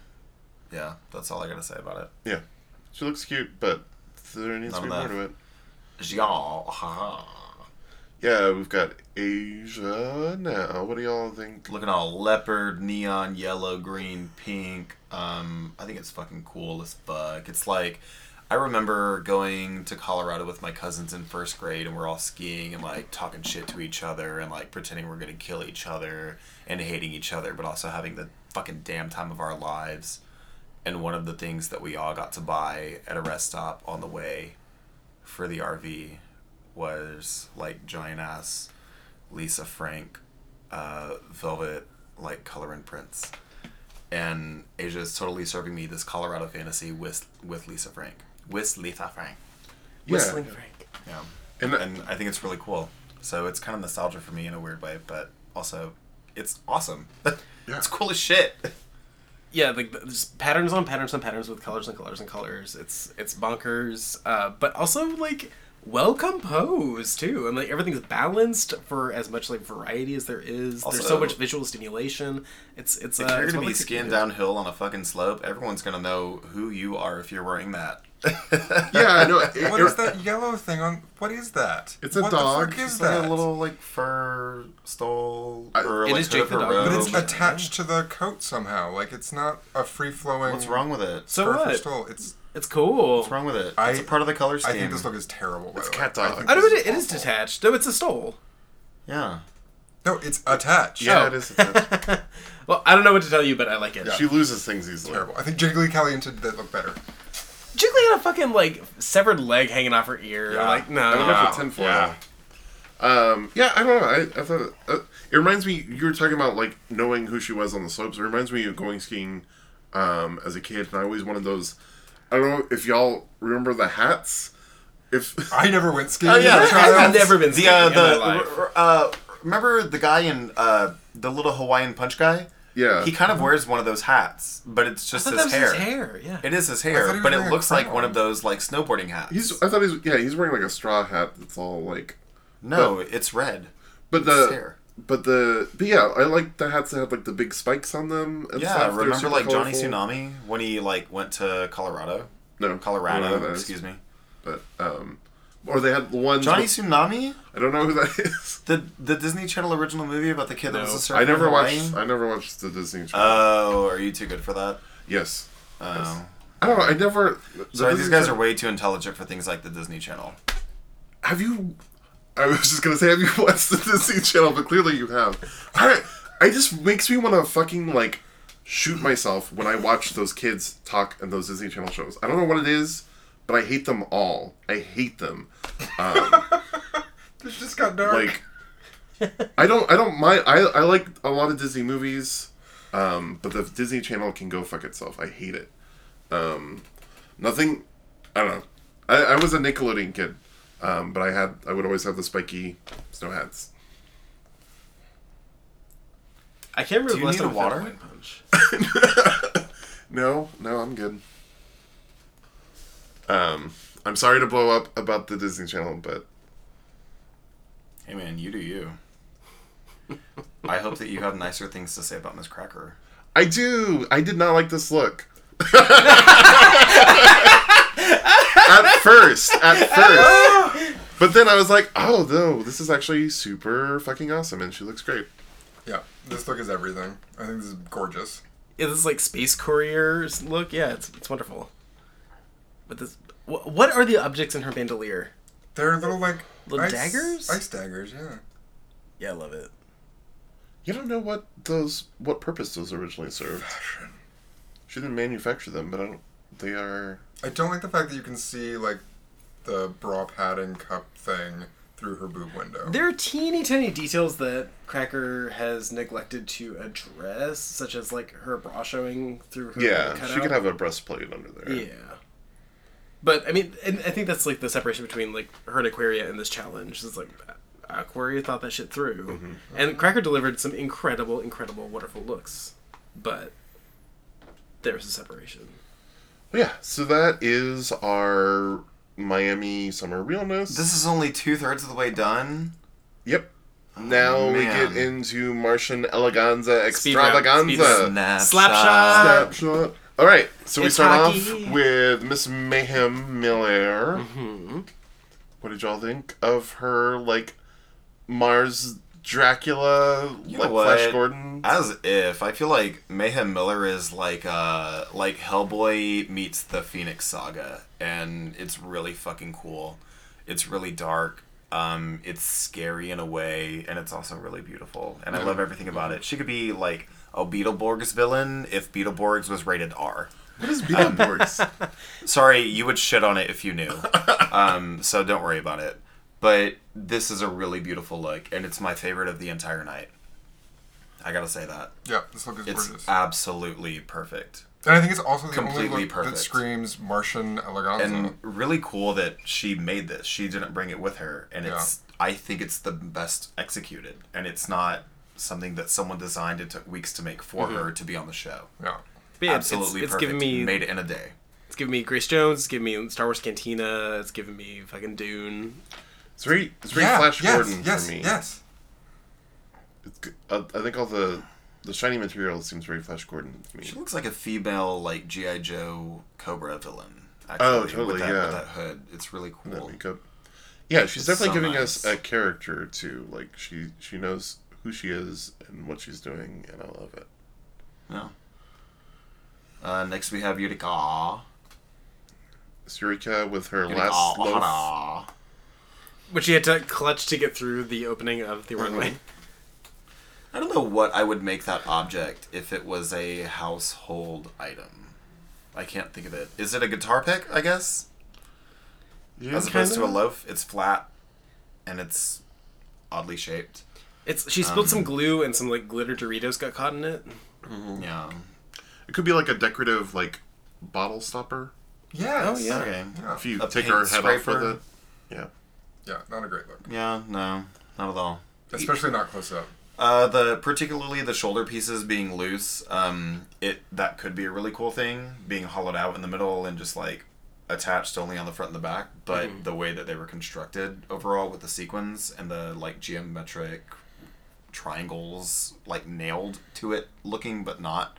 Speaker 4: yeah, that's all I gotta say about it.
Speaker 2: yeah, she looks cute, but there needs to
Speaker 4: Not
Speaker 2: be
Speaker 4: enough.
Speaker 2: more to it.
Speaker 4: Y'all, haha.
Speaker 2: Yeah, we've got Asia now. What do y'all think?
Speaker 4: looking all leopard, neon, yellow, green, pink. Um, I think it's fucking cool as fuck. It's like I remember going to Colorado with my cousins in first grade, and we're all skiing and like talking shit to each other and like pretending we're gonna kill each other and hating each other, but also having the fucking damn time of our lives. And one of the things that we all got to buy at a rest stop on the way for the RV was like giant ass Lisa Frank uh, velvet like color and prints. And Asia is totally serving me this Colorado fantasy with with Lisa Frank. With Lisa Frank.
Speaker 3: Whistling
Speaker 2: Yeah.
Speaker 3: Frank.
Speaker 4: Yeah.
Speaker 2: And-
Speaker 4: And, I think it's really cool. So it's kind of nostalgia for me in a weird way, but also it's awesome. [laughs] It's cool as shit.
Speaker 3: Yeah, like th- there's patterns on patterns on patterns with colors and colors and colors. It's it's bonkers, uh, but also like well composed too, and like everything's balanced for as much like variety as there is. there's so
Speaker 4: Also-
Speaker 3: much visual stimulation. It's it's
Speaker 4: If
Speaker 3: uh,
Speaker 4: you're
Speaker 3: it's
Speaker 4: gonna
Speaker 3: well
Speaker 4: be
Speaker 3: executed.
Speaker 4: skinned downhill on a fucking slope, everyone's gonna know who you are if you're wearing that. [laughs]
Speaker 2: Yeah, I know. it-
Speaker 5: What is that yellow thing on? What is that?
Speaker 2: It's a
Speaker 5: what
Speaker 2: dog.
Speaker 5: The frick is
Speaker 2: It's
Speaker 5: that?
Speaker 2: like a little like
Speaker 4: Fur stole
Speaker 2: I-
Speaker 4: or
Speaker 3: It
Speaker 4: like
Speaker 3: is
Speaker 4: hood
Speaker 3: Jake
Speaker 4: of
Speaker 3: the
Speaker 4: her
Speaker 3: dog.
Speaker 5: But
Speaker 4: robe.
Speaker 5: it's attached to the coat somehow. Like it's not a free flowing.
Speaker 4: What's wrong with it?
Speaker 3: So what?
Speaker 5: It's.
Speaker 3: It's cool.
Speaker 4: What's wrong with it?
Speaker 5: I-
Speaker 4: it's a part of the color scheme.
Speaker 5: I think this look is terrible. by
Speaker 2: it's
Speaker 5: the way.
Speaker 2: cat dog.
Speaker 3: I know it, it is detached. No, it's a stole.
Speaker 4: Yeah.
Speaker 5: No, it's attached.
Speaker 2: yeah, [laughs]
Speaker 3: Oh.
Speaker 2: it is. attached.
Speaker 3: Well, I don't know what to tell you, but I like it.
Speaker 2: She loses things easily.
Speaker 5: Terrible. I think Jiggly Caliente did that look better.
Speaker 3: Jiggly had a fucking like severed leg hanging off her ear.
Speaker 2: Ah.
Speaker 5: Yeah.
Speaker 3: Like no,
Speaker 2: I went up with tinfoil.
Speaker 4: yeah.
Speaker 2: Um, yeah, I don't know. I, I thought uh, it reminds me. You were talking about like knowing who she was on the slopes. It reminds me of going skiing um, as a kid, and I always wanted those. I don't know if y'all remember the hats. If [laughs]
Speaker 5: I never went skiing.
Speaker 4: Oh, yeah,
Speaker 5: as a
Speaker 4: the
Speaker 5: child.
Speaker 3: I've never been
Speaker 4: The, uh,
Speaker 3: skiing in my
Speaker 4: the
Speaker 3: life.
Speaker 4: r- r- uh, remember the guy in uh, the little Hawaiian punch guy?
Speaker 2: yeah,
Speaker 4: He kind of wears one of those hats, but it's just
Speaker 3: I thought
Speaker 4: his,
Speaker 3: that was
Speaker 4: hair.
Speaker 3: his hair. Yeah.
Speaker 4: It is his
Speaker 5: thought he
Speaker 4: hair,
Speaker 5: was
Speaker 4: but
Speaker 5: wearing
Speaker 4: it
Speaker 5: a
Speaker 4: looks like one
Speaker 5: crown.
Speaker 4: of those like snowboarding hats.
Speaker 2: he's. I thought he's. Yeah, he's wearing like a straw hat that's all like.
Speaker 4: no, it's red.
Speaker 2: But the.
Speaker 4: hair.
Speaker 2: But the. But yeah, I like the hats that had like the big spikes on them. And
Speaker 4: Yeah,
Speaker 2: stuff. They're
Speaker 4: remember
Speaker 2: super
Speaker 4: like Johnny
Speaker 2: colorful.
Speaker 4: Tsunami when he like went to Colorado,
Speaker 2: No,
Speaker 4: Colorado. excuse me,
Speaker 2: But um, or they had the ones.
Speaker 4: Johnny
Speaker 2: with-
Speaker 4: Tsunami,
Speaker 2: I don't know who that [laughs] is.
Speaker 4: the the Disney Channel original movie about the kid that was
Speaker 3: No.
Speaker 4: a surfer.
Speaker 2: I never
Speaker 4: in Hawaii?
Speaker 2: watched. I never watched the Disney. Channel.
Speaker 4: Oh, are you too good for that?
Speaker 2: yes.
Speaker 4: Oh,
Speaker 2: I don't know. I never. the
Speaker 4: sorry, these
Speaker 2: Disney
Speaker 4: guys are
Speaker 2: Channel-
Speaker 4: way too intelligent for things like the Disney Channel.
Speaker 2: Have you? I was just gonna say, have you [laughs] watched the Disney Channel? But clearly you have. I, I just makes me want to fucking like shoot myself when I watch those kids talk in those Disney Channel shows. I don't know what it is, but I hate them all. I hate them.
Speaker 5: This just got dark.
Speaker 2: Like, I don't. I don't mind. I I like a lot of Disney movies, um, but the Disney Channel can go fuck itself. I hate it. Um, nothing. I don't know. I, I was a Nickelodeon kid, um, but I had I would always have the spiky snow hats.
Speaker 3: I can't remember.
Speaker 4: Do you
Speaker 3: the last
Speaker 4: need
Speaker 3: time
Speaker 4: a
Speaker 3: I felt
Speaker 4: water?
Speaker 3: Hawaiian Punch.
Speaker 2: No, no, I'm good. Um, I'm sorry to blow up about the Disney Channel, but
Speaker 4: Hey man, you do you. I hope that you have nicer things to say about Miss Cracker.
Speaker 2: I do. I did not like this look. [laughs] at first, at first. But then I was like, oh no, this is actually super fucking awesome and she looks great.
Speaker 5: yeah, this look is everything. I think this is gorgeous.
Speaker 3: Yeah, this is like space courier's look. Yeah, it's it's wonderful. But this, wh- what are the objects in her bandolier?
Speaker 5: They're little like
Speaker 3: Little daggers?
Speaker 5: Ice daggers. Yeah.
Speaker 3: Yeah, I love it.
Speaker 2: You don't know what those what purpose those originally served. She didn't manufacture them, but I don't they are
Speaker 5: I don't like the fact that you can see like the bra padding cup thing through her boob window.
Speaker 3: There are teeny tiny details that Cracker has neglected to address, such as like her bra showing through her
Speaker 2: Yeah,
Speaker 3: cutout.
Speaker 2: she could have a breastplate under there.
Speaker 3: Yeah. But I mean, and I think that's like the separation between like her and Aquaria and this challenge. It's like Aquaria thought that shit through, and Cracker delivered some incredible, incredible, wonderful looks, but there was a separation.
Speaker 2: Yeah, so that is our Miami summer realness.
Speaker 4: This is only two thirds of the way done.
Speaker 2: Yep. Now we
Speaker 4: Oh, man.
Speaker 2: get into Martian eleganza
Speaker 3: Speed round, speed round.
Speaker 2: extravaganza.
Speaker 4: Snapshot.
Speaker 3: Slapshot.
Speaker 2: Snapshot. All right, so we
Speaker 3: It's
Speaker 2: start
Speaker 3: hockey.
Speaker 2: off with Miss Mayhem Miller.
Speaker 3: Mm-hmm.
Speaker 2: What did y'all think of her, like Mars Dracula,
Speaker 4: You know
Speaker 2: like
Speaker 4: what?
Speaker 2: Flash Gordon?
Speaker 4: As if I feel like Mayhem Miller is like uh like Hellboy meets the Phoenix Saga, and it's really fucking cool. It's really dark. Um, it's scary in a way, and it's also really beautiful. And I love everything about it. She could be like a Beetleborgs villain if Beetleborgs was rated R. Um,
Speaker 2: What is Beetleborgs?
Speaker 4: [laughs] Sorry, you would shit on it if you knew. um, so don't worry about it. But this is a really beautiful look, and it's my favorite of the entire night. I gotta say that.
Speaker 5: yeah, this look is
Speaker 4: It's
Speaker 5: gorgeous.
Speaker 4: absolutely perfect.
Speaker 5: and I think it's also the only
Speaker 4: completely
Speaker 5: look
Speaker 4: perfect.
Speaker 5: that screams Martian eleganza.
Speaker 4: And really cool that she made this. She didn't bring it with her. And it's, I think it's the best executed. And it's not something that someone designed. It took weeks to make for her to be on the show.
Speaker 5: yeah.
Speaker 3: Babe, it's-
Speaker 4: absolutely
Speaker 3: it's,
Speaker 4: perfect.
Speaker 3: giving me
Speaker 4: Made it in a day.
Speaker 3: it's giving me Grace Jones, it's giving me Star Wars Cantina, it's giving me fucking Dune.
Speaker 2: It's very, it's very
Speaker 5: yeah,
Speaker 2: Flash
Speaker 5: yes,
Speaker 2: Gordon
Speaker 5: yes,
Speaker 2: for me.
Speaker 5: Yes.
Speaker 2: It's g- uh, I think all the the shiny material seems very Flash Gordon to me.
Speaker 4: She looks like a female, like G.I. Joe Cobra villain. Actually,
Speaker 2: Oh, totally,
Speaker 4: with that,
Speaker 2: yeah.
Speaker 4: With that hood. It's really
Speaker 2: that
Speaker 4: cool.
Speaker 2: makeup. Yeah, she's
Speaker 4: It's
Speaker 2: definitely
Speaker 4: so
Speaker 2: giving
Speaker 4: nice.
Speaker 2: us a character too. Like she she knows who she is and what she's doing, and I love it.
Speaker 4: Yeah. Uh, next, we have Utica.
Speaker 2: It's Eureka with her
Speaker 4: Utica
Speaker 2: last loaf.
Speaker 4: Ohana. Mm-hmm.
Speaker 3: Which she had to clutch to get through the opening of the runway.
Speaker 4: I don't know what I would make that object if it was a household item. I can't think of it. Is it a guitar pick? I guess
Speaker 2: Yeah,
Speaker 4: as opposed to a
Speaker 2: kinda.
Speaker 4: loaf. It's flat, and it's oddly shaped.
Speaker 3: It's she spilled
Speaker 4: Um,
Speaker 3: some glue and some like glitter Doritos got caught in it.
Speaker 2: Mm.
Speaker 4: Yeah.
Speaker 2: It could be like a decorative like bottle stopper.
Speaker 5: Yes.
Speaker 3: Oh, yeah.
Speaker 4: Okay.
Speaker 5: Yeah.
Speaker 2: If you
Speaker 4: A
Speaker 2: take
Speaker 4: paint
Speaker 2: our head off with
Speaker 4: scraper.
Speaker 2: it. Yeah.
Speaker 5: Yeah, not a great look.
Speaker 4: Yeah. No. Not at all.
Speaker 5: Especially not close up.
Speaker 4: Uh, the particularly the shoulder pieces being loose, um, it that could be a really cool thing, being hollowed out in the middle and just like attached only on the front and the back. But the way that they were constructed overall with the sequins and the like geometric triangles, like nailed to it, looking but not,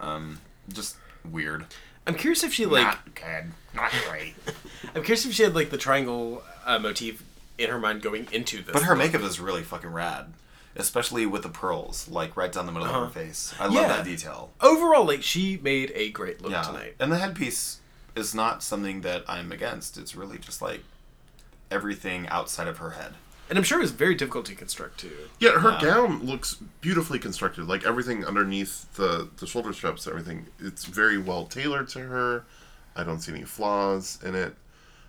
Speaker 4: um, just weird.
Speaker 3: I'm curious if she like
Speaker 4: not good, not great.
Speaker 3: [laughs] I'm curious if she had like the triangle uh, motif in her mind going into this.
Speaker 4: but her makeup is really fucking rad, especially with the pearls, like right down the middle of her face. I love
Speaker 3: Yeah.
Speaker 4: that detail.
Speaker 3: overall, like she made a great look tonight.
Speaker 4: And the headpiece is not something that I'm against. It's really just like everything outside of her head.
Speaker 3: And I'm sure it was very difficult to construct too.
Speaker 2: Yeah, her gown looks beautifully constructed. Like everything underneath the the shoulder straps, and everything. It's very well tailored to her. I don't see any flaws in it.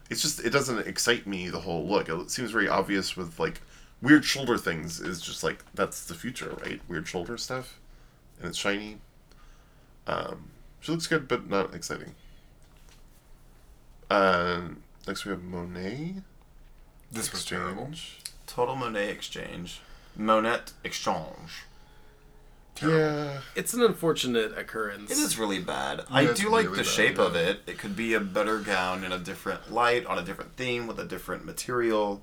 Speaker 2: It's just it doesn't excite me the whole look. It seems very obvious with like weird shoulder things is just like that's the future, right? Weird shoulder stuff, and it's shiny. Um, she looks good, but not exciting. Um, next we have Monet.
Speaker 5: This was terrible.
Speaker 4: Total Monet exchange. Monet exchange.
Speaker 2: Yeah.
Speaker 3: It's an unfortunate occurrence.
Speaker 4: It is really bad. I
Speaker 5: it's
Speaker 4: do like
Speaker 5: really
Speaker 4: the
Speaker 5: bad,
Speaker 4: shape of
Speaker 5: yeah.
Speaker 4: it. It could be a better gown in a different light, on a different theme, with a different material.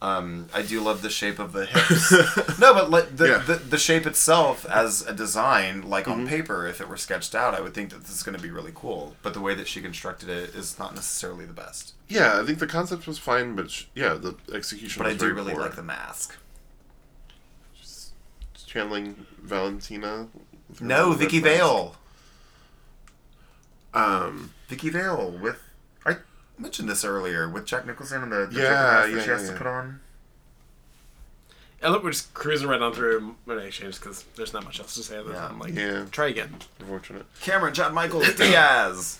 Speaker 4: Um, I do love the shape of the hips. no, but like the,
Speaker 2: Yeah.
Speaker 4: the the shape itself as a design, like on paper, if it were sketched out, I would think that this is going to be really cool. But the way that she constructed it is not necessarily the best.
Speaker 2: Yeah, I think the concept was fine, but sh- yeah, the execution.
Speaker 4: But I
Speaker 2: was
Speaker 4: do
Speaker 2: very
Speaker 4: really
Speaker 2: poor.
Speaker 4: like the mask.
Speaker 2: channeling Valentina. with her
Speaker 4: No,
Speaker 2: red
Speaker 4: Vicky
Speaker 2: mask.
Speaker 4: Vale.
Speaker 2: Um,
Speaker 4: Vicky Vale with I mentioned this earlier with Jack Nicholson and the, the
Speaker 2: Yeah,
Speaker 4: mask
Speaker 2: yeah,
Speaker 4: that she has
Speaker 2: yeah,
Speaker 4: to
Speaker 2: yeah.
Speaker 4: put on.
Speaker 3: I look, we're just cruising right on through Monet Exchange because there's not much else to say other
Speaker 4: Yeah.
Speaker 3: than like,
Speaker 2: Yeah.
Speaker 3: try again.
Speaker 2: unfortunate.
Speaker 4: Cameron, John [clears throat] Michaels, Diaz.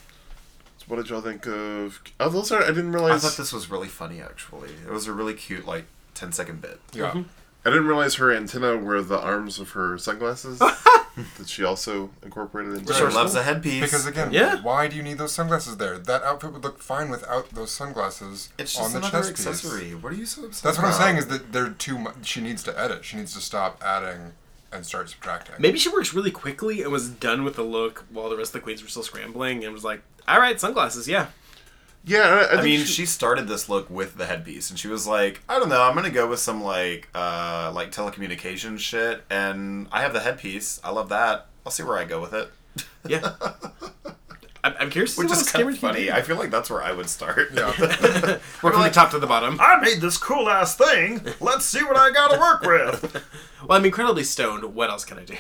Speaker 2: So what did y'all think of? Oh, those are. I didn't
Speaker 4: I
Speaker 2: realize. I,
Speaker 4: thought this was really funny, actually. It was a really cute, like, 10 second bit.
Speaker 5: Yeah.
Speaker 3: Mm-hmm.
Speaker 2: didn't realize her antenna were the arms of her
Speaker 4: [laughs]
Speaker 2: sunglasses that she also incorporated into.
Speaker 4: She
Speaker 2: her.
Speaker 4: loves a headpiece.
Speaker 5: Because again,
Speaker 3: Yeah.
Speaker 5: why do you need those sunglasses there? That outfit would look fine without those sunglasses
Speaker 4: it's
Speaker 5: on
Speaker 4: just
Speaker 5: the
Speaker 4: another
Speaker 5: chest piece.
Speaker 4: accessory. What are you so upset
Speaker 5: That's what I'm
Speaker 4: about?
Speaker 5: saying is that they're too much. She needs to edit. She needs to stop adding and start subtracting.
Speaker 3: Maybe she works really quickly and was done with the look while the rest of the queens were still scrambling and was like, all right, sunglasses, yeah.
Speaker 2: Yeah, I, I
Speaker 4: I
Speaker 2: think
Speaker 4: mean,
Speaker 2: she,
Speaker 4: she started this look with the headpiece, and she was like, "I don't know, I'm gonna go with some like, uh, like telecommunication shit." And I have the headpiece. I love that. I'll see where I go with it. [laughs]
Speaker 3: Yeah. I'm, I'm curious to see
Speaker 4: Which
Speaker 3: what
Speaker 4: is
Speaker 3: else
Speaker 4: kind of
Speaker 3: Cameron can
Speaker 4: funny.
Speaker 3: do.
Speaker 4: I feel like that's where I would start.
Speaker 5: Yeah.
Speaker 3: We're from the top to the bottom.
Speaker 4: I made this cool ass thing. Let's see what I got to work with.
Speaker 3: Well, I'm incredibly stoned. What else can I do?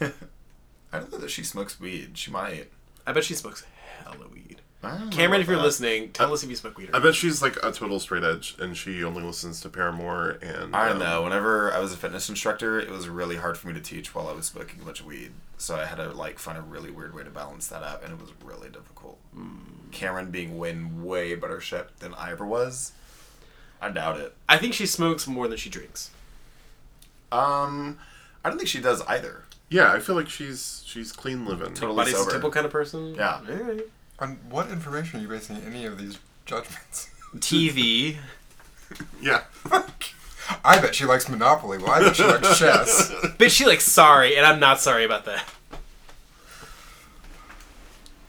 Speaker 4: [laughs] I don't know that she smokes weed. She might.
Speaker 3: I bet she smokes hella weed.
Speaker 4: I don't know
Speaker 3: Cameron,
Speaker 4: about
Speaker 3: if you're
Speaker 4: that.
Speaker 3: listening, tell us if you smoke weed or
Speaker 2: I
Speaker 3: not.
Speaker 2: bet she's like a total straight edge, and she only listens to Paramore and.
Speaker 4: I don't
Speaker 2: um,
Speaker 4: know. Whenever I was a fitness instructor, it was really hard for me to teach while I was smoking a bunch of weed. So I had to like find a really weird way to balance that out, and it was really difficult.
Speaker 3: Hmm.
Speaker 4: Cameron being way way better shit than I ever was. I doubt it.
Speaker 3: I think she smokes more than she drinks.
Speaker 4: Um, I don't think she does either.
Speaker 2: Yeah, I feel like she's she's clean living.
Speaker 4: Totally
Speaker 3: Body's a
Speaker 4: sober.
Speaker 3: temple kind of person.
Speaker 4: Yeah.
Speaker 3: All right.
Speaker 5: on what information are you basing any of these judgments? [laughs]
Speaker 3: TV.
Speaker 2: Yeah.
Speaker 5: I bet she likes Monopoly. Well, I bet she
Speaker 3: [laughs]
Speaker 5: likes chess.
Speaker 3: [laughs] Bitch, she like sorry, and I'm not sorry about that.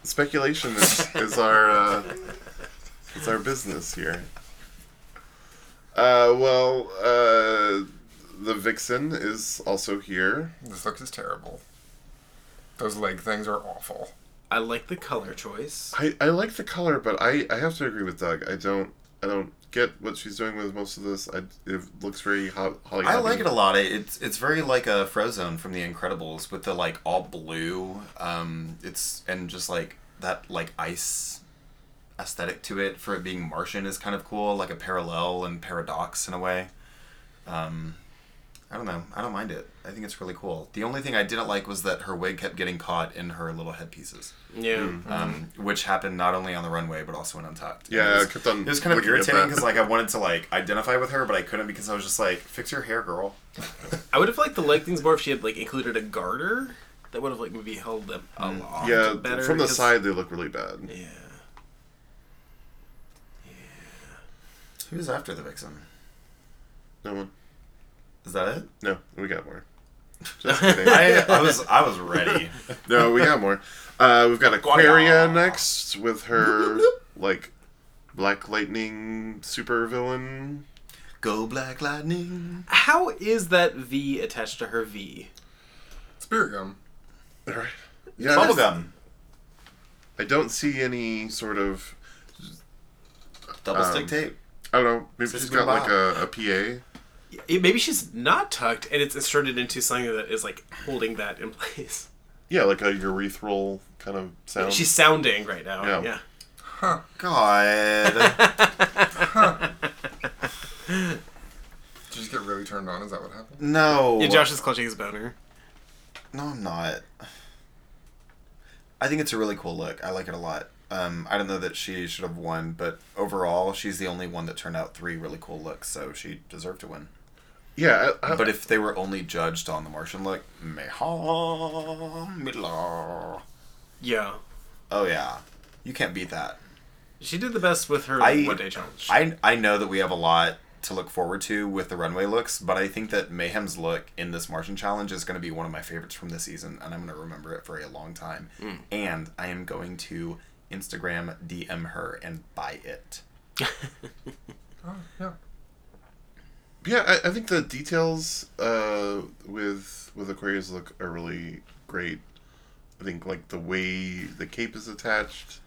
Speaker 2: Speculation is, is our uh, is our business here. Uh, well, uh, the vixen is also here.
Speaker 5: This look is terrible. Those leg things are awful.
Speaker 3: I like the color choice.
Speaker 2: I, I like the color, but I, I have to agree with Doug. I don't I don't get what she's doing with most of this. I, it looks very ho- Holly.
Speaker 4: I like it a lot. It- It's it's very like a Frozone from The Incredibles with the like all blue. Um, it's and just like that like ice aesthetic to it for it being Martian is kind of cool, like a parallel and paradox in a way. Um, I don't know. I don't mind it. I think it's really cool. The only thing I didn't like was that her wig kept getting caught in her little headpieces,
Speaker 3: Yeah.
Speaker 2: Hmm.
Speaker 4: um, which happened not only on the runway but also in Untucked. And
Speaker 2: Mm-hmm. Yeah,
Speaker 4: it
Speaker 2: I
Speaker 4: was,
Speaker 2: kept on
Speaker 4: It was kind of
Speaker 2: looking at
Speaker 4: irritating
Speaker 2: that.
Speaker 4: because like I wanted to like identify with her, but I couldn't because I was just like, "Fix your hair, girl."
Speaker 3: I would have liked the leg things more if she had like included a garter. That would have like maybe held them a lot
Speaker 2: Hmm. Yeah,
Speaker 3: better.
Speaker 2: from the
Speaker 3: 'cause-
Speaker 2: side they look really bad.
Speaker 3: Yeah.
Speaker 4: Who's after the vixen?
Speaker 2: No one.
Speaker 4: Is that it?
Speaker 2: No, we got more. Just kidding.
Speaker 4: [laughs] I, I was I was ready.
Speaker 2: no, we got more. Uh, we've got Aquaria
Speaker 4: Aquaria.
Speaker 2: next with her like Black Lightning super villain.
Speaker 4: [laughs] Go Black Lightning.
Speaker 3: How is that V attached to her V?
Speaker 5: Spirit gum.
Speaker 2: Alright. Yeah,
Speaker 4: Bubblegum.
Speaker 2: I don't see any sort of
Speaker 4: Double
Speaker 2: Um,
Speaker 4: stick tape.
Speaker 2: I don't know. Maybe
Speaker 4: Says
Speaker 2: she's got like
Speaker 4: goodbye.
Speaker 2: a, a PA.
Speaker 3: It, maybe she's not tucked and it's inserted into something that is like holding that in [laughs] place.
Speaker 2: Yeah, like a urethral kind of
Speaker 4: Um,
Speaker 2: sound.
Speaker 3: She's sounding right now.
Speaker 2: Yeah.
Speaker 3: yeah.
Speaker 4: God. [laughs]
Speaker 5: Did you just get really turned on? Is that what
Speaker 4: Mm.
Speaker 5: happened?
Speaker 4: [laughs] no.
Speaker 3: Yeah, Josh is clutching his boner.
Speaker 4: No, I'm not. I think it's a really cool look. I like it a lot. Um, I don't know that she should have won, but overall, she's the only one that turned out three really cool looks, so she deserved to win.
Speaker 2: yeah, I, I,
Speaker 4: But if they were only judged on the Martian look, meha, middle.
Speaker 3: Yeah.
Speaker 4: oh yeah, you can't beat that.
Speaker 3: She did the best with her
Speaker 4: I-
Speaker 3: one day challenge.
Speaker 4: I I know that we have a lot to look forward to with the runway looks, but I think that Mayhem's look in this Martian challenge is going to be one of my favorites from this season, and I'm going to remember it for a long time. And I am going to Instagram DM her and buy it.
Speaker 5: Oh, yeah.
Speaker 2: yeah, I, I think the details uh, with with Aquarius look are really great. I think like the way the cape is attached,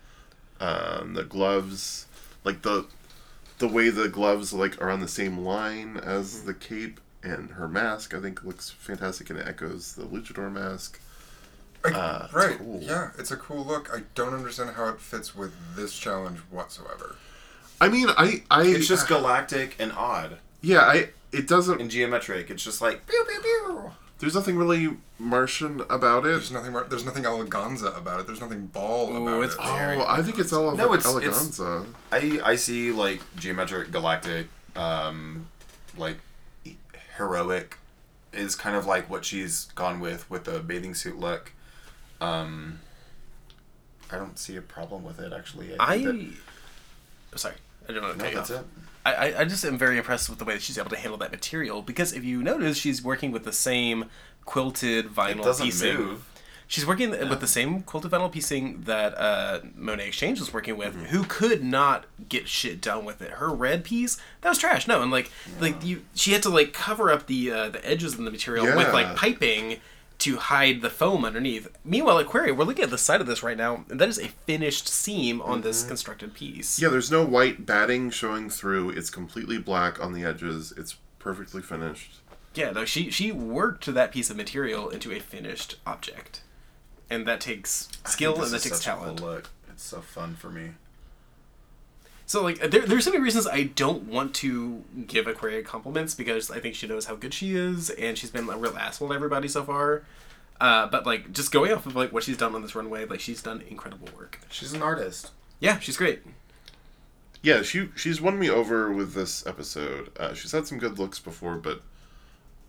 Speaker 2: um, the gloves, like the the way the gloves like are on the same line as the cape and her mask. I think looks fantastic and it echoes the luchador mask.
Speaker 5: I-
Speaker 2: Uh,
Speaker 5: right.
Speaker 2: cool.
Speaker 5: Yeah, it's a cool look. I don't understand how it fits with this challenge whatsoever.
Speaker 2: I mean, I I
Speaker 4: It's just galactic and odd
Speaker 2: yeah, I it doesn't
Speaker 4: and geometric. It's just like pew pew pew.
Speaker 2: There's nothing really Martian about it.
Speaker 5: There's nothing. mar- There's nothing eleganza about it. There's nothing ball
Speaker 3: Ooh,
Speaker 5: about
Speaker 3: it's
Speaker 5: it.
Speaker 2: Oh, I think it's all
Speaker 4: No,
Speaker 2: no,
Speaker 4: it's- it's-
Speaker 2: eleganza.
Speaker 4: I I see like geometric, galactic, um, like heroic is kind of like what she's gone with with the bathing suit look. Um, I don't see a problem with it actually.
Speaker 3: I.
Speaker 4: think
Speaker 3: Sorry. I didn't want
Speaker 4: that-
Speaker 3: to cut
Speaker 4: no,
Speaker 3: you
Speaker 4: that's
Speaker 3: off.
Speaker 4: it.
Speaker 3: I, I- I just am very impressed with the way that she's able to handle that material because if you notice, she's working with the same quilted
Speaker 4: It
Speaker 3: vinyl
Speaker 4: doesn't
Speaker 3: piecing.
Speaker 4: move.
Speaker 3: She's working with the same quilted vinyl piecing that uh, Monet Exchange was working with,
Speaker 4: Mm-hmm.
Speaker 3: who could not get shit done with it. Her red piece that was trash. No, and like like you, she had to like cover up the uh, the edges of the material with
Speaker 2: Yeah.
Speaker 3: like piping to hide the foam underneath. Meanwhile, Aquaria, we're looking at the side of this right now, and that is a finished seam on this
Speaker 4: Mm-hmm.
Speaker 3: constructed piece.
Speaker 2: Yeah, there's no white batting showing through. It's completely black on the edges. It's perfectly finished.
Speaker 3: Yeah, no, she she worked that piece of material into a finished object, and that takes skill
Speaker 4: This
Speaker 3: and that
Speaker 4: is
Speaker 3: takes
Speaker 4: such a
Speaker 3: talent.
Speaker 4: Cool look. It's so fun for me.
Speaker 3: So like, there, there's so many reasons I don't want to give Aquaria compliments because I think she knows how good she is, and she's been a real asshole to everybody so far. Uh, but like, just going off of like what she's done on this runway, like she's done incredible work.
Speaker 4: She's an artist.
Speaker 3: Yeah, she's great.
Speaker 2: Yeah, she she's won me over with this episode. Uh, she's had some good looks before, but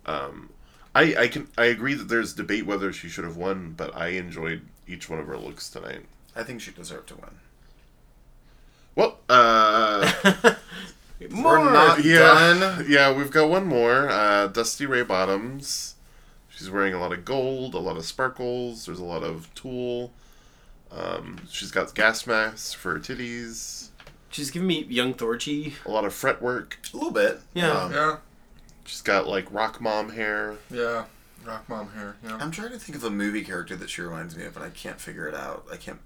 Speaker 2: um, I I can I agree that there's debate whether she should have won, but I enjoyed each one of her looks tonight.
Speaker 4: I think she deserved to win.
Speaker 2: Well, uh,
Speaker 3: More.
Speaker 4: We're not
Speaker 2: yeah,
Speaker 4: done.
Speaker 2: yeah, we've got one more. Uh, Dusty Ray Bottoms. She's wearing a lot of gold, a lot of sparkles. There's a lot of tulle. Um, she's got gas masks for her titties.
Speaker 3: She's giving me young Thorgy.
Speaker 2: A lot of fretwork.
Speaker 4: A little bit. Um,
Speaker 3: Yeah.
Speaker 5: Yeah.
Speaker 2: She's got like rock mom hair.
Speaker 5: Yeah. Rock mom hair. Yeah.
Speaker 4: I'm trying to think of a movie character that she reminds me of, but I can't figure it out. I can't,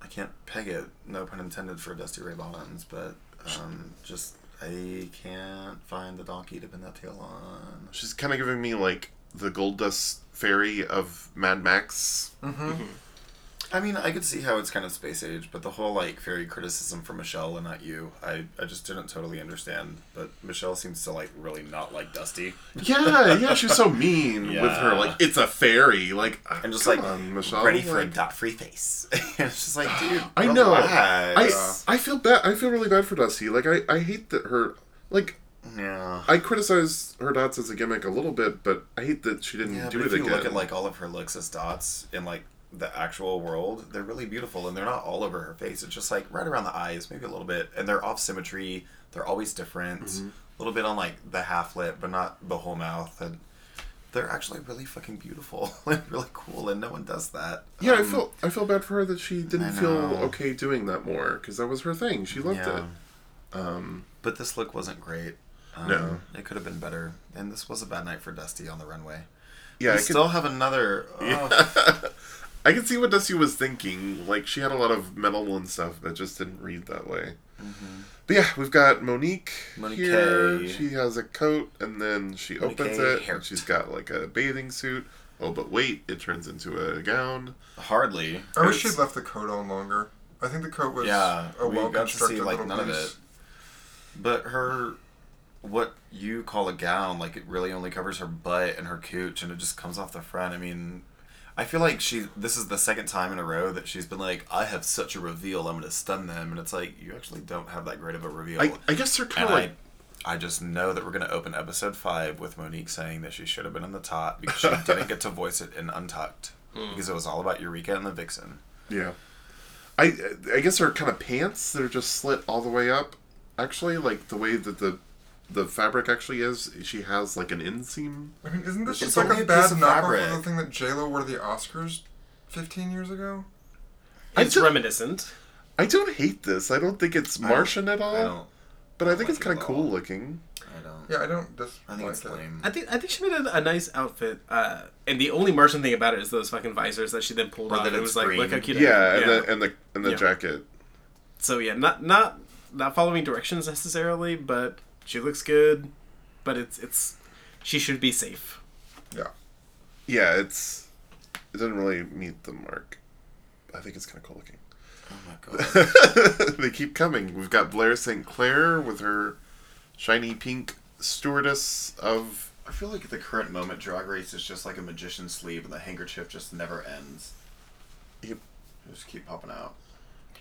Speaker 4: I can't peg it. No pun intended for Dusty Ray Bottoms, but um, just I can't find the donkey to pin that tail on.
Speaker 2: She's kind of giving me like the gold dust fairy of Mad Max.
Speaker 4: I mean, I could see how it's kind of space age, but the whole like fairy criticism for Michelle and not you, I, I just didn't totally understand. But Michelle seems to like really not like Dusty,
Speaker 2: Yeah, yeah, she was so mean with her.
Speaker 4: [laughs] Yeah.
Speaker 2: Like, it's a fairy. Like,
Speaker 4: and just
Speaker 2: come
Speaker 4: like
Speaker 2: on, Michelle,
Speaker 4: ready for a
Speaker 2: like-
Speaker 4: dot free face. [laughs] it's just like, dude,
Speaker 2: I know. I
Speaker 4: relax.
Speaker 2: I feel bad. I feel really bad for Dusty. Like, I I hate that her. Like,
Speaker 4: yeah.
Speaker 2: I criticize her dots as a gimmick a little bit, but I hate that she didn't
Speaker 4: Yeah,
Speaker 2: do
Speaker 4: but
Speaker 2: it
Speaker 4: if you
Speaker 2: again.
Speaker 4: look at like all of her looks as dots in like the actual world, they're really beautiful, and they're not all over her face. It's just like right around the eyes, maybe a little bit, and they're off symmetry. They're always different.
Speaker 2: Mm-hmm.
Speaker 4: A little bit on like the half lip, but not the whole mouth. And they're actually really fucking beautiful [laughs] and really cool, and no one does that.
Speaker 2: yeah, I
Speaker 4: Um,
Speaker 2: feel I feel bad for her that she didn't
Speaker 4: I
Speaker 2: feel
Speaker 4: know.
Speaker 2: okay doing that more because that was her thing. She loved
Speaker 4: Yeah.
Speaker 2: it. Um,
Speaker 4: But this look wasn't great. Um,
Speaker 2: No.
Speaker 4: it could have been better. And this was a bad night for Dusty on the runway.
Speaker 2: Yeah, I
Speaker 4: we
Speaker 2: could,
Speaker 4: still have another. Oh,
Speaker 2: I could see what Dusty was thinking. Like she had a lot of metal and stuff that just didn't read that way. But yeah, we've got Monique,
Speaker 4: Mm-hmm. Monique.
Speaker 2: here. She has a coat, and then she
Speaker 4: Monique
Speaker 2: opens it.
Speaker 4: Hert.
Speaker 2: And she's got like a bathing suit. Oh, but wait, it turns into a gown.
Speaker 4: oh, Hardly.
Speaker 5: I wish she
Speaker 4: It's-
Speaker 5: had left the coat on longer. I think the coat was
Speaker 4: Yeah,
Speaker 5: a
Speaker 4: we
Speaker 5: well
Speaker 4: got to see
Speaker 5: constructed
Speaker 4: like
Speaker 5: little
Speaker 4: none
Speaker 5: piece.
Speaker 4: of it. But her, what you call a gown, like it really only covers her butt and her cooch, and it just comes off the front. I mean, I feel like she. This is the second time in a row that she's been like, "I have such a reveal, I'm gonna stun them," and it's like you actually don't have that great of a reveal.
Speaker 2: I, I guess they're kind
Speaker 4: and
Speaker 2: of like
Speaker 4: I, I just know that we're gonna open episode five with Monique saying that she should have been in the top because she didn't get to voice it in Untucked because it was all about Eureka and the Vixen.
Speaker 2: yeah. I I guess they're kind of pants that are just slit all the way up. Actually, like the way that the the fabric actually is, she has like an inseam.
Speaker 5: I mean, isn't this
Speaker 4: It's
Speaker 5: just like
Speaker 4: only
Speaker 5: a
Speaker 4: a
Speaker 5: bad
Speaker 4: piece of
Speaker 5: knockoff
Speaker 4: fabric.
Speaker 5: of the thing that J Lo wore to the Oscars fifteen years ago?
Speaker 2: I
Speaker 3: It's
Speaker 2: don't-
Speaker 3: reminiscent.
Speaker 2: I don't hate this. I don't think it's Martian at all,
Speaker 4: I don't.
Speaker 2: but I think
Speaker 4: like
Speaker 2: it's kind
Speaker 4: it
Speaker 2: of
Speaker 4: at
Speaker 2: cool
Speaker 4: all.
Speaker 2: looking.
Speaker 4: I don't.
Speaker 5: Yeah, I don't. Dis-
Speaker 4: I think it's
Speaker 5: like it.
Speaker 4: lame.
Speaker 3: I think I think she made a, a nice outfit, uh, and the only Martian thing about it is those fucking visors that she then pulled
Speaker 4: Or
Speaker 3: off.
Speaker 4: that
Speaker 3: and
Speaker 4: it's
Speaker 3: was like,
Speaker 4: green.
Speaker 3: look how cute. I
Speaker 2: Yeah,
Speaker 3: am."
Speaker 2: and the and the and the
Speaker 3: Yeah.
Speaker 2: jacket.
Speaker 3: So yeah, not not not following directions necessarily, but she looks good. But it's it's she should be safe.
Speaker 5: Yeah.
Speaker 2: Yeah, it's it doesn't really meet the mark. I think it's kind of cool looking. [laughs]
Speaker 4: Oh my god.
Speaker 2: they keep coming. We've got Blair St. Clair with her shiny pink stewardess of.
Speaker 4: I feel like at the current moment, Drag Race is just like a magician's sleeve, and the handkerchief just never ends.
Speaker 2: Yep.
Speaker 4: They just keep popping out.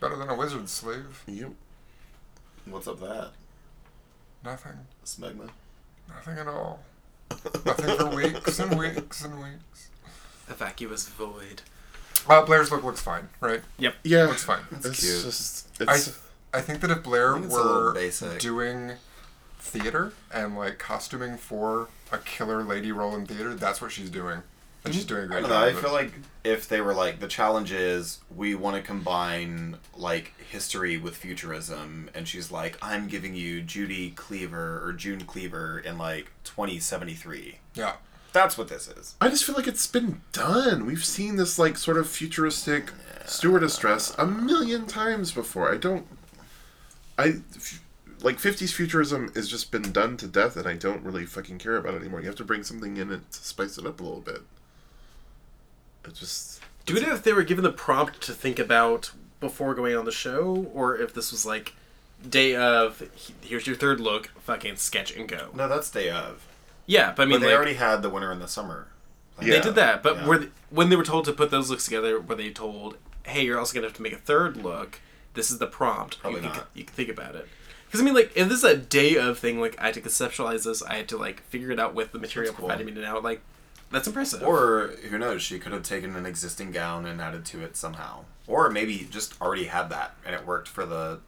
Speaker 5: Better than a wizard's sleeve.
Speaker 2: Yep.
Speaker 4: What's up with that?
Speaker 5: Nothing.
Speaker 4: Smegma?
Speaker 5: Nothing at all. Nothing for weeks and weeks and weeks.
Speaker 3: A vacuous void.
Speaker 5: Uh, Blair's look looks fine, right?
Speaker 2: Yeah.
Speaker 5: Looks fine.
Speaker 2: It's,
Speaker 4: cute.
Speaker 2: just.
Speaker 5: I,
Speaker 2: It's,
Speaker 5: I think that if Blair
Speaker 4: I think it's a little
Speaker 5: were
Speaker 4: basic.
Speaker 5: doing theater and like costuming for a killer lady role in theater, that's what she's doing, and she's doing a
Speaker 4: Mm-hmm. I
Speaker 5: great
Speaker 4: don't
Speaker 5: job.
Speaker 4: know. I
Speaker 5: of it.
Speaker 4: feel like if they were like, the challenge is we want to combine like history with futurism, and she's like, I'm giving you Judy Cleaver or June Cleaver in like 2073.
Speaker 5: yeah,
Speaker 4: That's what this is.
Speaker 2: I just feel like it's been done. We've seen this, like, sort of futuristic stewardess dress a million times before. I don't. I. f- Like, 50s futurism has just been done to death, and I don't really fucking care about it anymore. You have to bring something in it to spice it up a little bit. It just.
Speaker 3: Do we know if they were given the prompt to think about before going on the show, or if this was like day of he- here's your third look, fucking sketch and go?
Speaker 4: No, that's Day of.
Speaker 3: Yeah, but I mean
Speaker 4: But they
Speaker 3: like,
Speaker 4: already had the winter and the summer. Like,
Speaker 3: they did that. But
Speaker 4: yeah.
Speaker 3: were they, when they were told to put those looks together, were they told, "Hey, you're also gonna have to make a third look. This is the prompt.
Speaker 4: Probably
Speaker 3: you can,
Speaker 4: not.
Speaker 3: You can think about it." Because I mean, like, if this is a day of thing, like I had to conceptualize this, I had to like figure it out with the material
Speaker 4: That's cool.
Speaker 3: provided me now. Like, that's impressive.
Speaker 4: Or who knows? She could have taken an existing gown and added to it somehow, or maybe just already had that and it worked for the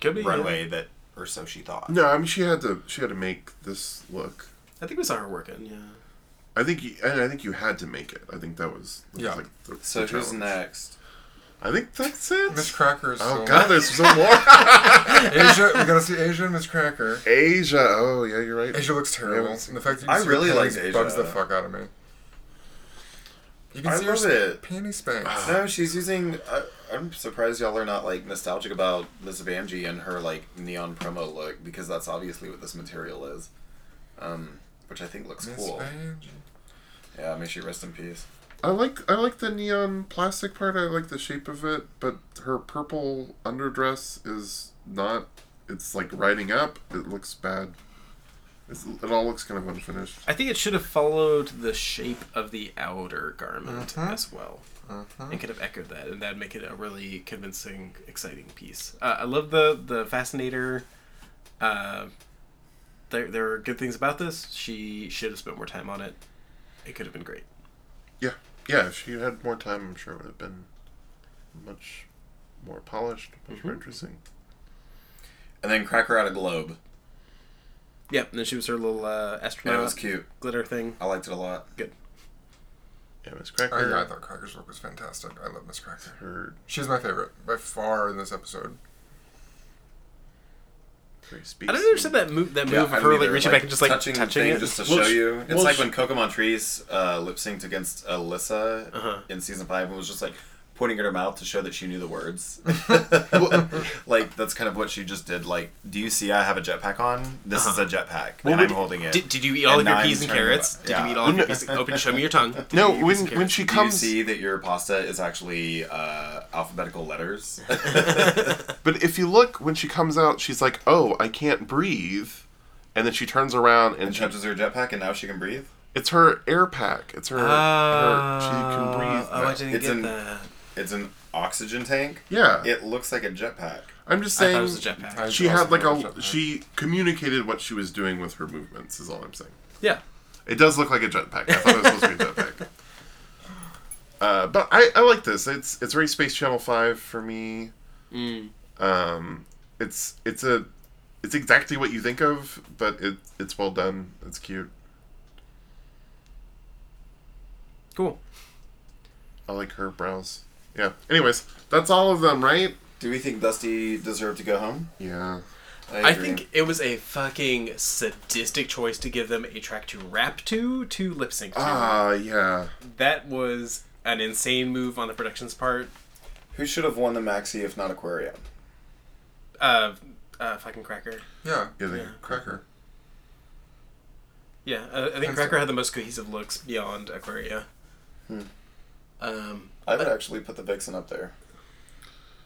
Speaker 3: could be yeah.
Speaker 4: runway that, or so she thought.
Speaker 2: No, I mean she had to she had to make this look.
Speaker 3: I think we saw her working. Yeah.
Speaker 2: I think you, and I think you had to make it. I think that was that was,
Speaker 5: Yeah.
Speaker 2: like the,
Speaker 4: So
Speaker 2: the
Speaker 4: who's
Speaker 2: challenge.
Speaker 4: next?
Speaker 2: I think that's
Speaker 5: Miss
Speaker 2: it.
Speaker 5: Cracker. Is
Speaker 2: Oh
Speaker 5: still-
Speaker 2: god, there's some more.
Speaker 5: [laughs] Asia. We gotta see Asia and Miss Cracker.
Speaker 2: Asia. Oh yeah, you're right.
Speaker 5: Asia looks terrible,
Speaker 2: haven't seen-
Speaker 5: and the fact that you
Speaker 4: I
Speaker 5: see her
Speaker 4: really liked
Speaker 5: panties bugs
Speaker 4: Asia.
Speaker 5: the fuck out of me. You can
Speaker 4: I
Speaker 5: see her
Speaker 4: love
Speaker 5: sp-
Speaker 4: it. Ah,
Speaker 5: panty spanks.
Speaker 4: No, she's using. I, I'm surprised y'all are not like nostalgic about Miss Banji and her like neon promo look because that's obviously what this material is, um, which I think looks
Speaker 5: Miss
Speaker 4: cool.
Speaker 5: Banji.
Speaker 4: Yeah, may she rest in peace.
Speaker 2: I like I like the neon plastic part. I like the shape of it, but her purple underdress is not. It's like riding up. It looks bad. It's, it all looks kind of unfinished.
Speaker 3: I think it should have followed the shape of the outer garment
Speaker 2: Uh-huh.
Speaker 3: as well. It could have echoed that, and that'd make it a really convincing, exciting piece. Uh, I love the the fascinator. Uh, there, there are good things about this. She should have spent more time on it. It could have been great.
Speaker 2: Yeah, yeah. If she had more time, I'm sure it would have been much more polished, much more interesting.
Speaker 4: And then crack her out a globe.
Speaker 3: Yep, and then she was her little uh, astronaut
Speaker 4: That was cute. Oh,
Speaker 3: glitter thing.
Speaker 4: I liked it a lot.
Speaker 3: Good.
Speaker 2: Yeah, Miss
Speaker 5: Oh, yeah, I
Speaker 2: Cracker.
Speaker 5: thought Cracker's work was fantastic. I love Miss Cracker.
Speaker 2: Her
Speaker 5: She's my favorite by far in this episode.
Speaker 2: very species.
Speaker 3: I don't understand that move. That move of her like reaching back and just like touching,
Speaker 4: the thing
Speaker 3: it.
Speaker 4: just to
Speaker 2: Well,
Speaker 4: show
Speaker 2: sh-
Speaker 4: you. It's
Speaker 2: well,
Speaker 4: like
Speaker 2: sh-
Speaker 4: when Kokomon Trees uh, lip synced against Alyssa
Speaker 3: Uh-huh.
Speaker 4: in season five and was just like pointing at her mouth to show that she knew the words. [laughs] like that's kind of what she just did. Like, do you see? I have a jetpack on. This is a jetpack, and I'm
Speaker 3: would-
Speaker 4: holding it.
Speaker 3: Uh-huh. Did, did you eat all
Speaker 4: And
Speaker 3: of your
Speaker 4: now I'm
Speaker 3: peas and
Speaker 4: turning it
Speaker 3: carrots?
Speaker 4: up.
Speaker 3: Did
Speaker 4: Yeah.
Speaker 3: you eat all of your peas? Open. Show me your
Speaker 2: [laughs]
Speaker 3: tongue. Did
Speaker 2: No,
Speaker 3: you eat peas
Speaker 2: when
Speaker 3: and
Speaker 2: when
Speaker 3: carrots?
Speaker 2: she
Speaker 4: do you
Speaker 2: comes,
Speaker 4: see that your pasta is actually uh, alphabetical
Speaker 3: [laughs]
Speaker 4: letters?
Speaker 2: but if you look when she comes out, she's like, "Oh, I can't breathe," and then she turns around and,
Speaker 4: and
Speaker 2: she,
Speaker 4: touches her jetpack, and now she can breathe.
Speaker 2: it's her air pack. It's her. her she can breathe.
Speaker 3: Uh, Oh,
Speaker 2: now.
Speaker 3: I didn't
Speaker 4: It's
Speaker 3: get
Speaker 4: an-
Speaker 3: that.
Speaker 4: It's an oxygen tank.
Speaker 2: Yeah.
Speaker 4: It looks like a jetpack.
Speaker 2: I'm just
Speaker 3: I
Speaker 2: saying.
Speaker 3: thought it was a jetpack.
Speaker 5: I
Speaker 2: she had
Speaker 5: also
Speaker 2: like
Speaker 5: love
Speaker 2: a
Speaker 5: Jetpack.
Speaker 2: she communicated what she was doing with her movements is all i'm saying
Speaker 3: Yeah.
Speaker 2: it does look like a jetpack i thought it was supposed to be
Speaker 3: [laughs]
Speaker 2: a jetpack uh, but I, I like this it's it's very space channel 5 for me
Speaker 3: Mm.
Speaker 2: um, it's it's a it's exactly what you think of but it it's well done it's cute
Speaker 3: Cool.
Speaker 2: i like her brows yeah anyways that's all of them right
Speaker 4: Do we think Dusty deserved to go home?
Speaker 2: yeah
Speaker 3: I
Speaker 4: agree.
Speaker 3: think it was a fucking sadistic choice to give them a track to rap to to lip sync to.
Speaker 2: ah yeah
Speaker 3: that was an insane move on the production's part.
Speaker 4: Who should have won the maxi if not Aquarium?
Speaker 3: Uh, uh fucking Cracker.
Speaker 5: Yeah,
Speaker 2: yeah, they-
Speaker 5: Cracker.
Speaker 3: Yeah, uh, I think
Speaker 5: I'm
Speaker 3: Cracker
Speaker 5: sorry.
Speaker 3: had the most cohesive looks beyond Aquaria.
Speaker 2: Hmm.
Speaker 3: Um,
Speaker 4: I would actually put the Vixen up there.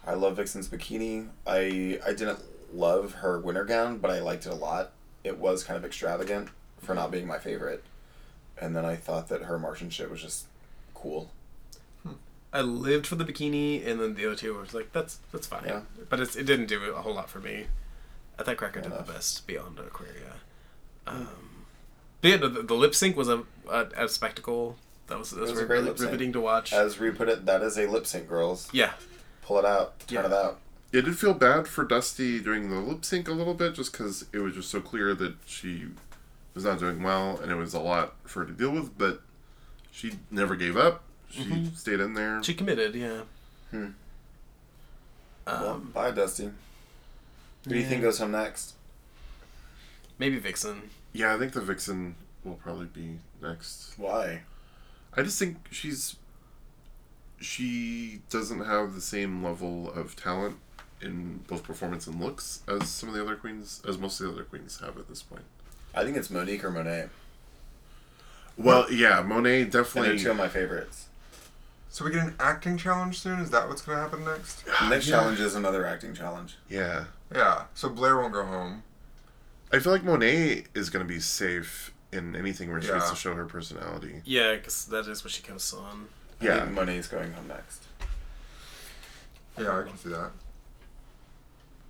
Speaker 4: I love Vixen's bikini. I I didn't love her winter gown, but I liked it a lot. It was kind of extravagant for not being my favorite. And then I thought that her Martian shit was just cool.
Speaker 3: I lived for the bikini, and then the other two was like, "That's that's fine,"
Speaker 4: Yeah.
Speaker 3: but it's, it didn't do a whole lot for me. I thought Cracker did
Speaker 4: enough.
Speaker 3: the best beyond Aquaria. Um, but yeah, no, the, the lip sync was a, a, a spectacle. That was, that was,
Speaker 4: was a
Speaker 3: very
Speaker 4: great lip sync.
Speaker 3: riveting to watch.
Speaker 4: As Reed put it, that is a lip sync, girls.
Speaker 3: yeah,
Speaker 4: Pull it out, turn it
Speaker 3: Yeah.
Speaker 4: out.
Speaker 2: It did feel bad for Dusty during the lip sync a little bit, just because it was just so clear that she was not doing well, and it was a lot for her to deal with. But she never gave up. She stayed in there.
Speaker 3: she committed. Yeah,
Speaker 4: well, bye, Dusty. Who do you think goes home next?
Speaker 3: maybe Vixen.
Speaker 2: yeah, I think the Vixen will probably be next.
Speaker 4: Why?
Speaker 2: I just think she's she doesn't have the same level of talent in both performance and looks as some of the other queens, as most of the other queens have at this point.
Speaker 4: I think it's Monique or Monet.
Speaker 2: Well, yeah, Monet
Speaker 4: And they're
Speaker 2: definitely.
Speaker 4: two of my favorites.
Speaker 5: So we get an acting challenge soon. Is that what's gonna happen next?
Speaker 4: Next
Speaker 2: yeah.
Speaker 4: challenge is another acting challenge.
Speaker 2: Yeah.
Speaker 5: Yeah. So Blair won't go home.
Speaker 2: I feel like Monet is going to be safe in anything where she gets
Speaker 5: Yeah.
Speaker 2: to show her personality.
Speaker 3: Yeah, because that is what she comes on.
Speaker 4: I
Speaker 2: Yeah.
Speaker 4: think Monet's going home next.
Speaker 5: Yeah, I can see that.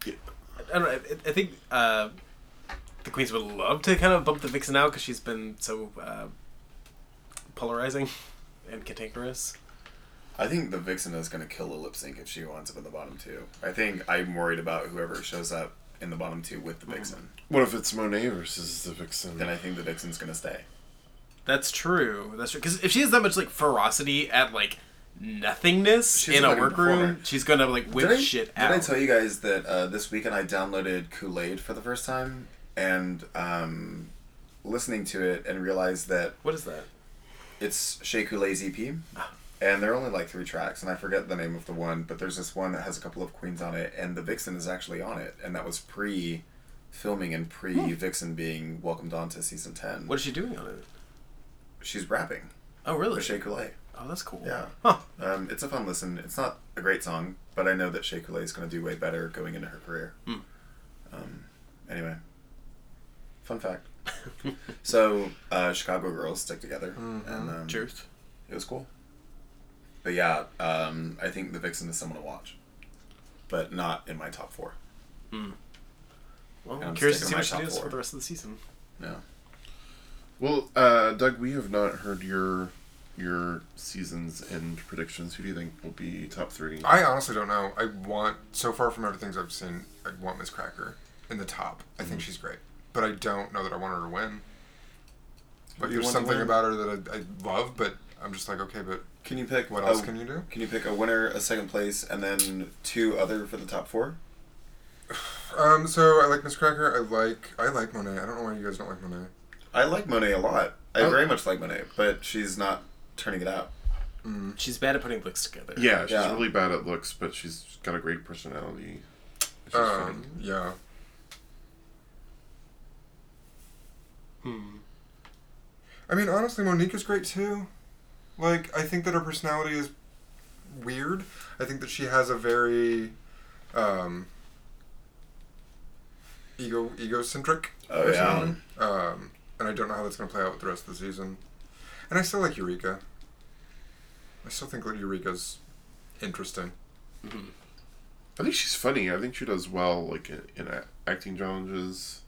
Speaker 3: I don't know. I, I think uh, the queens would love to kind of bump the vixen out because she's been so uh, polarizing [laughs] and cantankerous.
Speaker 4: I think the Vixen is going to kill the lip sync if she winds up in the bottom two. I think I'm worried about whoever shows up in the bottom two with the Vixen.
Speaker 2: What if it's Monet versus the Vixen?
Speaker 4: Then I think the Vixen's going to stay.
Speaker 3: That's true. That's true. Because if she has that much like ferocity at like nothingness
Speaker 4: She's
Speaker 3: in
Speaker 4: a
Speaker 3: a
Speaker 4: fucking
Speaker 3: workroom,
Speaker 4: performer.
Speaker 3: she's gonna like whip
Speaker 4: Did I,
Speaker 3: shit
Speaker 4: did
Speaker 3: out.
Speaker 4: I tell you guys that uh, this weekend I downloaded Kool Aid for the first time and um, listening to it and realized that
Speaker 3: What is that?
Speaker 4: it's Shea Kool Aid's EP. And there are only like three tracks, and I forget the name of the one, but there's this one that has a couple of queens on it, and the Vixen is actually on it, and that was pre filming and pre Vixen being welcomed onto season 10.
Speaker 3: What is she doing on it?
Speaker 4: She's rapping.
Speaker 3: Oh really?
Speaker 4: Shea Coulee.
Speaker 3: Oh, that's cool.
Speaker 4: Yeah.
Speaker 3: Huh.
Speaker 4: Um, it's a fun listen. It's not a great song, but I know that Shea Coulee is going to do way better going into her career. Um, anyway, fun fact. [laughs] so, uh, Chicago girls stick together, and um,
Speaker 3: Truth.
Speaker 4: it was cool. But yeah, um, I think The Vixen is someone to watch, but not in my top four.
Speaker 3: Well,
Speaker 4: I'm
Speaker 3: I'm curious to see
Speaker 4: sticking
Speaker 3: what
Speaker 4: to
Speaker 3: she
Speaker 4: my top
Speaker 3: does
Speaker 4: four.
Speaker 3: for the rest of the season.
Speaker 4: No.
Speaker 2: Well, uh, Doug, we have not heard your your season's end predictions. Who do you think will be top three?
Speaker 5: I honestly don't know. I want so far from everything I've seen, I want Miss Cracker in the top. I
Speaker 4: Mm-hmm.
Speaker 5: think she's great, but I don't know that I want her to win. But
Speaker 4: you
Speaker 5: there's
Speaker 4: want to
Speaker 5: something
Speaker 4: win?
Speaker 5: about her that I, I love, but I'm just like, okay, but
Speaker 4: Can you pick Oh.
Speaker 5: what
Speaker 4: a-
Speaker 5: else can you do?
Speaker 4: Can you pick a winner, a second place, and then two other for the top four?
Speaker 5: Um, so I like Miss Cracker. I like I like Monet. I don't know why you guys don't like Monet.
Speaker 4: I like Monet a lot. I
Speaker 2: Oh.
Speaker 4: very much like Monet, but she's not turning it out.
Speaker 3: She's bad at putting looks together.
Speaker 2: yeah, she's
Speaker 4: Mm. Yeah.
Speaker 2: really bad at looks, but she's got a great personality. She's
Speaker 5: Um,
Speaker 2: fun.
Speaker 5: yeah.
Speaker 3: Hmm.
Speaker 5: I mean, honestly, Monique is great too. Like, I think that her personality is weird. I think that she has a very um, ego egocentric
Speaker 4: Oh,
Speaker 5: personality, um, and I don't know how that's going to play out with the rest of the season. And I still like Eureka. I still think that Eureka's interesting.
Speaker 2: I think she's funny. I think she does well, like in, in a- acting challenges.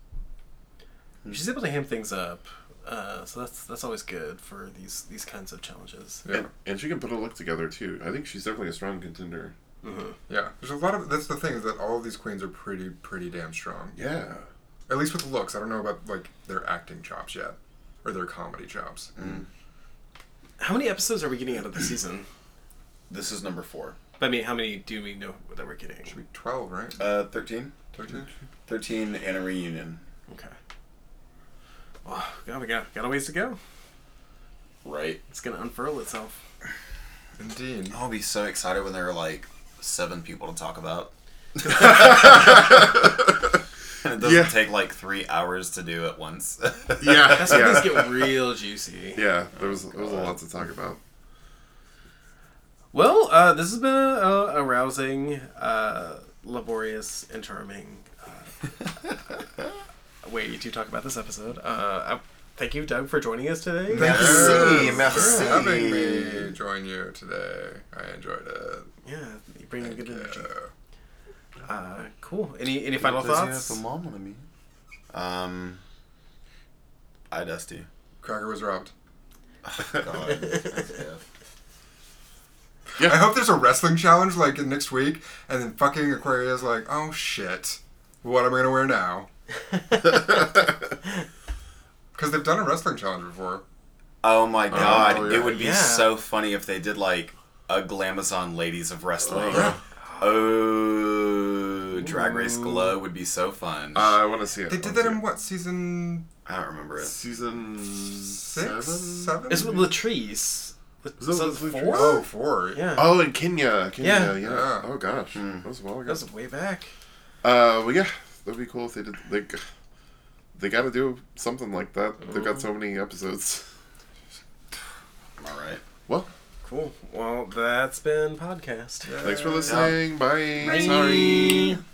Speaker 3: She's able to ham things up, uh, so that's that's always good for these these kinds of challenges.
Speaker 5: Yeah.
Speaker 2: And, and she can put a look together too. I think she's definitely a strong contender.
Speaker 5: Yeah, there's a lot of that's the thing is that all of these queens are pretty pretty damn strong.
Speaker 2: Yeah.
Speaker 5: At least with looks. I don't know about like their acting chops yet, or their comedy chops.
Speaker 3: Mm. How many episodes are we getting out of the season?
Speaker 4: This is number four.
Speaker 3: I mean, how many do we know that we're getting?
Speaker 5: Should be twelve, right?
Speaker 4: Uh, 13?
Speaker 5: Thirteen.
Speaker 4: 13 and a reunion.
Speaker 3: Okay. Well, God, we got got a ways to go.
Speaker 4: Right.
Speaker 3: It's gonna unfurl itself.
Speaker 5: Indeed.
Speaker 4: I'll be so excited when there are like seven people to talk about. [laughs] and it doesn't
Speaker 2: Yeah.
Speaker 4: take like three hours to do at once. [laughs]
Speaker 2: [laughs] Yeah.
Speaker 3: That's when
Speaker 2: yeah.
Speaker 3: things get real juicy.
Speaker 2: yeah. There was there was a lot to talk [laughs] about.
Speaker 3: Well, uh, this has been a, a, a rousing, uh, laborious, and charming uh, way to talk about this episode. Uh, I, thank you, Doug, for joining us today.
Speaker 4: Merci,
Speaker 5: Yes,
Speaker 4: merci.
Speaker 5: For having me join you today. I enjoyed it.
Speaker 3: Yeah, you bring a good energy.
Speaker 5: Yeah.
Speaker 3: Uh, cool. Any any final thoughts?
Speaker 4: Um, I dusty.
Speaker 5: Cracker was robbed.
Speaker 4: God. Yeah.
Speaker 5: I hope there's a wrestling challenge like next week, and then fucking Aquaria's like, oh shit, what am I gonna wear now?
Speaker 2: Uh,
Speaker 5: Because they've done a wrestling challenge before.
Speaker 4: Oh my god,
Speaker 2: yeah.
Speaker 4: it would be
Speaker 3: Yeah.
Speaker 4: so funny if they did like a Glamazon Ladies of Wrestling.
Speaker 2: Yeah.
Speaker 4: Oh, Drag Race Glow would be so fun.
Speaker 2: I want to see it.
Speaker 5: They
Speaker 2: I wanna
Speaker 5: did that
Speaker 2: see
Speaker 5: in
Speaker 2: it.
Speaker 5: what season
Speaker 4: I don't remember it.
Speaker 2: season
Speaker 5: six,
Speaker 2: seven.
Speaker 5: seven?
Speaker 3: It's with Latrice. Lat-
Speaker 2: Is it
Speaker 3: so
Speaker 2: with
Speaker 3: four?
Speaker 2: Latrice?
Speaker 5: Oh, four.
Speaker 3: Yeah.
Speaker 2: Oh, in Kenya, Kenya,
Speaker 3: Yeah.
Speaker 2: yeah.
Speaker 5: Yeah.
Speaker 2: Oh gosh, that was a while
Speaker 3: That
Speaker 2: ago.
Speaker 3: was way back.
Speaker 2: Uh, well, yeah, that'd be cool if they did. They, g- they got to do something like that. They've got so many episodes.
Speaker 4: All right.
Speaker 2: Well,
Speaker 3: Cool. Well, that's been podcast.
Speaker 2: thanks for listening. Bye. Sorry.
Speaker 3: Sorry.